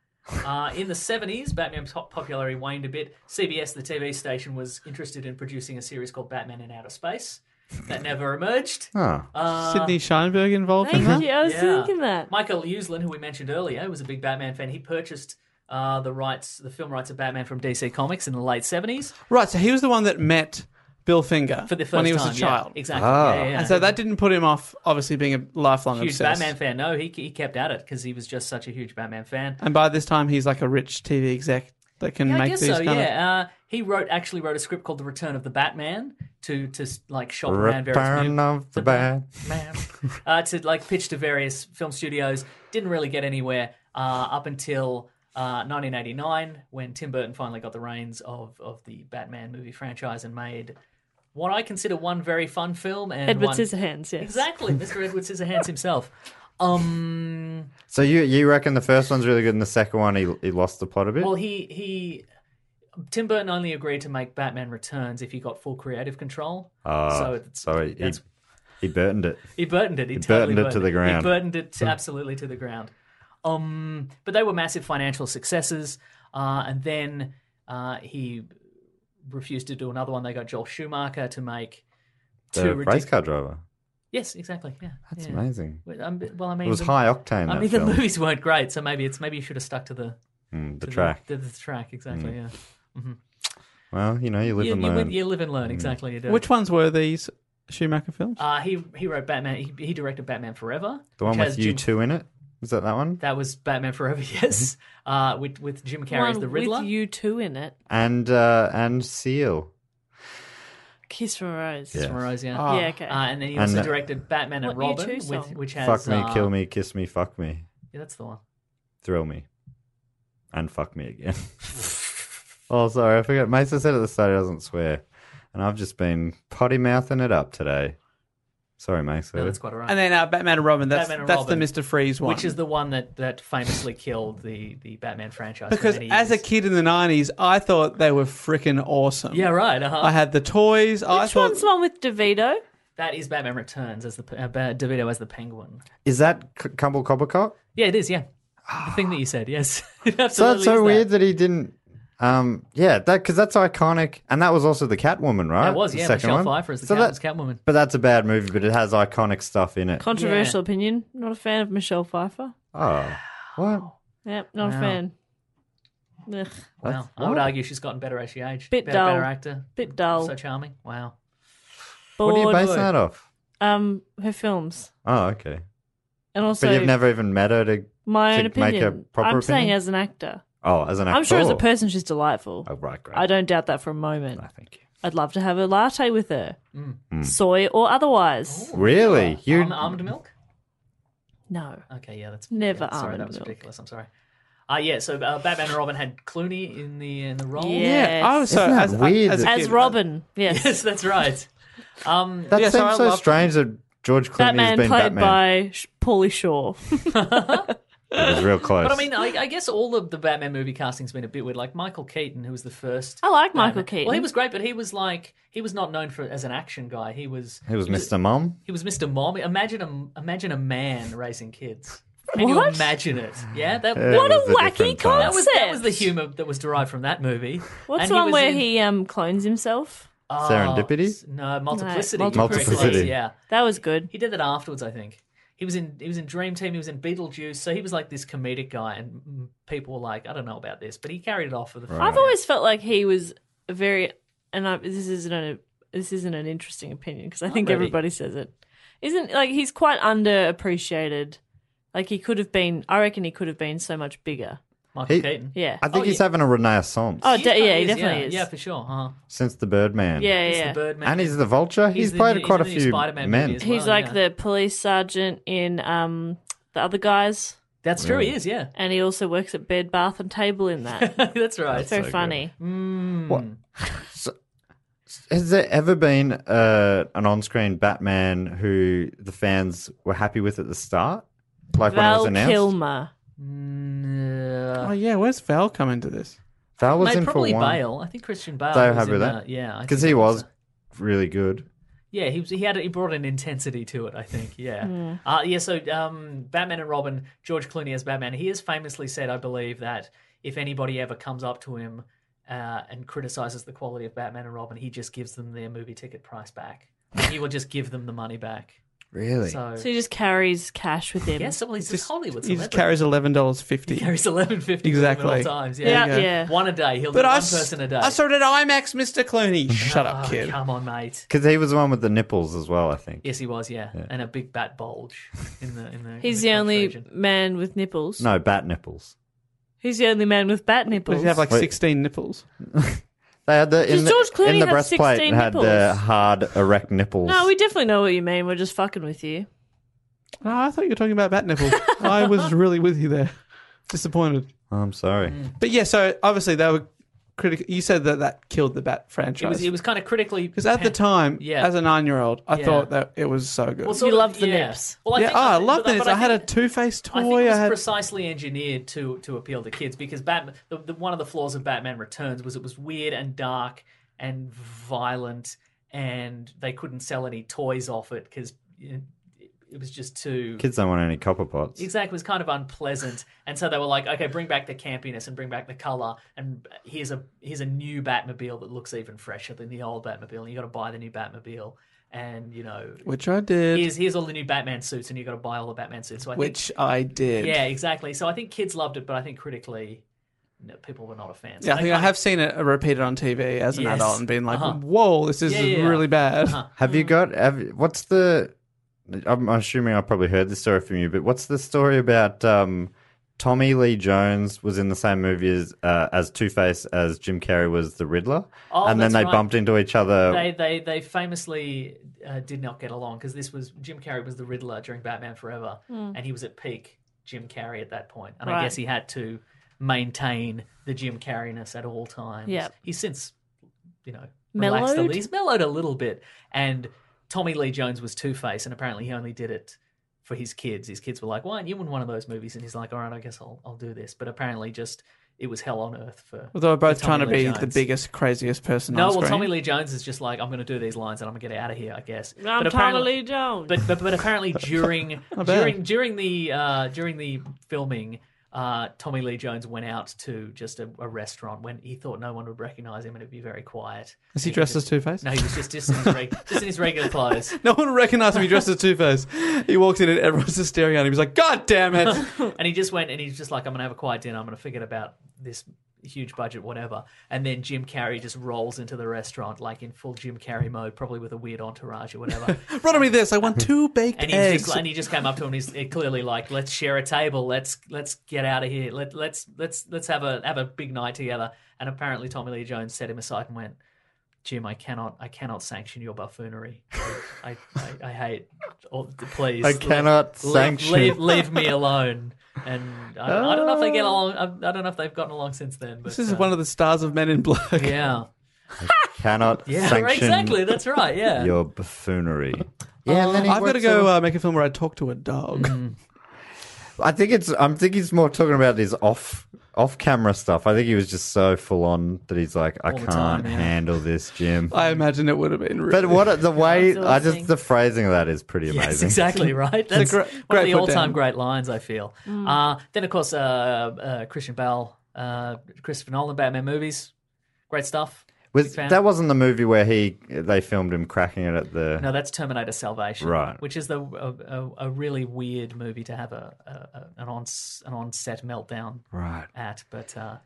Uh, in the seventies, Batman's pop- popularity waned a bit. CBS, the TV station, was interested in producing a series called Batman in Outer Space. That never emerged. Huh. Uh, Sydney Scheinberg Uh-huh. involved in Thank that? you. (laughs) I was Yeah. thinking that. Michael Uslan, who we mentioned earlier, was a big Batman fan. He purchased uh, the rights, the film rights of Batman from DC Comics in the late seventies Right, so he was the one that met Bill Finger for the first when he was time. a yeah. child. exactly. Ah. Yeah, yeah, yeah. And so that didn't put him off, obviously, being a lifelong huge obsessed. Batman fan. No, he he kept at it because he was just such a huge Batman fan. And by this time, he's like a rich TV exec that can Yeah, I make guess these so. kind of. Yeah, uh, he wrote actually wrote a script called The Return of the Batman to to like shop around various Return mu- of the Bat man uh, to like pitch to various film studios. Didn't really get anywhere uh, up until. Uh, 1989, when Tim Burton finally got the reins of, of the Batman movie franchise and made what I consider one very fun film and Edward one... Scissorhands, yes. exactly Mr. Edward Scissorhands himself. Um, so you you reckon the first one's really good and the second one he, he lost the plot a bit Well, he he Tim Burton only agreed to make Batman Returns if he got full creative control. Ah, so it's, so he, he, that's- he burdened it he burdened it. He, He totally burdened it to the ground. Hmm. He burdened it to- absolutely to the ground. Um, but they were massive financial successes, uh, and then uh, he refused to do another one. They got Joel Schumacher to make the two race ridic- car driver Yes, exactly. Yeah, that's yeah. amazing Well, I'm- Well, I mean, It was the- high octane. I that mean, the film. movies weren't great, so maybe it's maybe you should have stuck to the Mm, the to track. The, the track, exactly. Yeah. Well, you know, you live You, and you, learn. Mm. win- you live and learn, exactly. You do. Which ones were these Schumacher films? Uh, he he wrote Batman. He, he directed Batman Forever. the one which with has you Jim- two in it. Is that that one? That was Batman Forever. (laughs) Yes. Mm-hmm. uh, with with Jim Carrey as One the Riddler. with you two in it. And uh, and Seal. Kiss from a Rose. Yeah. Morose, yeah. Ah. Yeah, okay. Uh, and then he And also that- directed Batman and What, U2 Robin, with, song? which has fuck me, uh, kill me, kiss me, fuck me, Yeah, that's the one. thrill me, and fuck me again. (laughs) oh, sorry, I forgot. Mason said at the start he doesn't swear, and I've just been potty mouthing it up today. Sorry, Mason. No, that's quite alright. And then uh, Batman and Robin. That's Batman and that's Robin. the Mister Freeze one. which is the one that, that famously killed the, the Batman franchise. for because many as a years. kid in the nineties, I thought they were freaking awesome. yeah, right. Uh-huh. I had the toys. I Which thought one's the one with DeVito? that is Batman Returns as the pe- uh, Ba- DeVito as the Penguin. Is that C- Cumble Cobblecock? Yeah, it is. Yeah, the thing that you said. Yes, (laughs) It So absolutely that's so is that. weird that he didn't. Um, yeah, that because that's iconic, and that was also the Catwoman, right? That was The yeah. second one? Michelle Pfeiffer as the So cat, that- as Catwoman. But that's a bad movie, but it has iconic stuff in it. Controversial opinion. Not a fan of Michelle Pfeiffer. Oh, what? Yep, not Wow. a fan. Ugh, Wow, I would argue she's gotten better as she aged. Bit Be- dull. better actor. Bit dull. So charming. Wow. What are you Bored. basing that off? Um, her films. Oh, okay. And But also you've never even met her to. my own to make a opinion. proper I'm saying opinion? as an actor. Oh, as an actor. I'm sure as a person she's delightful. Oh, right, great. I don't doubt that for a moment. No, thank you. I'd love to have a latte with her. Mm. Soy or Oh. otherwise. Really? You? Alm- almond milk. No. Okay, yeah, that's Never yeah, Sorry, almond that was milk. ridiculous. I'm sorry. Uh, yeah, so uh, Batman and Robin had Clooney in the in the role. Yes. I was so Isn't that as, weird as, a that- kid, As Robin. Yes. (laughs) Yes, that's right. Um, That Yeah, so I seems so loved- strange that George Clooney Batman has been played (laughs) Batman. by Sh- Paulie Shaw. It was (laughs) real close. but I mean, I, I guess all of the Batman movie casting's been a bit weird. Like Michael Keaton, who was the first. I like Michael Batman- Keaton. Well, he was great, but he was like he was not known for as an action guy. He was he was Mr. Mom. He was Mr. Mom. Imagine a imagine a man raising kids. Can you What? imagine it? Yeah, that, It that, What a was wacky different time. that was that was the humor that was derived from that movie. What's And the one was where in- he um clones himself? Oh, Serendipity? s- No, multiplicity. No, Multiplicity. Multiplicity. Yeah, That was good. he did that afterwards. I think he was in he was in Dream Team. He was in Beetlejuice. So he was like this comedic guy, and mm, people were like, I don't know about this, but he carried it off for the. I've always felt like he was a very, and I, this isn't an this isn't an interesting opinion because I think ready. everybody says it. Isn't like he's quite underappreciated. Like he could have been. I reckon he could have been so much bigger. Michael He- Keaton. Yeah. I think he's having a renaissance Oh, de- yeah, he he is, definitely yeah, is. Yeah, for sure. Huh? since the Birdman. yeah, He's yeah. the Birdman. And he's the Vulture. He's, the played new- quite he's in a the new few Spider-Man men. movie as well. He's like yeah. the police sergeant in um the other guys, That's true. He is. Yeah, (laughs) and he also works at Bed Bath and Table in that. that's right. It's very funny. Has there ever been uh, an on-screen Batman who the fans were happy with at the start, like when it was Val announced? Kilmer. Uh, Oh yeah, where's Val come into this? Val was Mate, in for probably one Bale. I think Christian Bale. So was happy in with that. that. Yeah, I because think he that was really good. Yeah, he was, he had he brought an intensity to it. I think. Yeah. Uh, yeah. So um, Batman and Robin, George Clooney as Batman. He has famously said, I believe, that if anybody ever comes up to him uh, and criticizes the quality of Batman and Robin, he just gives them their movie ticket price back. he will just give them the money back. Really? So. So he just carries cash with him. Yes, well, he's just Hollywood. He just celebrity. carries eleven dollars fifty. (laughs) carries eleven fifty Exactly. at all times. Yeah, Yeah, yeah. one a day. He'll But do I, one s- person a day. I saw it at IMAX, Mr. (laughs) Clooney. Shut up, Oh, kid. come on, mate. Because he was the one with the nipples as well, I think. Yes, he was. Yeah, and a big bat bulge in the (laughs) in the. in He's the the crotch only region. man with nipples. No, bat nipples. He's the only man with bat Does nipples. he have like Wait. sixteen nipples? They had the Does in the, George Clooney in the have breastplate 16 had the nipples? hard erect nipples. no, we definitely know what you mean. We're just fucking with you. Oh, I thought you were talking about bat (laughs) nipples. I was really with you there. Disappointed. I'm sorry. But yeah, so obviously they were critical. You said that that killed the bat It was franchise. it was kind of critically Because at the time, Yeah. as a nine-year-old, I Yeah. thought that it was so good. well, He sort of- loved the yeah. nips. Well, I yeah, think, oh, I think- loved but- it. but I, had a think- Two-Face I think it toy. I, was had precisely engineered to to appeal to kids because Batman. The, the, one of the flaws of Batman Returns was it was weird and dark and violent, and they couldn't sell any toys off it because it, it was just too. Kids don't want any copper pots. Exactly, it was kind of unpleasant, and so they were like, "Okay, bring back the campiness and bring back the color, and here's a here's a new Batmobile that looks even fresher than the old Batmobile, and you got to buy the new Batmobile, and you know, which I did, here's here's all the new Batman suits, and you got to buy all the Batman suits." So I which I did. think, yeah, exactly. So I think kids loved it, but I think critically, no, people were not a fan. So Yeah, I they think I kinda- have seen it repeated on TV as an Yes. adult and been like, Uh-huh. "Whoa, this is Yeah, yeah, yeah. really bad." (laughs) Uh-huh. Have you got? Have, what's the? I'm assuming I probably heard this story from you, but what's the story about um, Tommy Lee Jones was in the same movie as uh, as Two Face as Jim Carrey was the Riddler, Oh, and then that's they right. bumped into each other. They they they famously uh, did not get along because this was Jim Carrey was the Riddler during Batman Forever, Hmm. and he was at peak Jim Carrey at that point, and I Right. guess he had to maintain the Jim Carreyness at all times. Yep. he's since you know relaxed a Mellowed? little. He's mellowed a little bit, and Tommy Lee Jones was Two Face, and apparently he only did it for his kids. His kids were like, "Why aren't you in one of those movies?" And he's like, "All right, I guess I'll I'll do this," but apparently just. It was hell on earth for. Well, they were both for trying Tommy to be Lee the Jones. biggest, craziest person No, on well, screen. Tommy Lee Jones is just like, I'm going to do these lines and I'm going to get out of here, I guess. I'm Tommy apparently, Lee Jones. But, but (laughs) but apparently during bad. during during the uh, during the filming, uh, Tommy Lee Jones went out to just a, a restaurant when he thought no one would recognize him and it'd be very quiet. Is he dressed as Two Face? No, he was just just in his, reg- (laughs) just in his regular clothes. No one recognized him. He dressed as Two (laughs) Face. He walks in and everyone's just staring at him. He's like, "God damn it!" and he just went and he's just like, I'm gonna have a quiet dinner. I'm gonna forget about this huge budget, whatever. And then Jim Carrey just rolls into the restaurant like in full Jim Carrey mode, probably with a weird entourage or whatever. (laughs) Brought me this. I want two baked (laughs) And he eggs. just and he just came up to him. And he's clearly like, "Let's share a table. Let's let's get out of here. Let let's let's let's have a have a big night together." And apparently, Tommy Lee Jones set him aside and went, "Jim, I cannot I cannot sanction your buffoonery. I I, I hate. All, please, I let- cannot leave- sanction- Leave, leave me alone." And I, I don't know if they get along. I, I don't know if they've gotten along since then. But, Ah. this is uh, one of the stars of Men in Black. yeah Cannot yeah sanction exactly that's right yeah your buffoonery. Yeah, and then he I've got to works go on- uh, make a film where I talk to a dog. Mm. I think it's. I'm thinking he's more talking about his off off camera stuff. I think he was just so full on that he's like, I All the can't time, yeah. handle this, (laughs) Jim. (laughs) I imagine it would have been. Really But what the way I exhausting. just the phrasing of that is pretty amazing. (laughs) Yes, exactly right. That's gra- one of great the put all-time down. Mm. great lines. I feel. Uh, then, of course, uh, uh, Christian Bale, uh, Christopher Nolan, Batman movies, great stuff. Was fan. that wasn't the movie where he they filmed him cracking it at the? No, that's Terminator Salvation, Right. Which is the a, a, a really weird movie to have a, a, a an on an on-set meltdown Right. at, but uh,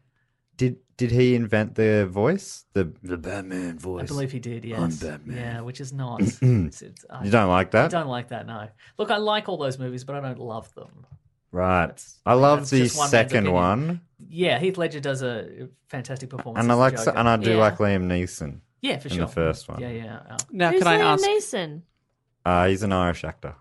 Did did he invent the voice? The the Batman voice. I believe he did. Yes, Batman. yeah, which is not. it's, it's, (clears throat) I, you don't like that, I don't like that. No, look, I like all those movies, but I don't love them. right? That's- I love that's the just one man's second opinion. one, Yeah, Heath Ledger does a fantastic performance. and I as the like Joker. and I do Yeah. like Liam Neeson. Yeah, for in sure. the first one. Yeah, yeah. Uh, now, Who's can I Liam ask? Neeson? (laughs) (laughs) Uh, he's an Irish actor.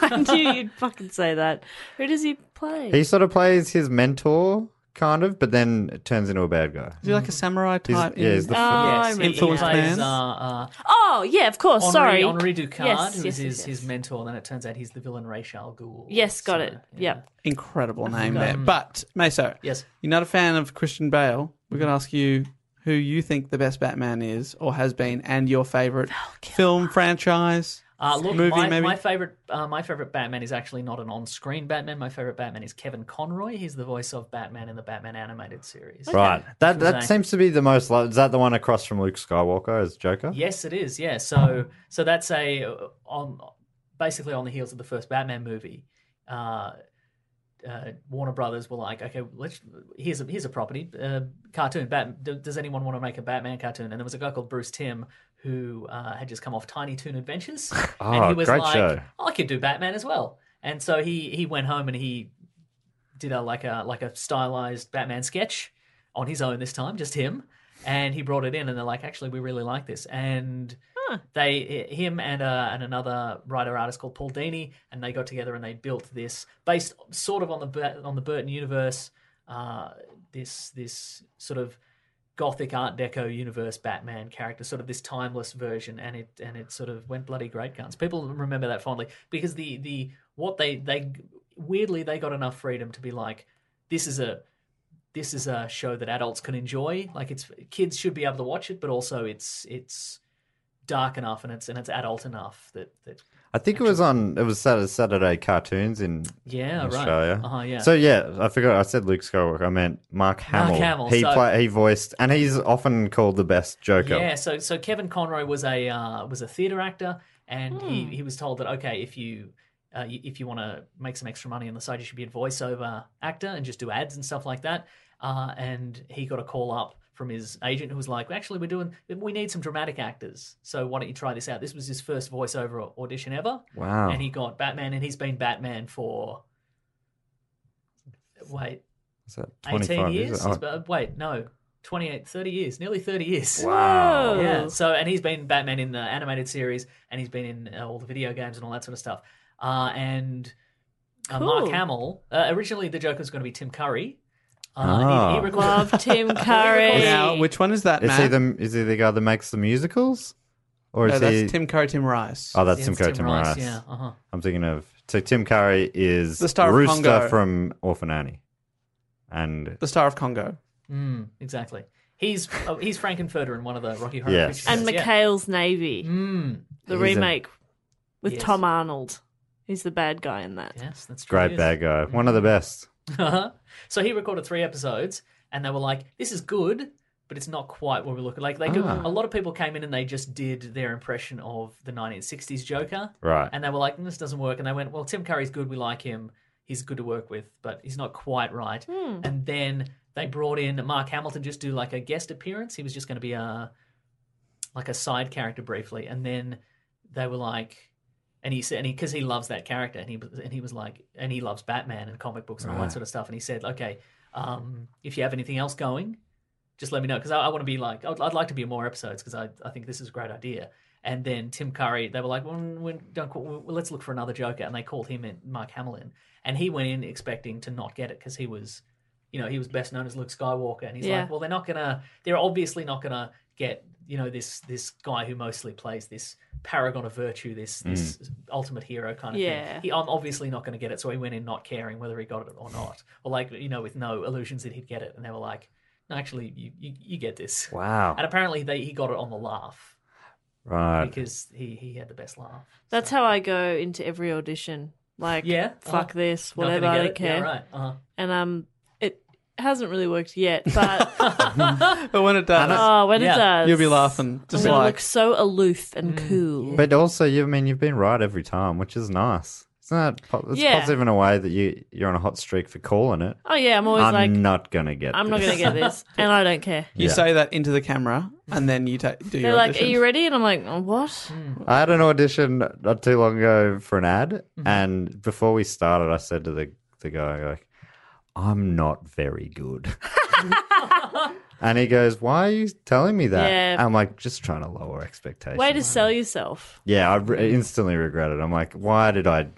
I knew you'd fucking say that. Who does he play? He sort of plays his mentor, kind of, but then turns into a bad guy. Is he like a samurai He's, type? yeah, he's the Oh, I remember Influence now. he plays, man. uh, uh, Oh, yeah, of course. Henri, sorry. Henri Ducard, Yes, who's yes, his, yes, his yes. mentor. Then it turns out he's the villain Rachel Gould. Yes, got So, it. yeah. Yep. incredible name there. But Meso, Yes. you're not a fan of Christian Bale. We're going to ask you who you think the best Batman is or has been, and your favorite film franchise. Uh, look, Movie, my, maybe? my favorite, uh, my favorite Batman is actually not an on-screen Batman. My favorite Batman is Kevin Conroy. He's the voice of Batman in the Batman animated series. Right. That that Okay. seems to be the most. Loved. Is that the one across from Luke Skywalker as Joker? Yes, it is. Yeah. So so that's a on basically on the heels of the first Batman movie. Uh, uh, Warner Brothers were like, okay, let's here's a here's a property uh, cartoon. Bat, d- does anyone want to make a Batman cartoon? And there was a guy called Bruce Tim who uh, had just come off Tiny Toon Adventures, and Oh, he was great like, show. I could do Batman as well. And so he he went home and he did a like a like a stylized Batman sketch on his own this time, just him. And he brought it in, and they're like, actually, we really like this. And they, him and uh, and another writer artist called Paul Dini, and they got together and they built this based sort of on the Bur- on the Burton universe, uh, this this sort of gothic art deco universe batman character sort of this timeless version and it and it sort of went bloody great guns people remember that fondly because the the what they they weirdly they got enough freedom to be like this is a this is a show that adults can enjoy like it's kids should be able to watch it but also it's it's dark enough and it's and it's adult enough that that I think it was on. It was Saturday, Saturday cartoons in yeah right Australia. uh-huh yeah So yeah, I forgot. I said Luke Skywalker. I meant Mark Hamill. Hamill, He so- play, He voiced, and he's often called the best Joker. Yeah, so so Hmm. Kevin Conroy was a uh, was a theater actor, and he, he was told that okay, if you uh, uh, y- if you want to make some extra money on the side, you should be a voiceover actor and just do ads and stuff like that. Uh, and he got a call up from his agent who was like, actually, we're doing, we need some dramatic actors. So why don't you try this out? This was his first voiceover au- audition ever. Wow. And he got Batman, and he's been Batman for, wait, What's that? 18 25 is years? it? Oh, He's- uh, wait, no, 28, 30 years, nearly 30 years. Wow. Whoa. Yeah. So, and he's been Batman in the animated series, and he's been in uh, all the video games and all that sort of stuff. Uh, and uh, Mark Cool. Hamill. Uh, originally, the Joker was going to be Tim Curry. Uh, Ah. he, he recorded- Love (laughs) Tim Curry. Now, which one is that, Is Matt? he the is he the guy that makes the musicals, or is no, that's he? Tim Curry, Tim Rice. oh, (laughs) that's Yeah, Tim it's Curry. Tim Rice. Yeah. Uh-huh. I'm thinking of so Tim Curry is The star of Rooster Congo. from Orphan Annie, and the star of Congo. Mm, exactly. He's oh, he's Frankenfurter in one of the Rocky Horror Yes. Picture and Shows, yeah. McHale's Navy, Mm, the He's a- remake with Yes. Tom Arnold. He's the bad guy in that. yes, that's true. great yes. (laughs) bad guy, one of the best. so he recorded three episodes, and they were like, "This is good, but it's not quite what we're looking like." They could, Ah. a lot of people came in and they just did their impression of the 1960s Joker, Right. And they were like, "Mm, "This doesn't work." And they went, "Well, Tim Curry's good. We like him. He's good to work with, but he's not quite right." And then they brought in Mark Hamilton just to do like a guest appearance. He was just going to be a like a side character briefly, and then they were like, and he said, and because he, loves that character, and he was- and he was like, and he loves Batman and comic books and all that sort of stuff, and he said, okay, um, if you have anything else going, just let me know because I, I want to be like, I'd, I'd like to be in more episodes because I, I think this is a great idea. And then Tim Curry, they were like, well, we don't call, well, let's look for another Joker, and they called him in Mark Hamill in, and he went in expecting to not get it because he was, you know, he was best known as Luke Skywalker, and he's Yeah. like, well, they're not gonna, they're obviously not gonna get, you know, this this guy who mostly plays this paragon of virtue, this this ultimate hero kind of Yeah. thing. He, I'm obviously not going to get it, so he went in not caring whether he got it or not, or like you know, with no illusions that he'd get it, and they were like, no, actually, you you, you get this. Wow. And apparently, they he got it on the laugh Right. because he he had the best laugh. That's how I go into every audition. Like, Yeah, fuck uh-huh. this, Not gonna whatever, I get don't it? care. Yeah, right. Uh-huh. And um, it hasn't really worked (laughs) yet, but But when it does, oh, when Yeah. Mm. it does, you'll be laughing. I'm Just gonna like look so aloof and cool. But also, you I mean you've been right every time, which is nice. It's not. po- It's Yeah. positive in a way that you you're on a hot streak for calling it. Oh yeah, I'm always I'm like, not gonna get. I'm not this. gonna get (laughs) this, and I don't care. you say that into the camera, and then you ta- do They're your like, audition. "Are you ready?" And I'm like, oh, "What?" Mm. I had an audition not too long ago for an ad, Mm-hmm. and before we started, I said to the the guy like, "I'm not very (laughs) good." and he goes, "Why are you telling me that?" Yeah. I'm like, "Just trying to lower expectations." Way to sell yourself. yeah, I re- instantly regretted. I'm like, "Why did I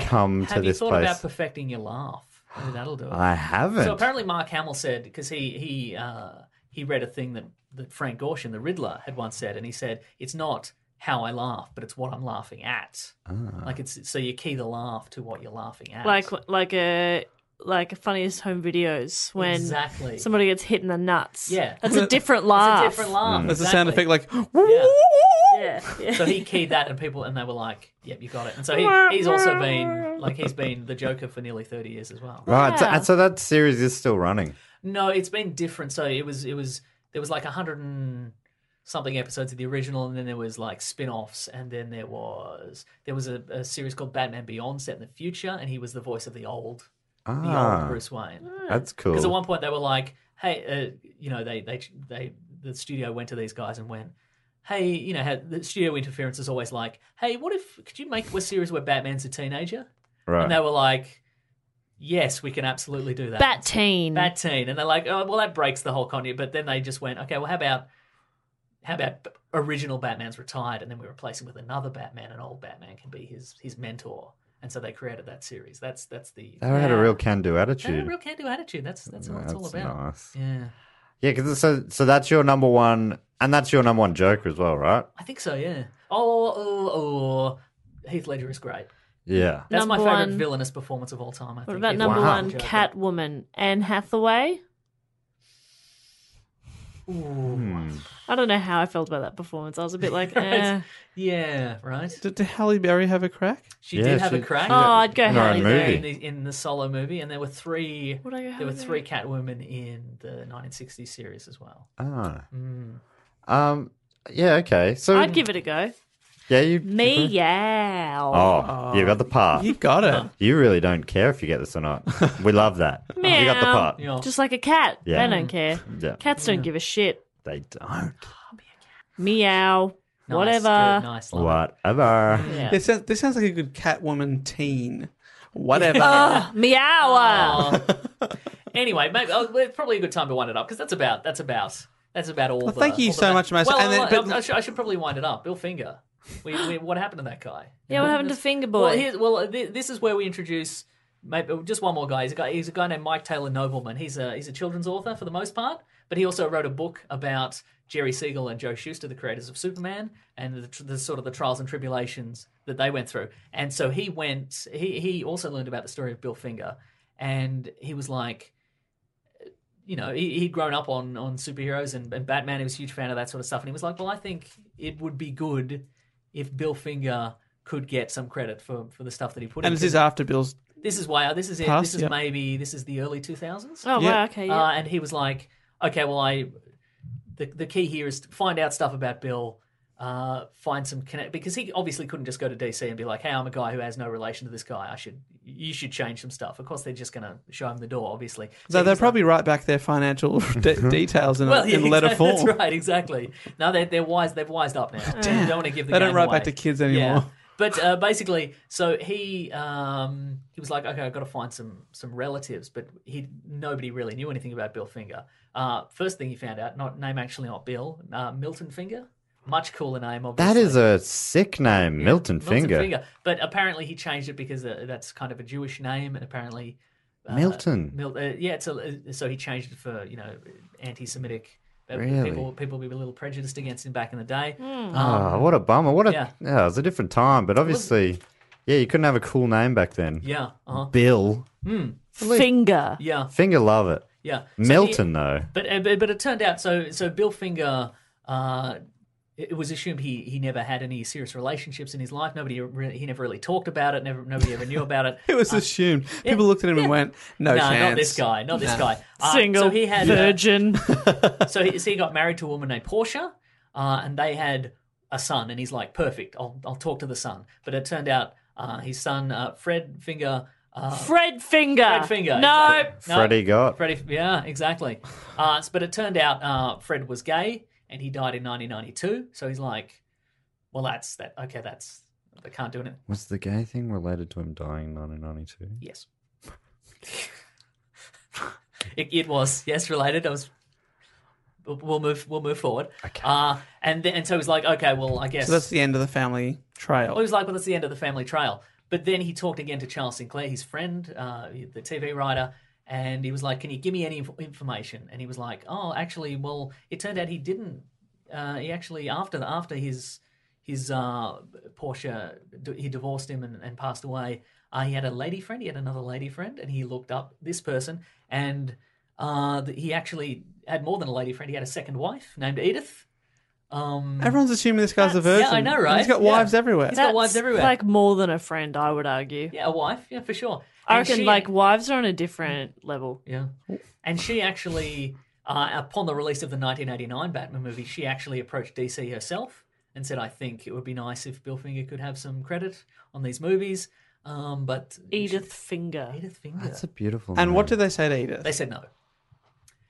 come to Have you this thought about place?" perfecting your laugh? Maybe that'll do it. I haven't. So apparently, Mark Hamill said because he he uh, he read a thing that that Frank Gorshin, the Riddler, had once said, and he said it's not how I laugh, but it's what I'm laughing at. Ah. Like it's so you key the laugh to what you're laughing at. Like, like a like funniest home videos when exactly. somebody gets hit in the nuts. Yeah. that's a different (laughs) it's laugh. a different laugh. Mm. There's a exactly. sound effect like, Yeah. Yeah, yeah. So he keyed that, and people, and they were like, "Yep, you got it." And so he, he's also been like he's been the Joker for nearly thirty years as well. right, so, Yeah. and so that series is still running. No, it's been different. So it was it was there was like a hundred and something episodes of the original, and then there was like spin-offs, and then there was there was a, a series called Batman Beyond set in the future, and he was the voice of the old the old Ah, Bruce Wayne. that's cool. Because at one point they were like, "Hey, uh, you know, they they they the studio went to these guys and went." Hey, you know, had, the studio interference is always like, hey, what if, could you make a series where Batman's a teenager? right. And they were like, yes, we can absolutely do (laughs) that. Bat teen. Mm-hmm. Bad teen, and they're like, oh, well, that breaks the whole continuity. But then they just went, okay, well, how about how about b- original Batman's retired, and then we replace him with another Batman, and old Batman can be his his mentor. And so they created that series. That's that's the they had a real can-do they had a attitude. real can do attitude. That's that's what it's all That's about. nice. Yeah, Yeah, because so so that's your number one, and that's your number one Joker as well, right? I think so. Yeah. Oh, oh, oh, Heath Ledger is great. Yeah. That's my Number favorite one- villainous performance of all time. I What think. about Heath number Ledger. Wow. one, Catwoman, Anne Hathaway? Hmm. I don't know how I felt about that performance. I was a bit (laughs) like, eh. Yeah, right. did, did Halle Berry have a crack? She Yeah, did have a she- crack. oh, I'd go In her own Halle movie. in Berry. the, in the solo movie, and there were three. Would I go there were Halle three Catwomen in the 1960s series as well. Ah. Um. Yeah. Okay. So I'd give it a go. Yeah, you. Meow. Oh, you got the part. You got it. Oh, You really don't care if you get this or (laughs) not. We love that. You got the Meow. part. Yeah. Just like a cat. Yeah. They don't care. Yeah. Cats don't give a shit. They don't. Meow. Nice, Whatever. Good, nice. love it. Whatever. This sounds, this sounds like a good Catwoman teen. (laughs) Whatever. Oh, Oh. Meow. Anyway, maybe oh, well, it's probably a good time to wind it up because that's about that's about that's about all. the, thank you all the so ma- much, Mason. Well, And then- well, but- I, should, I should probably wind it up. Bill Finger, we, we, what happened to that guy? Yeah, what happened to Finger Boy? Well, here's, well th- this is where we introduce maybe just one more guy. He's a guy. He's a guy named Mike Taylor Nobleman. He's a he's a children's author for the most part, but he also wrote a book about Jerry Siegel and Joe Shuster, the creators of Superman, and the, tr- the sort of the trials and tribulations that they went through. And so he went. He he also learned about the story of Bill Finger, and he was like you know, he, he'd grown up on on superheroes and, and Batman. He was a huge fan of that sort of stuff, and he was like, "Well, I think it would be good if Bill Finger could get some credit for for the stuff that he put and into this is it." after Bill's. this is why this is it. Past, this is yeah. maybe this is the early two thousands. oh, Yeah. wow. Okay. Yeah. Uh, and he was like, okay, well, I the the key here is to find out stuff about Bill, uh, find some connect because he obviously couldn't just go to DC and be like, hey, I'm a guy who has no relation to this guy. I should you should change some stuff. Of course, they're just going to show him the door, obviously. So he they was like- probably write back their financial (laughs) de- details in, a well, yeah, in letter exactly, form. (laughs) That's right, exactly. No, they, they're wise. They've wised up now. They don't want to give the Oh, They don't game write back to away. kids anymore. But uh, basically, so he um, he was like, okay, I've got to find some some relatives, but he nobody really knew anything about Bill Finger. Uh, first thing he found out, not name actually not Bill, uh, Milton Finger, much cooler name. Obviously, That is a sick name, Milton, Finger. But apparently, he changed it because uh, that's kind of a Jewish name, and apparently, uh, Milton. Mil- uh, yeah, it's a, uh, so he changed it for you know anti-Semitic. uh, Really? People, people were a little prejudiced against him back in the day. Hmm. Oh, what a bummer. What a. Ah, Yeah. Yeah. it was a different time, but obviously, yeah, you couldn't have a cool name back then. Yeah, uh-huh. Bill. Finger. yeah, Finger love it. yeah. So he- Milton, though. But uh, but but it turned out so so Bill Finger. Uh, it it was assumed he, he never had any serious relationships in his life. Nobody re- he never really talked about it. Never nobody ever knew about it. It was assumed. People looked at him and went, no, no, chance. not this guy. Not this guy. Uh, Single. So he had uh, (laughs) Virgin. so, he, so he got married to a woman named Portia, uh, and they had a son. And he's like, "Perfect, I'll I'll talk to the son." But it turned out uh, his son uh, Fred Finger. Uh, Fred Finger. Fred Finger. Uh, No. exactly. No. Freddie got. Freddie, yeah, exactly. Uh, s- but it turned out uh, Fred was gay, and he died in 1992. So he's like, "Well, that's that. Okay, that's I can't do it." Was the gay thing related to him dying in 1992? Yes, it, it was yes related. I was. we'll- We'll move. We'll move forward. Okay. Uh, and then, and so he's like, okay, well, I guess So that's the end of the family trail. Well, he was like, well, that's the end of the family trail. But then he talked again to Charles Sinclair, his friend, uh, the TV writer, and he was like, can you give me any inf- information? And he was like, oh, actually, well, it turned out he didn't. Uh, he actually, after the, after his his uh, Porsche, d- he divorced him and, and passed away. Uh, he had a lady friend. He had another lady friend, and he looked up this person, and uh, th- he actually had more than a lady friend. He had a second wife named Edith. Um, (laughs) Everyone's assuming this guy's a That's- virgin. yeah, I know, And He's right? got Yeah. wives everywhere. He's got wives That's everywhere. Like more than a friend, I would argue. Yeah, a wife. Yeah, for sure. I And reckon she- like wives are on a different level. yeah, and she actually, uh, upon the release of the 1989 Batman movie, she actually approached DC herself and said, "I think it would be nice if Bill Finger could have some credit on these movies." Um, but Edith Finger. Edith Finger. That's a beautiful And name. what do they say to Edith? They said no,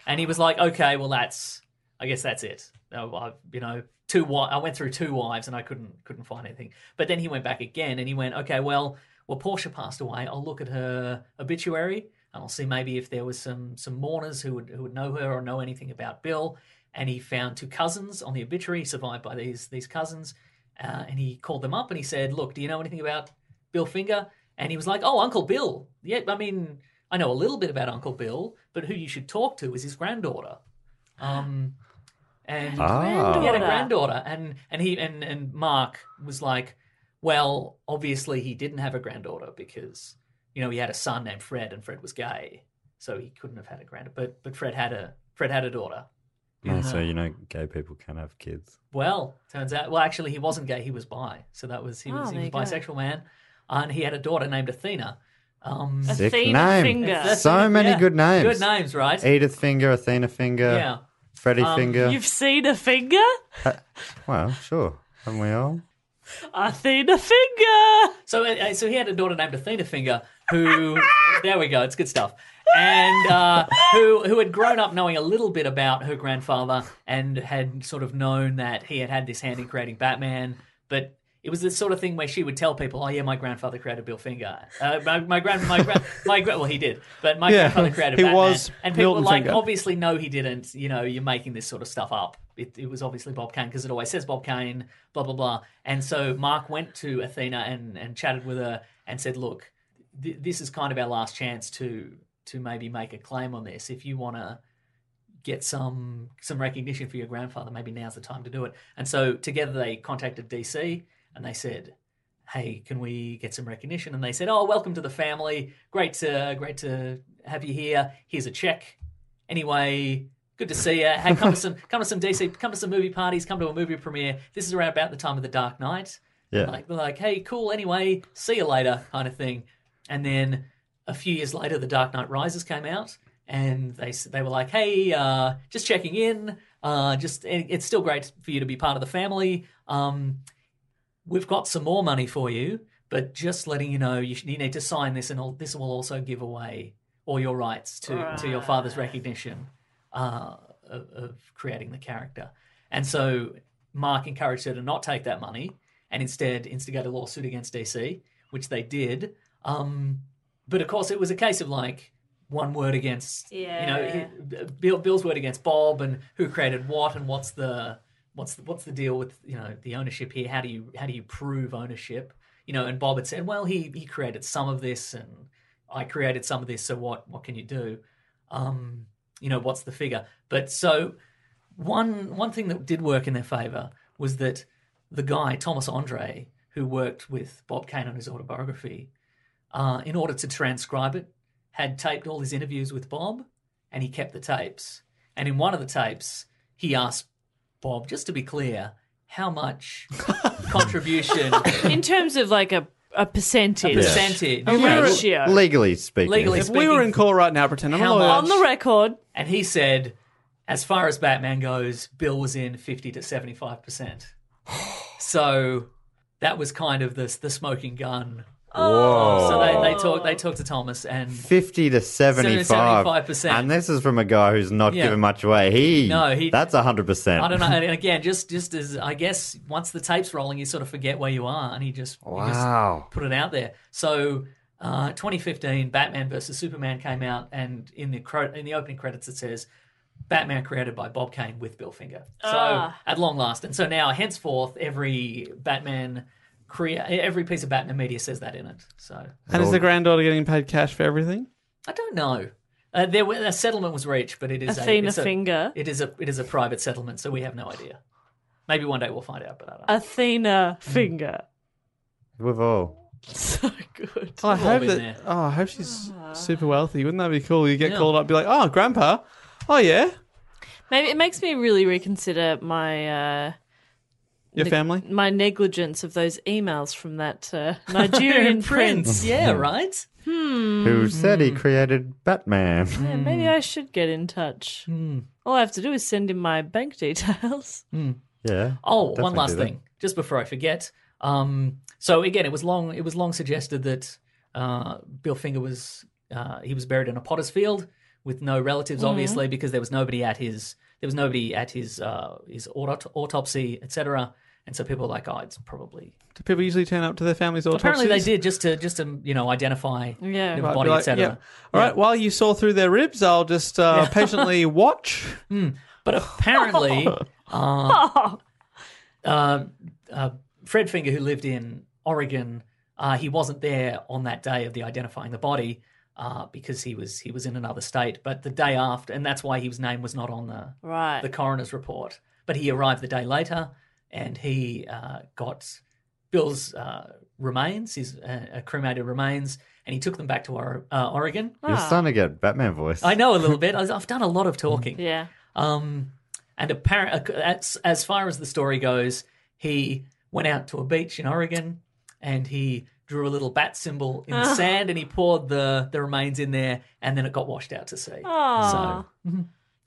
and he was like, "Okay, well, that's. I guess that's it. No, I, you know, two. Wi- I went through two wives and I couldn't couldn't find anything. But then he went back again and he went, okay, well, well, Portia passed away. I'll look at her obituary and I'll see maybe if there was some some mourners who would who would know her or know anything about Bill. And he found two cousins on the obituary, survived by these these cousins. Uh, and he called them up and he said, look, do you know anything about Bill Finger? And he was like, oh, Uncle Bill. Yeah, I mean, I know a little bit about Uncle Bill, but who you should talk to is his granddaughter. Um, and Ah. he had a granddaughter, and and he and and Mark was like, well, obviously he didn't have a granddaughter because you know he had a son named Fred, and Fred was gay, so he couldn't have had a granddaughter. But but Fred had a Fred had a daughter. Yeah, so, you know, gay people can have kids. Well, turns out, well, actually, he wasn't gay; he was bi. So that was he was Oh, he there was you go. bisexual man, and he had a daughter named Athena. Um, Sick Athena name. Finger. that's- So many yeah, good names. Good names, right? Edith Finger, Athena Finger, Yeah. Um, Freddie Finger. You've seen a finger? Well, sure. Haven't we all? Athena finger. So, uh, so he had a daughter named Athena Finger, who (laughs) there we go, it's good stuff, and uh, who who had grown up knowing a little bit about her grandfather and had sort of known that he had had this hand in creating Batman, but. It was this sort of thing where she would tell people, "Oh yeah, my grandfather created Bill Finger. Uh, my, my grand, my grand, my grand, well, he did, but my Yeah, grandfather created he Batman." was and people Milton were like, "Oh, Finger. "Obviously, no, he didn't. You know, you're making this sort of stuff up. It, it was obviously Bob Kane because it always says Bob Kane, blah blah blah." And so Mark went to Athena and and chatted with her and said, "Look, th- this is kind of our last chance to to maybe make a claim on this. If you want to." get some some recognition for your grandfather. Maybe now's the time to do it. And so together they contacted DC and they said, "Hey, can we get some recognition?" And they said, "Oh, welcome to the family. Great to great to have you here. Here's a check. Anyway." Good to see you. Hey, come to some, come to some DC, come to some movie parties, come to a movie premiere. This is around about the time of the Dark Knight. Yeah. Like, they're like, hey, cool. Anyway, see you later, kind of thing. And then a few years later, The Dark Knight Rises came out, and they s- they were like, hey, uh, just checking in. Uh, just it- it's still great for you to be part of the family. Um, we've got some more money for you, but just letting you know, you, sh- you need to sign this, and all, this will also give away all your rights to to your father's recognition uh, of, of creating the character. And so Mark encouraged her to not take that money and instead instigate a lawsuit against DC, which they did. Um, but of course, it was a case of like one word against, Yeah. you know, he- Bill, Bill's word against Bob, and who created what, and what's the what's the, what's the deal with you know the ownership here? How do you how do you prove ownership? You know, and Bob had said, well, he he created some of this, and I created some of this, so what what can you do? Um, you know, what's the figure? But so one one thing that did work in their favor was that the guy Thomas Andre, who worked with Bob Kane on his autobiography, uh, in order to transcribe it, had taped all his interviews with Bob, and he kept the tapes. And in one of the tapes, he asked Bob, just to be clear, how much contribution In terms of like a, a percentage. percentage, Ratio. Legally speaking. legally If speaking, we were in court right now, pretend I'm a How lawyer. much? On the record, and he said, as far as Batman goes, Bill was in fifty to seventy-five percent. So that was kind of the the smoking gun. Whoa. So they, they talked they talked to Thomas and 50 to 75. 75%. And this is from a guy who's not Yeah. giving much away. He, No, he- that's 100%. I don't know. And again, just just as I guess once the tape's rolling, you sort of forget where you are, and he just he just Wow. put it out there. So, uh, 2015, Batman versus Superman came out, and in the cro- in the opening credits, it says Batman created by Bob Kane with Bill Finger. So Ah. at long last, and so now henceforth, every Batman crea- every piece of Batman media says that in it. So and is the granddaughter getting paid cash for everything? I don't know. Uh, there were, a settlement was reached, but it is Athena a, it's a- Finger. It is a it is a private settlement, so we have no idea. Maybe one day we'll find out, but I don't. know. Athena finger. (laughs) We've all. So good. Oh, I hope been that. there. Ah. Oh, I hope she's super wealthy. Wouldn't that be cool? You get Yeah. called up, be like, "Oh, grandpa, oh yeah, Maybe it makes me really reconsider my uh, your neg- family." my negligence of those emails from that uh, (laughs) Nigerian prince. yeah, right. Who said Hmm. he created Batman? (laughs) Yeah, maybe I should get in touch. Hmm. All I have to do is send him my bank (laughs) details. yeah. Oh, one Definitely last do that. thing, just before I forget. Um, so again, it was long. It was long suggested that uh, Bill Finger was uh, he was buried in a potter's field with no relatives, Mm-hmm. obviously, because there was nobody at his there was nobody at his uh, his auto- autopsy, etc. And so people were like, oh, it's probably Do people usually turn up to their families' autopsies? apparently they did just to just to you know identify Yeah. the I'd be body, like, yeah. etc. All right. While you saw through their ribs, I'll just uh, (laughs) patiently watch. But apparently, uh, uh, uh, Fred Finger, who lived in Oregon, uh, he wasn't there on that day of the identifying the body uh, because he was he was in another state. But the day after, and that's why his name was not on the Right. the coroner's report. But he arrived the day later, and he uh, got Bill's uh, remains, his uh, uh, cremated remains, and he took them back to or- uh, Oregon. You're starting to get Batman voice. I know a little bit. I've I've done a lot of talking. yeah. Um, and apparent, as, as far as the story goes, he went out to a beach in Oregon and he drew a little bat symbol in Ah. the sand and he poured the, the remains in there and then it got washed out to sea. Oh. Aw. So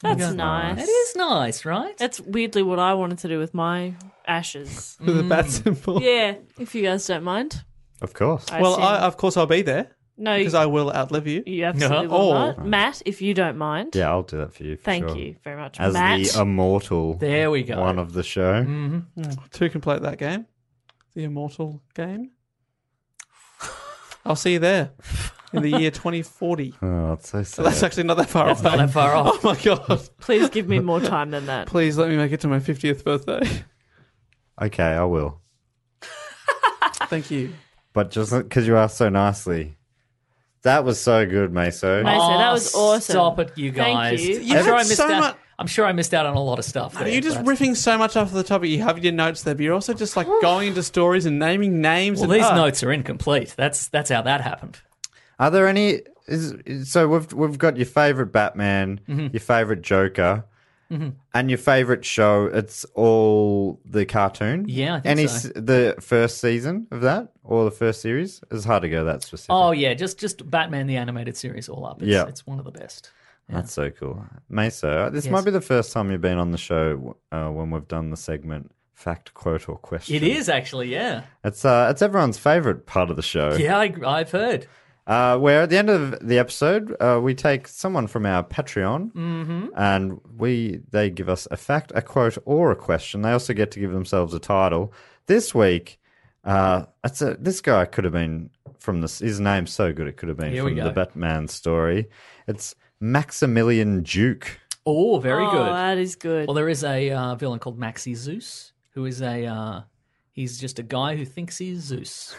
That's nice. it is nice, right? That's weirdly what I wanted to do with my ashes. (laughs) with a bat symbol. yeah, if you guys don't mind. Of course. I Well, assume. I, of course I'll be there no, because I will outlive you. you absolutely No. will Oh. not. Matt, if you don't mind. Yeah, I'll do that for you. For Thank sure. you very much, As Matt. um, the immortal There we go. Hmm. one of the show. Two can play that game, the immortal (laughs) game. I'll see you there in the year (laughs) 2040. Oh, it's so sad. That's actually not that far off. Not that far (laughs) off. Oh my god! Please give me more time (laughs) than that. Please let me make it to my 50th birthday. okay, I will. (laughs) Thank you. But just because you asked so nicely, that was so good, Mate, so (laughs) Meso. that was Oh, awesome. Stop it, you Thank guys. you. I'm, You've sure I had missed so out, much- I'm sure I missed out on a lot of stuff. there, You're just but- riffing so much off the topic. You have your notes there, but you're also just like going into stories and naming names. Well, and, these ah, notes are incomplete. That's that's how that happened. Are there any? Is, is- so we've we've got your favorite Batman, Mm-hmm. your favorite Joker, and your favorite show. It's all the cartoon. Yeah, I think any so. s- the first season of that or the first series. It's hard to go that specific. Oh yeah, just just Batman the animated series all up. It's, Yeah. it's one of the best. That's so cool. Meso, this might be the first time you've been on the show uh, when we've done the segment fact, quote, or question. It is actually, yeah, It's, uh, it's everyone's favorite part of the show. yeah. I, I've heard. Uh, where at the end of the episode, uh, we take someone from our Patreon and we they give us a fact, a quote, or a question. They also get to give themselves a title. This week, uh, it's a, this guy could have been from this. His name's so good, it could have been Here we from go. the Batman story. It's Maximilian Duke. Oh, very oh, good. that is good. Well, there is a uh, villain called Maxi Zeus, who is a uh, he's just a guy who thinks (laughs) he's Zeus.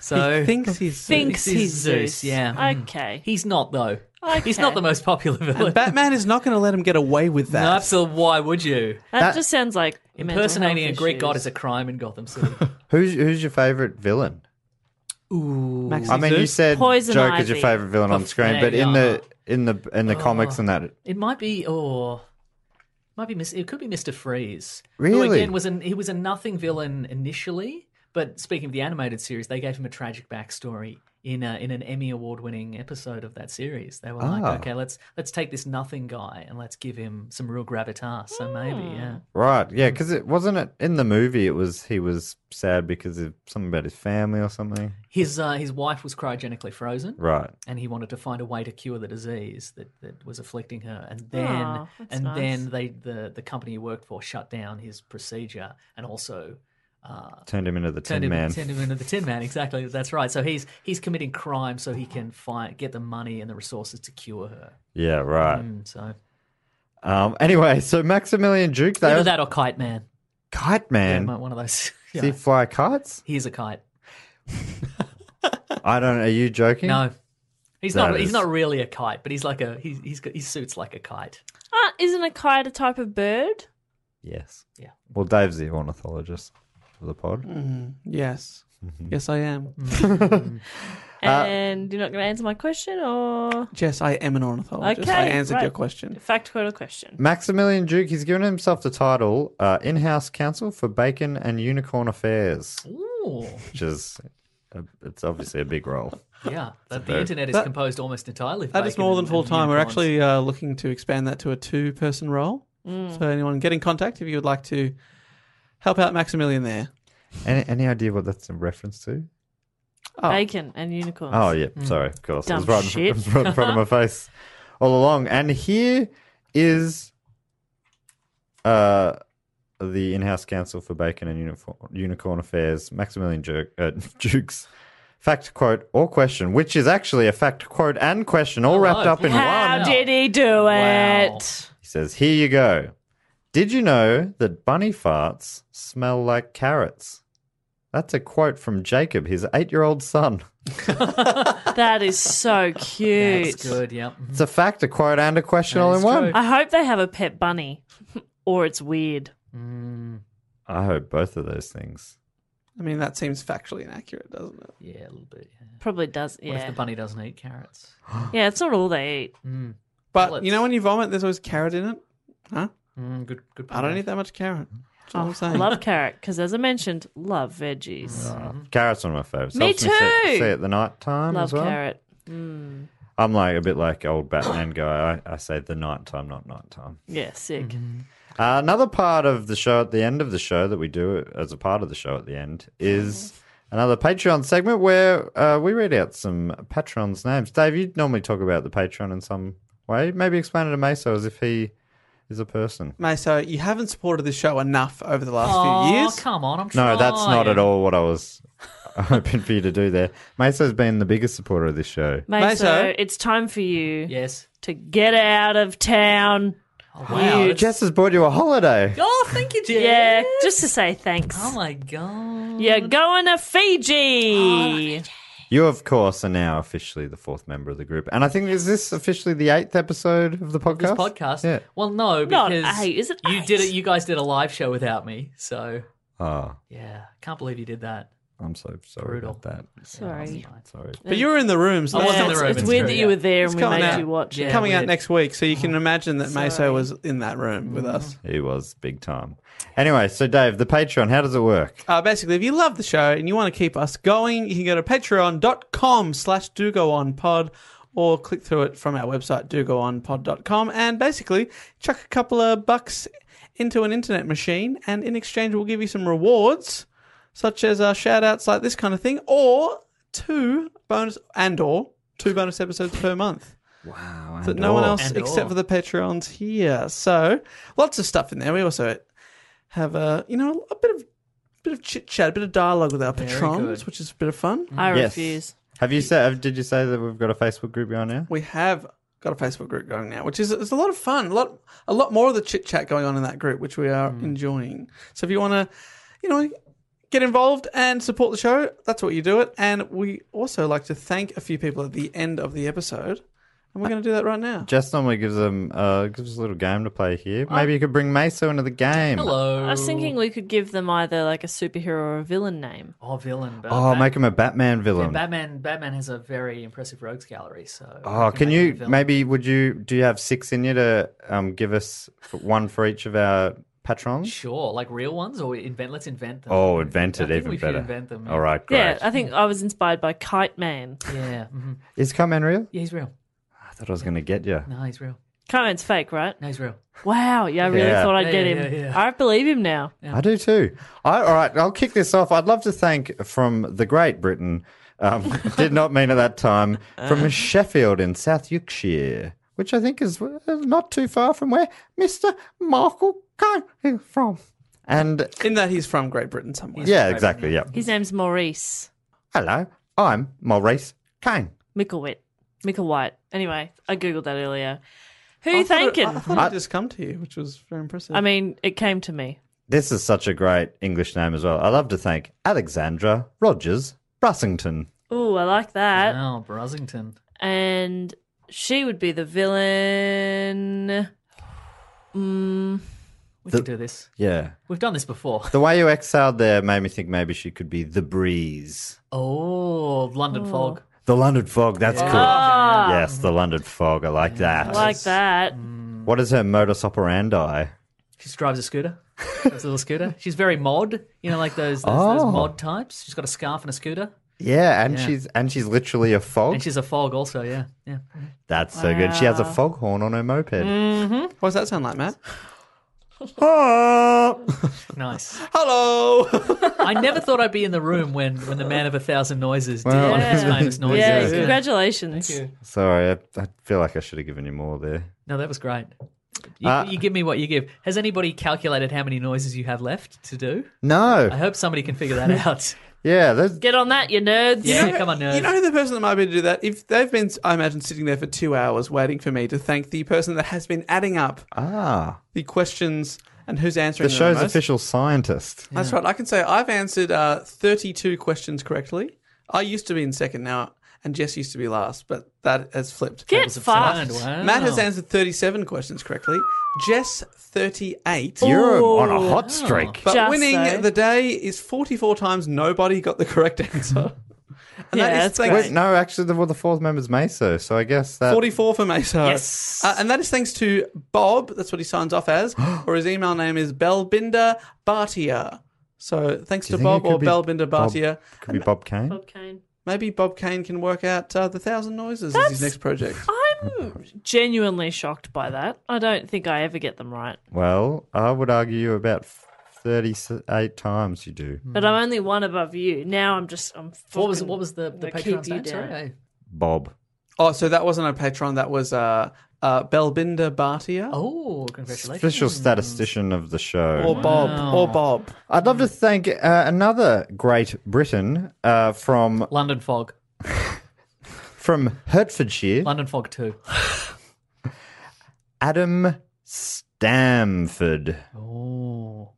So He thinks (laughs) he's Thinks This is he's Zeus, Zeus. yeah. Mm. Okay. he's not though. He's Okay. not the most popular villain. And Batman is not going to let him get away with no, that. absolutely. Why would you? That, That- just sounds like mental Impersonating a health Greek god issues. is a crime in (laughs) Gotham City. Who's who's your favorite villain? Ooh, Maxi I mean, you Zeus? said Poison Joker's your Ivy. favorite villain on screen, but in the in the in the comics and that, it might be or might be Mis- it could be Mister Freeze. Who Really? again was an he was a nothing villain initially, but speaking of the animated series, they gave him a tragic backstory. In, a, in an Emmy award winning episode of that series, they were Ah. like, "Okay, let's let's take this nothing guy and let's give him some real gravitas." Hmm. So maybe, yeah, Right, yeah, because it wasn't it in the movie. It was he was sad because of something about his family or something. his uh, his wife was cryogenically frozen, Right, and he wanted to find a way to cure the disease that, that was afflicting her. And then Aw, that's and nice. then they the, the company he worked for shut down his procedure and also uh, turned him into the turned Tin him, Man. turned him into the Tin Man. Exactly, that's right. So he's he's committing crime so he can find get the money and the resources to cure her. Yeah, right. Mm, so Um. Anyway, (laughs) so Maximilian Duke, they either were Mm. that or Kite Man. kite Yeah, man. one of those. (laughs) Does Yeah. he fly kites? He is a kite. I don't. Are you joking? No. He's That not. is- He's not really a kite, but he's like a. He's, he's got. He suits like a kite. Ah, isn't a kite a type of bird? Yes. Yeah. Well, Dave's the ornithologist of the pod. Mm-hmm. Yes. Yes, I am. And you're not going to answer my question or Yes, I am an ornithologist. Okay, I answered right. your question. fact quote or question? Maximilian Duke, he's given himself the title uh, in-house counsel for bacon and unicorn affairs, Ooh, which is a, it's obviously a big role. (laughs) yeah. That, the internet is That- composed almost entirely. of That is bacon more than and- full and time. We're unicorns. actually uh, looking to expand that to a two person role. So, anyone get in contact if you would like to help out Maximilian there. Any, any idea what that's in reference to? Bacon and unicorns. Oh yeah, sorry, of course. Mm. Dumb it was right, shit. In, it was right in (laughs) front of my face all along. And here is uh the in-house counsel for bacon and uniform, unicorn affairs, Maximilian Duke, uh, (laughs) Dukes. Fact, quote, or question, which is actually a fact, quote, and question, Oh, all wrapped up in one. How Wow. did he do Wow. it? He says, "Here you go. Did you know that bunny farts smell like carrots?" That's a quote from Jacob, his eight-year-old son. That is so cute. (laughs) That's good. Yeah. mm-hmm. It's a fact, a quote, and a question all in one. I hope they have a pet bunny, (laughs) or it's weird. I hope both of those things. I mean, that seems factually inaccurate, doesn't it? Yeah, a little bit. Yeah. Probably does. What if Yeah, the bunny doesn't eat carrots? yeah. It's not all they eat. But Well, you it's- know, when you vomit, there's always carrot in it. Huh? Mm, good. Good. I don't need that much carrot. That's all I'm I saying. love carrot because, as I mentioned, love veggies. Uh, Carrots are one of my favorites. Mm-hmm. Me Helps See, too. see at the night time love as well. carrot. I'm like a bit like old Batman guy. I, I say the night time, not night time. Yeah, sick. Mm-hmm. Uh, another part of the show at the end of the show that we do as a part of the show at the end is another Patreon segment where uh, we read out some Patreons' names. Dave, you normally talk about the Patreon in some way. Maybe explain it to Meso as if he is a person. May, so you haven't supported the show enough over the last Oh, few years. come on. I'm Oh, trying. No, that's not at all what I was (laughs) hoping for you to do there. Meso's been the biggest supporter of this show. Mate, so Meso. it's time for you Yes. to get out of town. Oh, wow. You that's- Jess has bought you a holiday. Oh, thank you, Jess. Yeah, just to say thanks. Oh my god. You're going to Fiji. You, of course, are now officially the fourth member of the group. And I think, is this officially the eighth episode of the podcast? This podcast. Yeah. Well, no, Not because eight, is it you eight? did it. You guys did a live show without me, so Oh, yeah, can't believe you did that. I'm so sorry Brutal. about that. Sorry. Sorry. But you were in the rooms. I was last in the time. room, it's it's weird true, that yeah. you were there It's and we coming made out. you watch Yeah. it. coming out weird. next week, so you can imagine that Meso was in that room with us. He was big time. Anyway, so Dave, the Patreon, how does it work? Uh, basically, if you love the show and you want to keep us going, you can go to patreon.com slash dogoonpod or click through it from our website, dogoonpod.com, and basically chuck a couple of bucks into an internet machine, and in exchange we'll give you some rewards, such as uh, shout-outs like this kind of thing, or two bonus and or two bonus episodes per month. Wow. that no one else And except all. for the Patreons here. So lots of stuff in there. We also have a you know a bit of bit of chit chat, a bit of dialogue with our patrons, good. which is a bit of fun. I Yes. refuse. Have you said, did you say that we've got a Facebook group you're on now? We have got a Facebook group going now, which is it's a lot of fun. A lot a lot more of the chit chat going on in that group, which we are enjoying. So if you want to, you know. Get involved and support the show. That's what you do it. And we also like to thank a few people at the end of the episode. And we're going to do that right now. Jess normally gives them uh, gives us a little game to play here. Maybe you could bring Meso into the game. Hello. I was thinking we could give them either like a superhero or a villain name. Oh, villain. But Oh, Bat- make him a Batman yeah, villain. Batman. Batman has a very impressive rogues gallery. So. Oh, can we make him a you villain. maybe would you do you have six in you to um, give us f- one for each of our patrons? Sure, like real ones, or invent. Let's invent them. Oh, invent I it think even we should better. invent them, yeah. All right, great. Yeah, uh, I think I was inspired by Kite Man. Yeah. mhm. Is Carmen real? Yeah, he's real. I thought I was going to get you. No, he's real. Kite Man's fake, right? No, he's real. Wow, yeah, I really Yeah. thought I'd Yeah, get yeah, him. yeah, yeah. I believe him now. I do too. I, all right, I'll kick this off. I'd love to thank from the Great Britain. Um, (laughs) did not mean at that time Uh. from Sheffield in South Yorkshire, which I think is uh, not too far from where Mister Michael Coe is from. And In that he's from Great Britain somewhere. yeah, exactly. Yeah. His name's Maurice Hello, I'm Maurice Kane. Micklewit. Micklewhite. Anyway, I googled that earlier. Who I you thought it- thanking? I I, thought it just come to you, which was very impressive. mean, it came to me. This is such a great English name as well. I love to thank Alexandra Rogers Brussington. Ooh, I like that. Oh, Brusington. And she would be the villain. Mm, We The- can do this. Yeah. We've done this before. The way you exhaled there made me think maybe she could be the breeze. Oh, London fog. The London fog, that's Ah. cool. Yes, the London fog. I like that. I like that. Mm. What is her modus operandi? She drives a scooter. Drives a little scooter. She's very mod. You know, like those those, Oh. those mod types. She's got a scarf and a scooter, Yeah, and Yeah. she's and she's literally a fog. and she's a fog also. Yeah, yeah. That's so good. She has a foghorn on her moped. Mm. What does that sound like, Matt? (laughs) Oh. (laughs) Nice. Hello. I never thought I'd be in the room when when the man of a thousand noises did Well, one of his Yeah. famous noises. yeah, Yeah. congratulations. (laughs) Sorry, I, I feel like I should have given you more there. No, that was great. You, Uh, you give me what you give. Has anybody calculated how many noises you have left to do? I No. hope somebody can figure that out. (laughs) Yeah, there's Get on that, you nerds. Yeah, come on, nerds. You know the person that might be able to do that? If they've been, I imagine, sitting there for two hours waiting for me to thank the person that has been adding up ah. the questions and who's answering The them show's most. official scientist. That's right. I can say I've answered uh, 32 questions correctly. I used to be in second now, and Jess used to be last, but that has flipped. Get Oh. Fine, fucked. wow. Matt has answered 37 questions correctly. Jess, 38. You're on a hot streak. But Just winning so. the day is 44 times nobody got the correct (laughs) answer. And Yeah, that is that's thanks, great. Wait, no, actually, the, well, the fourth member's Meso, so I guess that. 44 for Mesa. Yes. Uh, and that is thanks to Bob, that's what he signs off as, (gasps) or his email name is Belbinder Bhatia. So thanks Do you to think it Bob could or be Belbinder Bob- Bhatia. Could be Bob Kane. Bob Kane. Maybe Bob Kane can work out uh, the thousand noises as his next project. I'm genuinely shocked by that. I don't think I ever get them right. Mm. Well, I would argue about 38 times you do. But I'm only one above you. Now I'm just I'm What was fucking- what was the the I'm gonna keep Patreon's you name? Sorry, down. I- Bob. Oh, so that wasn't a patron. That was uh, uh, Belbinda Bhatia Oh, congratulations! Official statistician of the show. or Bob or Bob. I'd love to thank uh, another Great Britain uh, from London Fog, from Hertfordshire, London Fog Two. Adam Stamford. Oh,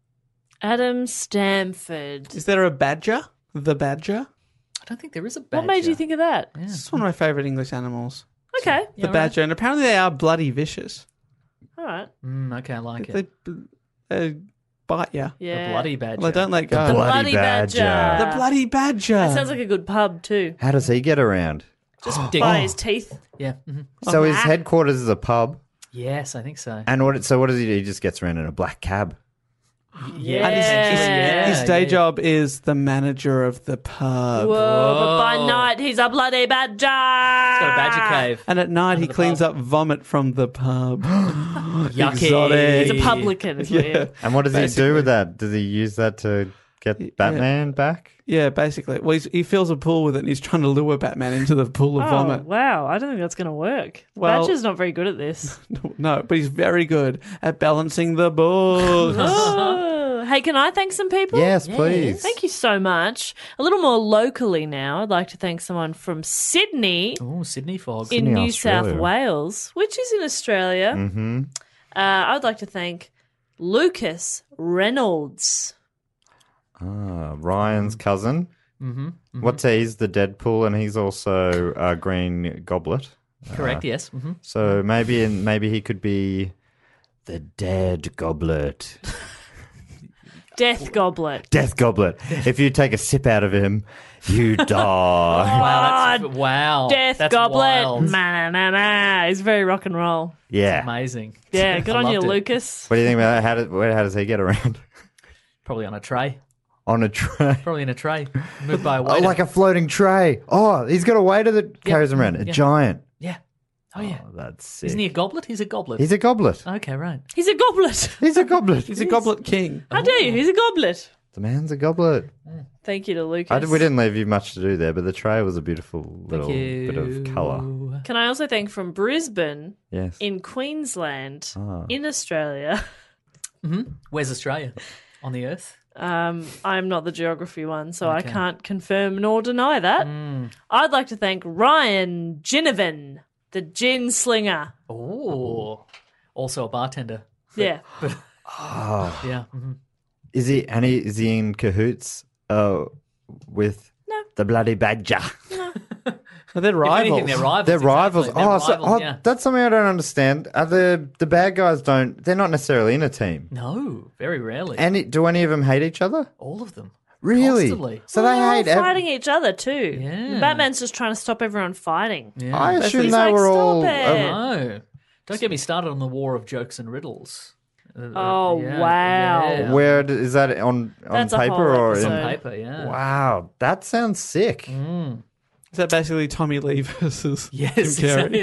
Adam Stamford. Is there a badger? The badger. I don't think there is a. Badger. What made you think of that? It's one of my favorite English animals, Okay, the badger, and apparently they are bloody vicious. all right. Mm, okay, I like it. They, they bite you. Yeah, The bloody badger. They don't let go. bloody Bloody badger. badger. The bloody badger. That sounds like a good pub too. How does he get around? (gasps) Just By his teeth. Yeah. mhm. So his headquarters is a pub, Yes, I think so. and what? So what does he do? He just gets around in a black cab. Yeah. And his, his- Yeah, his day yeah. job is the manager of the pub. Whoa, but by night he's a bloody badger. He's Got a Ah. (laughs) badger cave. And at night, he cleans up vomit from the pub. Yucky. Exotic. He's a publican. Is what he is. And what does he do with that? Does he use that to get Batman back? yeah, basically. Well, he's, he fills a pool with it and he's trying to lure Batman into the pool of Oh, vomit. wow. I don't think that's going to work. The Well- badger's not very good at this. No, but he's very good at balancing (laughs) the books. Oh. hey, can I thank some people? Yes, please. Thank you so much. A little more locally now, I'd like to thank someone from Sydney Oh, Sydney Fog. in New South Australia. Wales, which is in Australia. Mm-hmm. Uh, I would like to thank Lucas Reynolds. Ah, Ryan's cousin. Mm-hmm, What's he? He's the Deadpool, and he's also a Green Goblet. Correct. Yes. hmm So maybe, in, maybe he could be the Dead Goblet, Death Goblet. Death Goblet. If you take a sip out of him, you die. Wow. That's, wow. Death that's Goblet. wild. Ma na na na. It's very rock and roll. yeah. Amazing. Yeah, (laughs) I good on you, loved it. Lucas. What do you think about that? How does, how does he get around? Probably on a tray. On a tray. Probably in a tray. Moved by (laughs) a Oh, waiter. like a floating tray. Oh, he's got a waiter that carries him around. A yeah. giant. yeah. Oh yeah. Oh, that's sick. Isn't he a goblet? He's a goblet. He's a goblet. Okay. Right. He's a goblet. (laughs) He's a goblet. he's a goblet king. How dare you? He's a goblet. the man's a goblet. Thank you to Lucas. I d- we didn't leave you much to do there, but the tray was a beautiful little you. bit of colour. Can I also thank from Brisbane Yes. in Queensland, Ah. in Australia? (laughs) Where's Australia? On the earth. Um, I'm not the geography one, so I can't confirm nor deny that. Hmm. I'd like to thank Ryan Ginnivan, the gin slinger. Oh. Also a bartender. Yeah. Yeah. mhm. Is he and he is he in cahoots uh, with No. the bloody badger? Are they If rivals? anything, they're rivals. They're rivals. exactly. oh, They're so, rivals, oh, yeah. that's something I don't understand. Are the the bad guys don't? They're not necessarily in a team. No, very rarely. And do any of them hate each other? All of them. Really? Constantly. So Well, they they're all hate. ev- fighting each other too. Yeah. Batman's just trying to stop everyone fighting. I assume He's they like, were "Stop all. it." uh, No. Don't get me started on the war of jokes and riddles. Uh, Oh, yeah, wow. yeah. Where d- is that on on That's a whole paper or on episode. in? paper, yeah. Wow, that sounds sick. Mm-hmm. Is that basically Tommy Lee versus (laughs) Yes, Jim Carrey? exactly,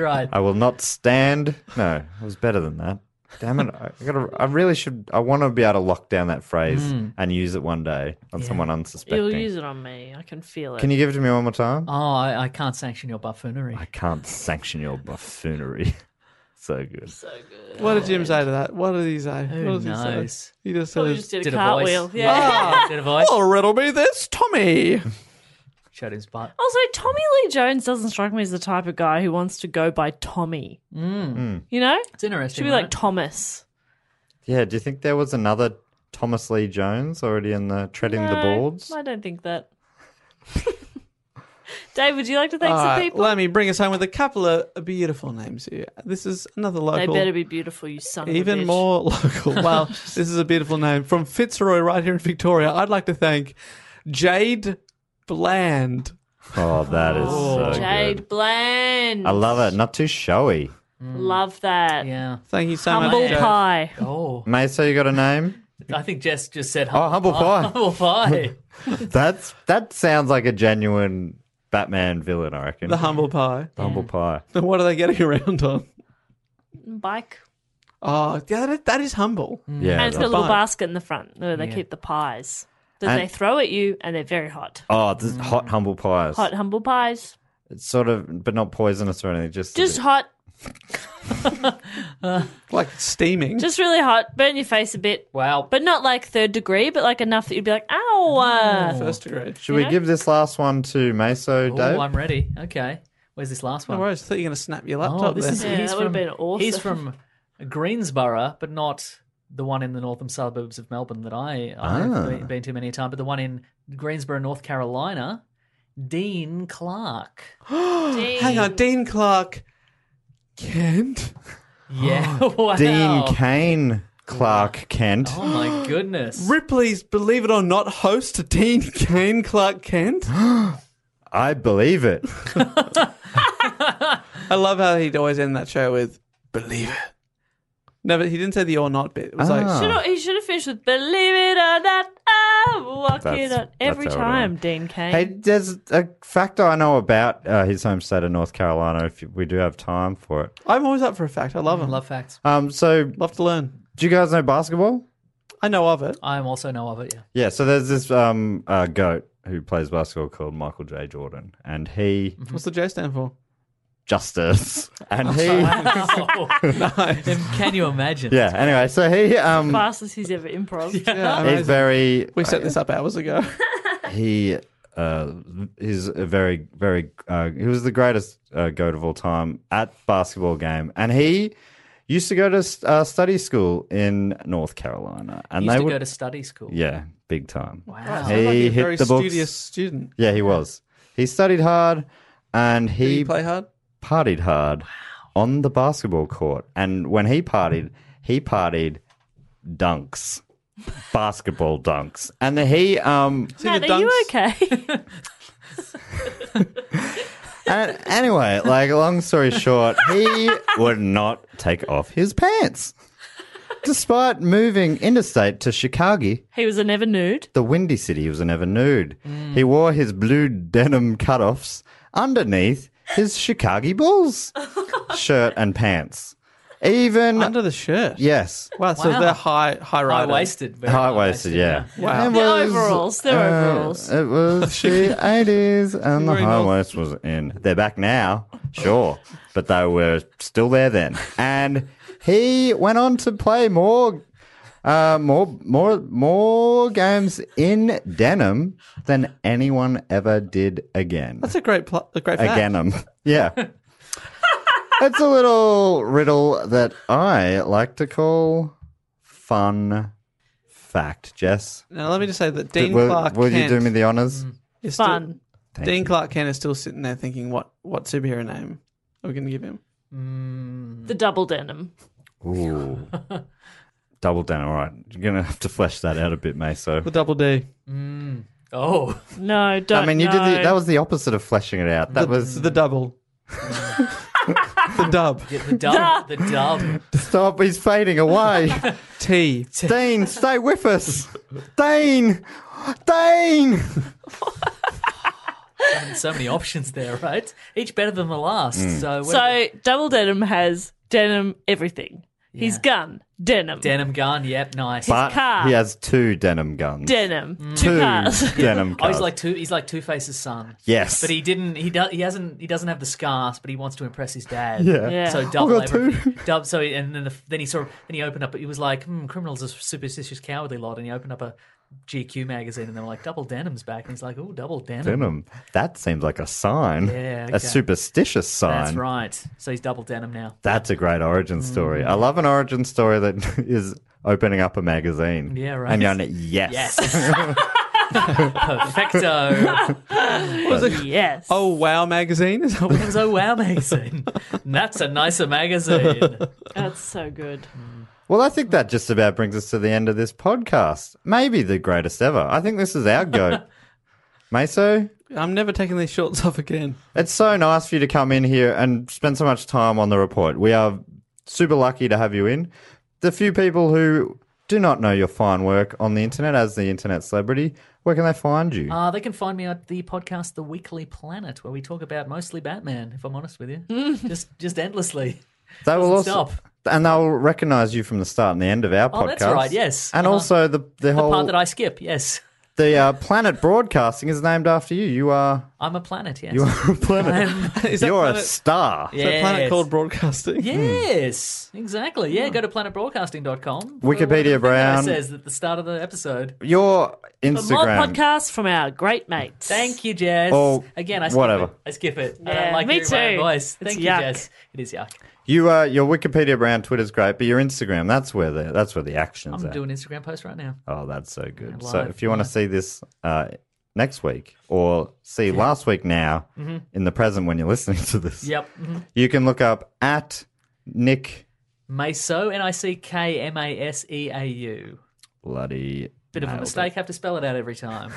(laughs) right. I will not stand. No, it was better than that. Damn it! I, gotta, I really should. I want to be able to lock down that phrase and use it one day on someone unsuspecting. Mm. You'll use it on me. I can feel it. Can you give it to me one more time? Oh, I, I can't sanction your buffoonery. I can't sanction your buffoonery. (laughs) so good. What did Jim say to that? What did he say? what Who did he say? knows? He just Probably says, just did a Did a cartwheel. voice. Yeah. Did a voice. "Oh, riddle me this, Tommy." Shut his butt. (laughs) Also, Tommy Lee Jones doesn't strike me as the type of guy who wants to go by Tommy. Hmm. You know? It's interesting. Should be right? like Thomas. Yeah. Do you think there was another Thomas Lee Jones already in the treading the No, boards? I don't think that. (laughs) Dave, would you like to thank All some right, people? let me bring us home with a couple of beautiful names here. This is another They local. better be beautiful, you son of a Even bitch. more (laughs) local. (laughs) Well, this is a beautiful name. From Fitzroy, right here in Victoria, I'd like to thank Jade Bland. oh, that is so good. Jade Bland. I love it. Not too showy. Love that. yeah. Thank you so Humble much. Jade. pie. Oh, Mesa, you got a name? I think Jess just said Oh, humble pie. Humble pie. (laughs) That's that sounds like a genuine Batman villain. I reckon. The humble pie. (laughs) humble pie. Then what are they getting around on? Bike. Oh, yeah, that, that is humble. Yeah. And it's got a that's- little Bike. basket in the front where they keep the pies that And- they throw at you, and they're very hot. oh, this hot humble pies. Hot humble pies. It's sort of, but not poisonous or anything. Just a Just bit- hot. Like steaming. Just really hot. Burn your face a bit. wow. But not like third degree, but like enough that you'd be like, ow. uh." First degree. Should we give this last one to Meso, Ooh, Dave? I'm ready. Okay. Where's this last No one? worries. I thought you were going to snap your Oh, laptop this there. is, Yeah, he's that from, would've been awesome. He's from Greensborough, but not the one in the northern suburbs of Melbourne that I, I've Ah. been, been to many a time, but the one in Greensboro, North Carolina, (gasps) Dean Clark. Hang on, Dean Clark. Kent. Yeah. (laughs) wow. Dean Kane Clark Kent. Oh my goodness. Ripley's Believe It or Not host, Dean Kane Clark Kent. I believe it. I love how he'd always end that show with "Believe it." No, but he didn't say the "or not" bit. It was Ah. like You know, he should have finished with "Believe it or not, I'm walking That's- on." that's Every how it time, went. Dean Kane. Hey, there's a factor I know about uh, his home state of North Carolina. If we do have time for it, I'm always up for a fact. I love him. Love, Love facts. um, so to learn. do you guys know basketball? I know of it. I am also know of (laughs) it, yeah. Yeah, so there's this um, uh, goat who plays basketball called Michael J. Jordan, and he What's the J stand for? justice, (laughs) and he Um, Can you imagine? yeah. Anyway, so he um, Fastest he's ever (laughs) improv. Yeah, he's amazing. very we set this up hours ago. (laughs) he uh, is a very very uh, he was the greatest uh, goat of all time at basketball game, and he used to go to uh, study school in North Carolina, and Used they to would go to study school. yeah, big time. Wow. Sounds like He a hit very the books. studious student. Yeah, he was. He studied hard, and Did he, he play hard? partied hard on the basketball court. And when he partied, he partied dunks, basketball dunks, and then he um. See Matt, the are you dunks? okay? (laughs) And anyway, like long story short, he would not take off his pants. Despite moving interstate to Chicago, he was a never nude. the windy city, he was never nude. He wore his blue denim cutoffs underneath his Chicago Bulls shirt and pants. Even Under the shirt. yes, Wow. So Wow. they're high high High rider. waisted. very high waisted. Oh, Yeah, Wow. It The was- uh, overalls. They're overalls. It was the 80s, and the Very nice. high waist was in. They're back now, sure, but they were still there then. And he went on to play more, uh, more, more, more games in denim than anyone ever did again. That's a great pl- a great fact. (laughs) Again, um, yeah. It's a little riddle that I like to call fun fact, Jess. Now let me just say that Dean will Clark. will Kent you do me the honors? is still- Fun. Dean Clark Kent is still sitting there thinking, what what superhero name are we going to give him? The double denim. Ooh. Double down. All right. You're going to have to flesh that out a bit, The Meso. double D. Oh, No, don't. I mean, you did no. the, that was the opposite of fleshing it out. (laughs) That was the double. the dub. get (laughs) the dub. the dub. stop. He's (laughs) fading away. T. Dane, stay with us. Dane, Dane. So many options there, right? Each better than the last. Mm. So, when- So double denim has denim everything. His Yeah. gun denim. denim gun. Yep, nice. But car. he has two denim guns. Denim. Two two cars. (laughs) (laughs) (laughs) denim Oh, guns. he's like two. He's like Two Face's son. yes. But he didn't. He does. He hasn't. He doesn't have the scars. But he wants to impress his dad. Yeah. Yeah. So double I got two. everything. (laughs) Dub, so he- and then the, then he sort of then he opened up. He was like, hmm, criminals are superstitious, cowardly lot. And he opened up a GQ magazine, and they were like, double denim's back. And he's like, oh, double denim. denim. That seems like a sign. Yeah, okay. A superstitious sign. That's right. Mm. So he's double denim now. That's a great origin story. I love an origin story that (laughs) is opening up a magazine. Yeah, right. And going, yes. Yes. Perfecto. (laughs) yes. Oh Wow magazine. Is that It was a wow magazine. (laughs) That's a nicer magazine. that's so good. (laughs) Well, I think that just about brings us to the end of this podcast. Maybe the greatest ever. I think this is our (laughs) goat. Meso, I'm never taking these shorts off again. it's so nice for you to come in here and spend so much time on the report. We are super lucky to have you in. The few people who do not know your fine work on the internet as the internet celebrity, where can they find you? Uh, they can find me at the podcast The Weekly Planet, where we talk about mostly Batman, if I'm honest with you. Mm. just just endlessly. They will Doesn't also, stop. and they will recognise you from the start and the end of our Oh, podcast. that's right, yes. and Uh-huh. also the the The whole part that I skip, yes. the uh, planet broadcasting is named after you. You are I'm a planet, yes. Um, you (laughs) are a planet. (laughs) Is that You're a planet- star. is that planet Yes. called broadcasting? Hmm. Yes, exactly. Yeah, go to planetbroadcasting.com. for Wikipedia whatever thing that Brown. says at the start of the episode. Your For more Instagram. podcasts from our great mates. Thank you, Jazz. Oh, Again, I skip whatever. it. I skip it. I Yeah, don't like me hearing my own too. voice. It's Thank you, yuck. Jazz. It is yuck. You uh, your Wikipedia brand Twitter's great, but your Instagram that's where the that's where the action's I'm at. doing an Instagram post right now. oh, that's so good. Yeah, So live, if you want to see this uh, next week or see last week now in the present when you're (laughs) listening to this, Mm-hmm. Yep. mhm. you can look up at Nick Meso, N I C K M A S E A U. Bloody. Bit of a nailed it. mistake, have to spell it out every time.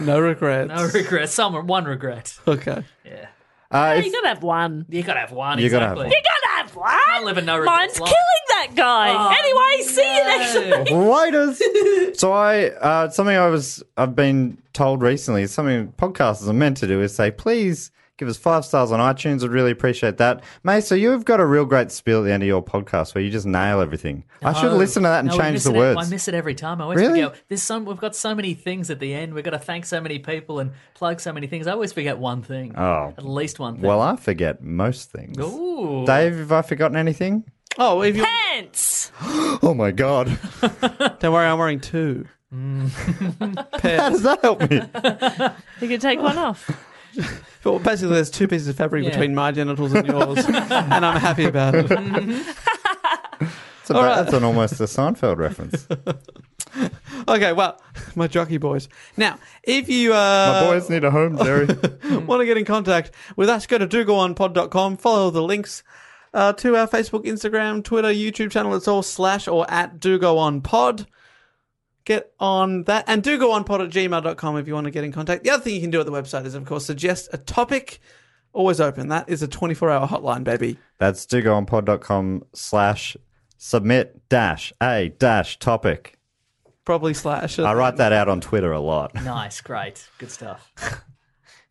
No regrets. No (laughs) regret. Some one regret. Okay. Yeah. Uh, You if- gotta have one. You gotta have one. You gotta have exactly. one. You Gotta have one. Oh, Can't live a no Mine's regrets life. killing that guy. anyway, see you next week. (laughs) Hey. Laters. so I uh, something I was I've been told recently. Something podcasters are meant to do is say, please give us five stars on iTunes. I'd really appreciate that. May, so you've got a real great spiel at the end of your podcast where you just nail everything. I should No. listen to that and Oh. No, we change miss the it- words. I miss it every time. I always Really? forget. There's some. We've got so many things at the end. We've got to thank so many people and plug so many things. I always forget one thing. Oh. at least one thing. well, I forget most things. Ooh. Dave, have I forgotten anything? Oh, if you Pants. Oh my god, don't worry, I'm wearing two. (laughs) how does that help (laughs) me? You can take one (laughs) off. Well, basically, there's two pieces of fabric Yeah. between my genitals and yours, and I'm happy about it. It's about, right. That's an almost a Seinfeld reference. Okay, well, (laughs) my jockey boys. Now, if you uh, My boys need a home, Jerry. (laughs) want to get in contact with us, go to dogoonpod.com, follow the links uh, to our Facebook, Instagram, Twitter, YouTube channel. It's all slash or at dogoonpod. Get on that. And dogoonpod at gmail.com if you want to get in contact. The other thing you can do at the website is, of course, suggest a topic. Always open. That is a 24 hour hotline, baby. That's dogoonpod.com slash submit dash a dash topic. Probably slash. I write that out on Twitter a lot. Nice. Great. Good stuff.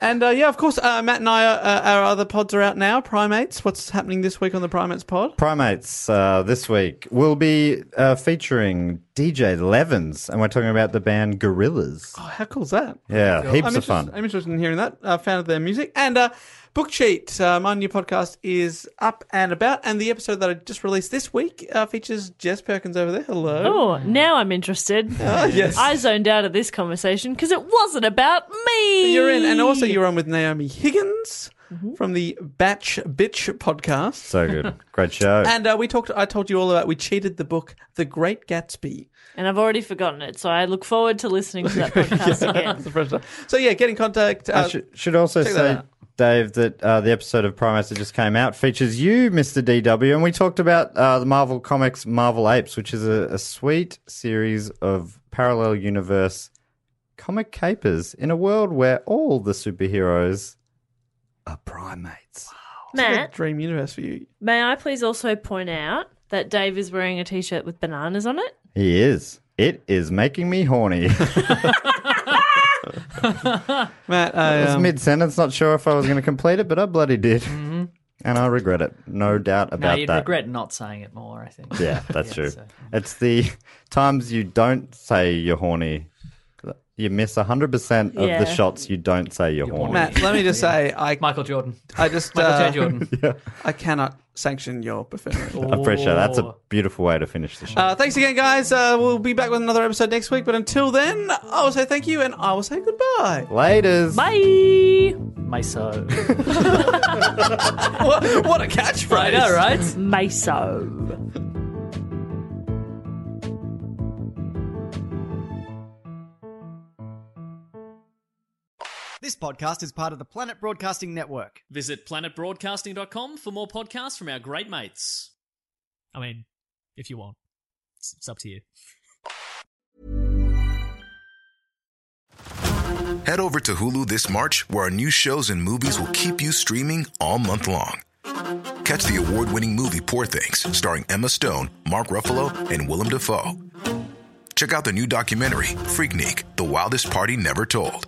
And uh, yeah, of course, uh, Matt and I, are, uh, our other pods are out now. Primates. What's happening this week on the Primates pod? Primates uh, this week will be uh, featuring DJ Levens, and we're talking about the band Gorillas. Oh, how cool is that? Yeah, I'm heaps of interested- fun. I'm interested in hearing that. Uh, fan of their music. And uh, Book Cheat, uh, my new podcast, is up and about. And the episode that I just released this week uh, features Jess Perkins over there. Hello. Oh, now I'm (laughs) interested. yes. Oh, I zoned out of this conversation because it wasn't about me. You're in. And also, you're on with Naomi Higgins from the Batch Bitch podcast. So good. Great show. And uh, we talked. I told you all about we cheated the book The Great Gatsby. And I've already forgotten it, so I look forward to listening (laughs) to that podcast again. That's the first one. So yeah, get in contact. I Uh, should, should also check that say, out. Dave, that uh, the episode of Primates that just came out features you, Mr. DW, and we talked about uh, the Marvel Comics Marvel Apes, which is a, a sweet series of parallel universe comic capers in a world where all the superheroes are primates. a Matt, dream universe for you. may I please also point out that Dave is wearing a t shirt with bananas on it? He is. It is making me horny. (laughs) Matt, I I, was um, mid sentence, not sure if I was going to complete it, but I bloody did. Mm-hmm. And I regret it. No doubt Now about you'd that. regret not saying it more. I (laughs) think. Yeah, that's true. so- It's the times you don't say you're horny. You miss 100% of Yeah. the shots you don't say you're, horny. Matt, let me just say, I, Michael Jordan. I just, Michael uh, J. (laughs) Jordan. I cannot sanction your performance. Oh. I appreciate that. That's a beautiful way to finish the show. Uh, thanks again, guys. Uh, we'll be back with another episode next week. But until then, I will say thank you, and I will say (laughs) goodbye. Laters. Bye. Meso. (laughs) what, what a catchphrase! I know, right? Meso. This podcast is part of the Planet Broadcasting Network. Visit planetbroadcasting.com for more podcasts from our great mates. I mean, if you want, it's, it's up to you. Head over to Hulu this March, where our new shows and movies will keep you streaming all month long. Catch the award winning movie Poor Things, starring Emma Stone, Mark Ruffalo, and Willem Dafoe. Check out the new documentary, Freaknik The Wildest Party Never Told,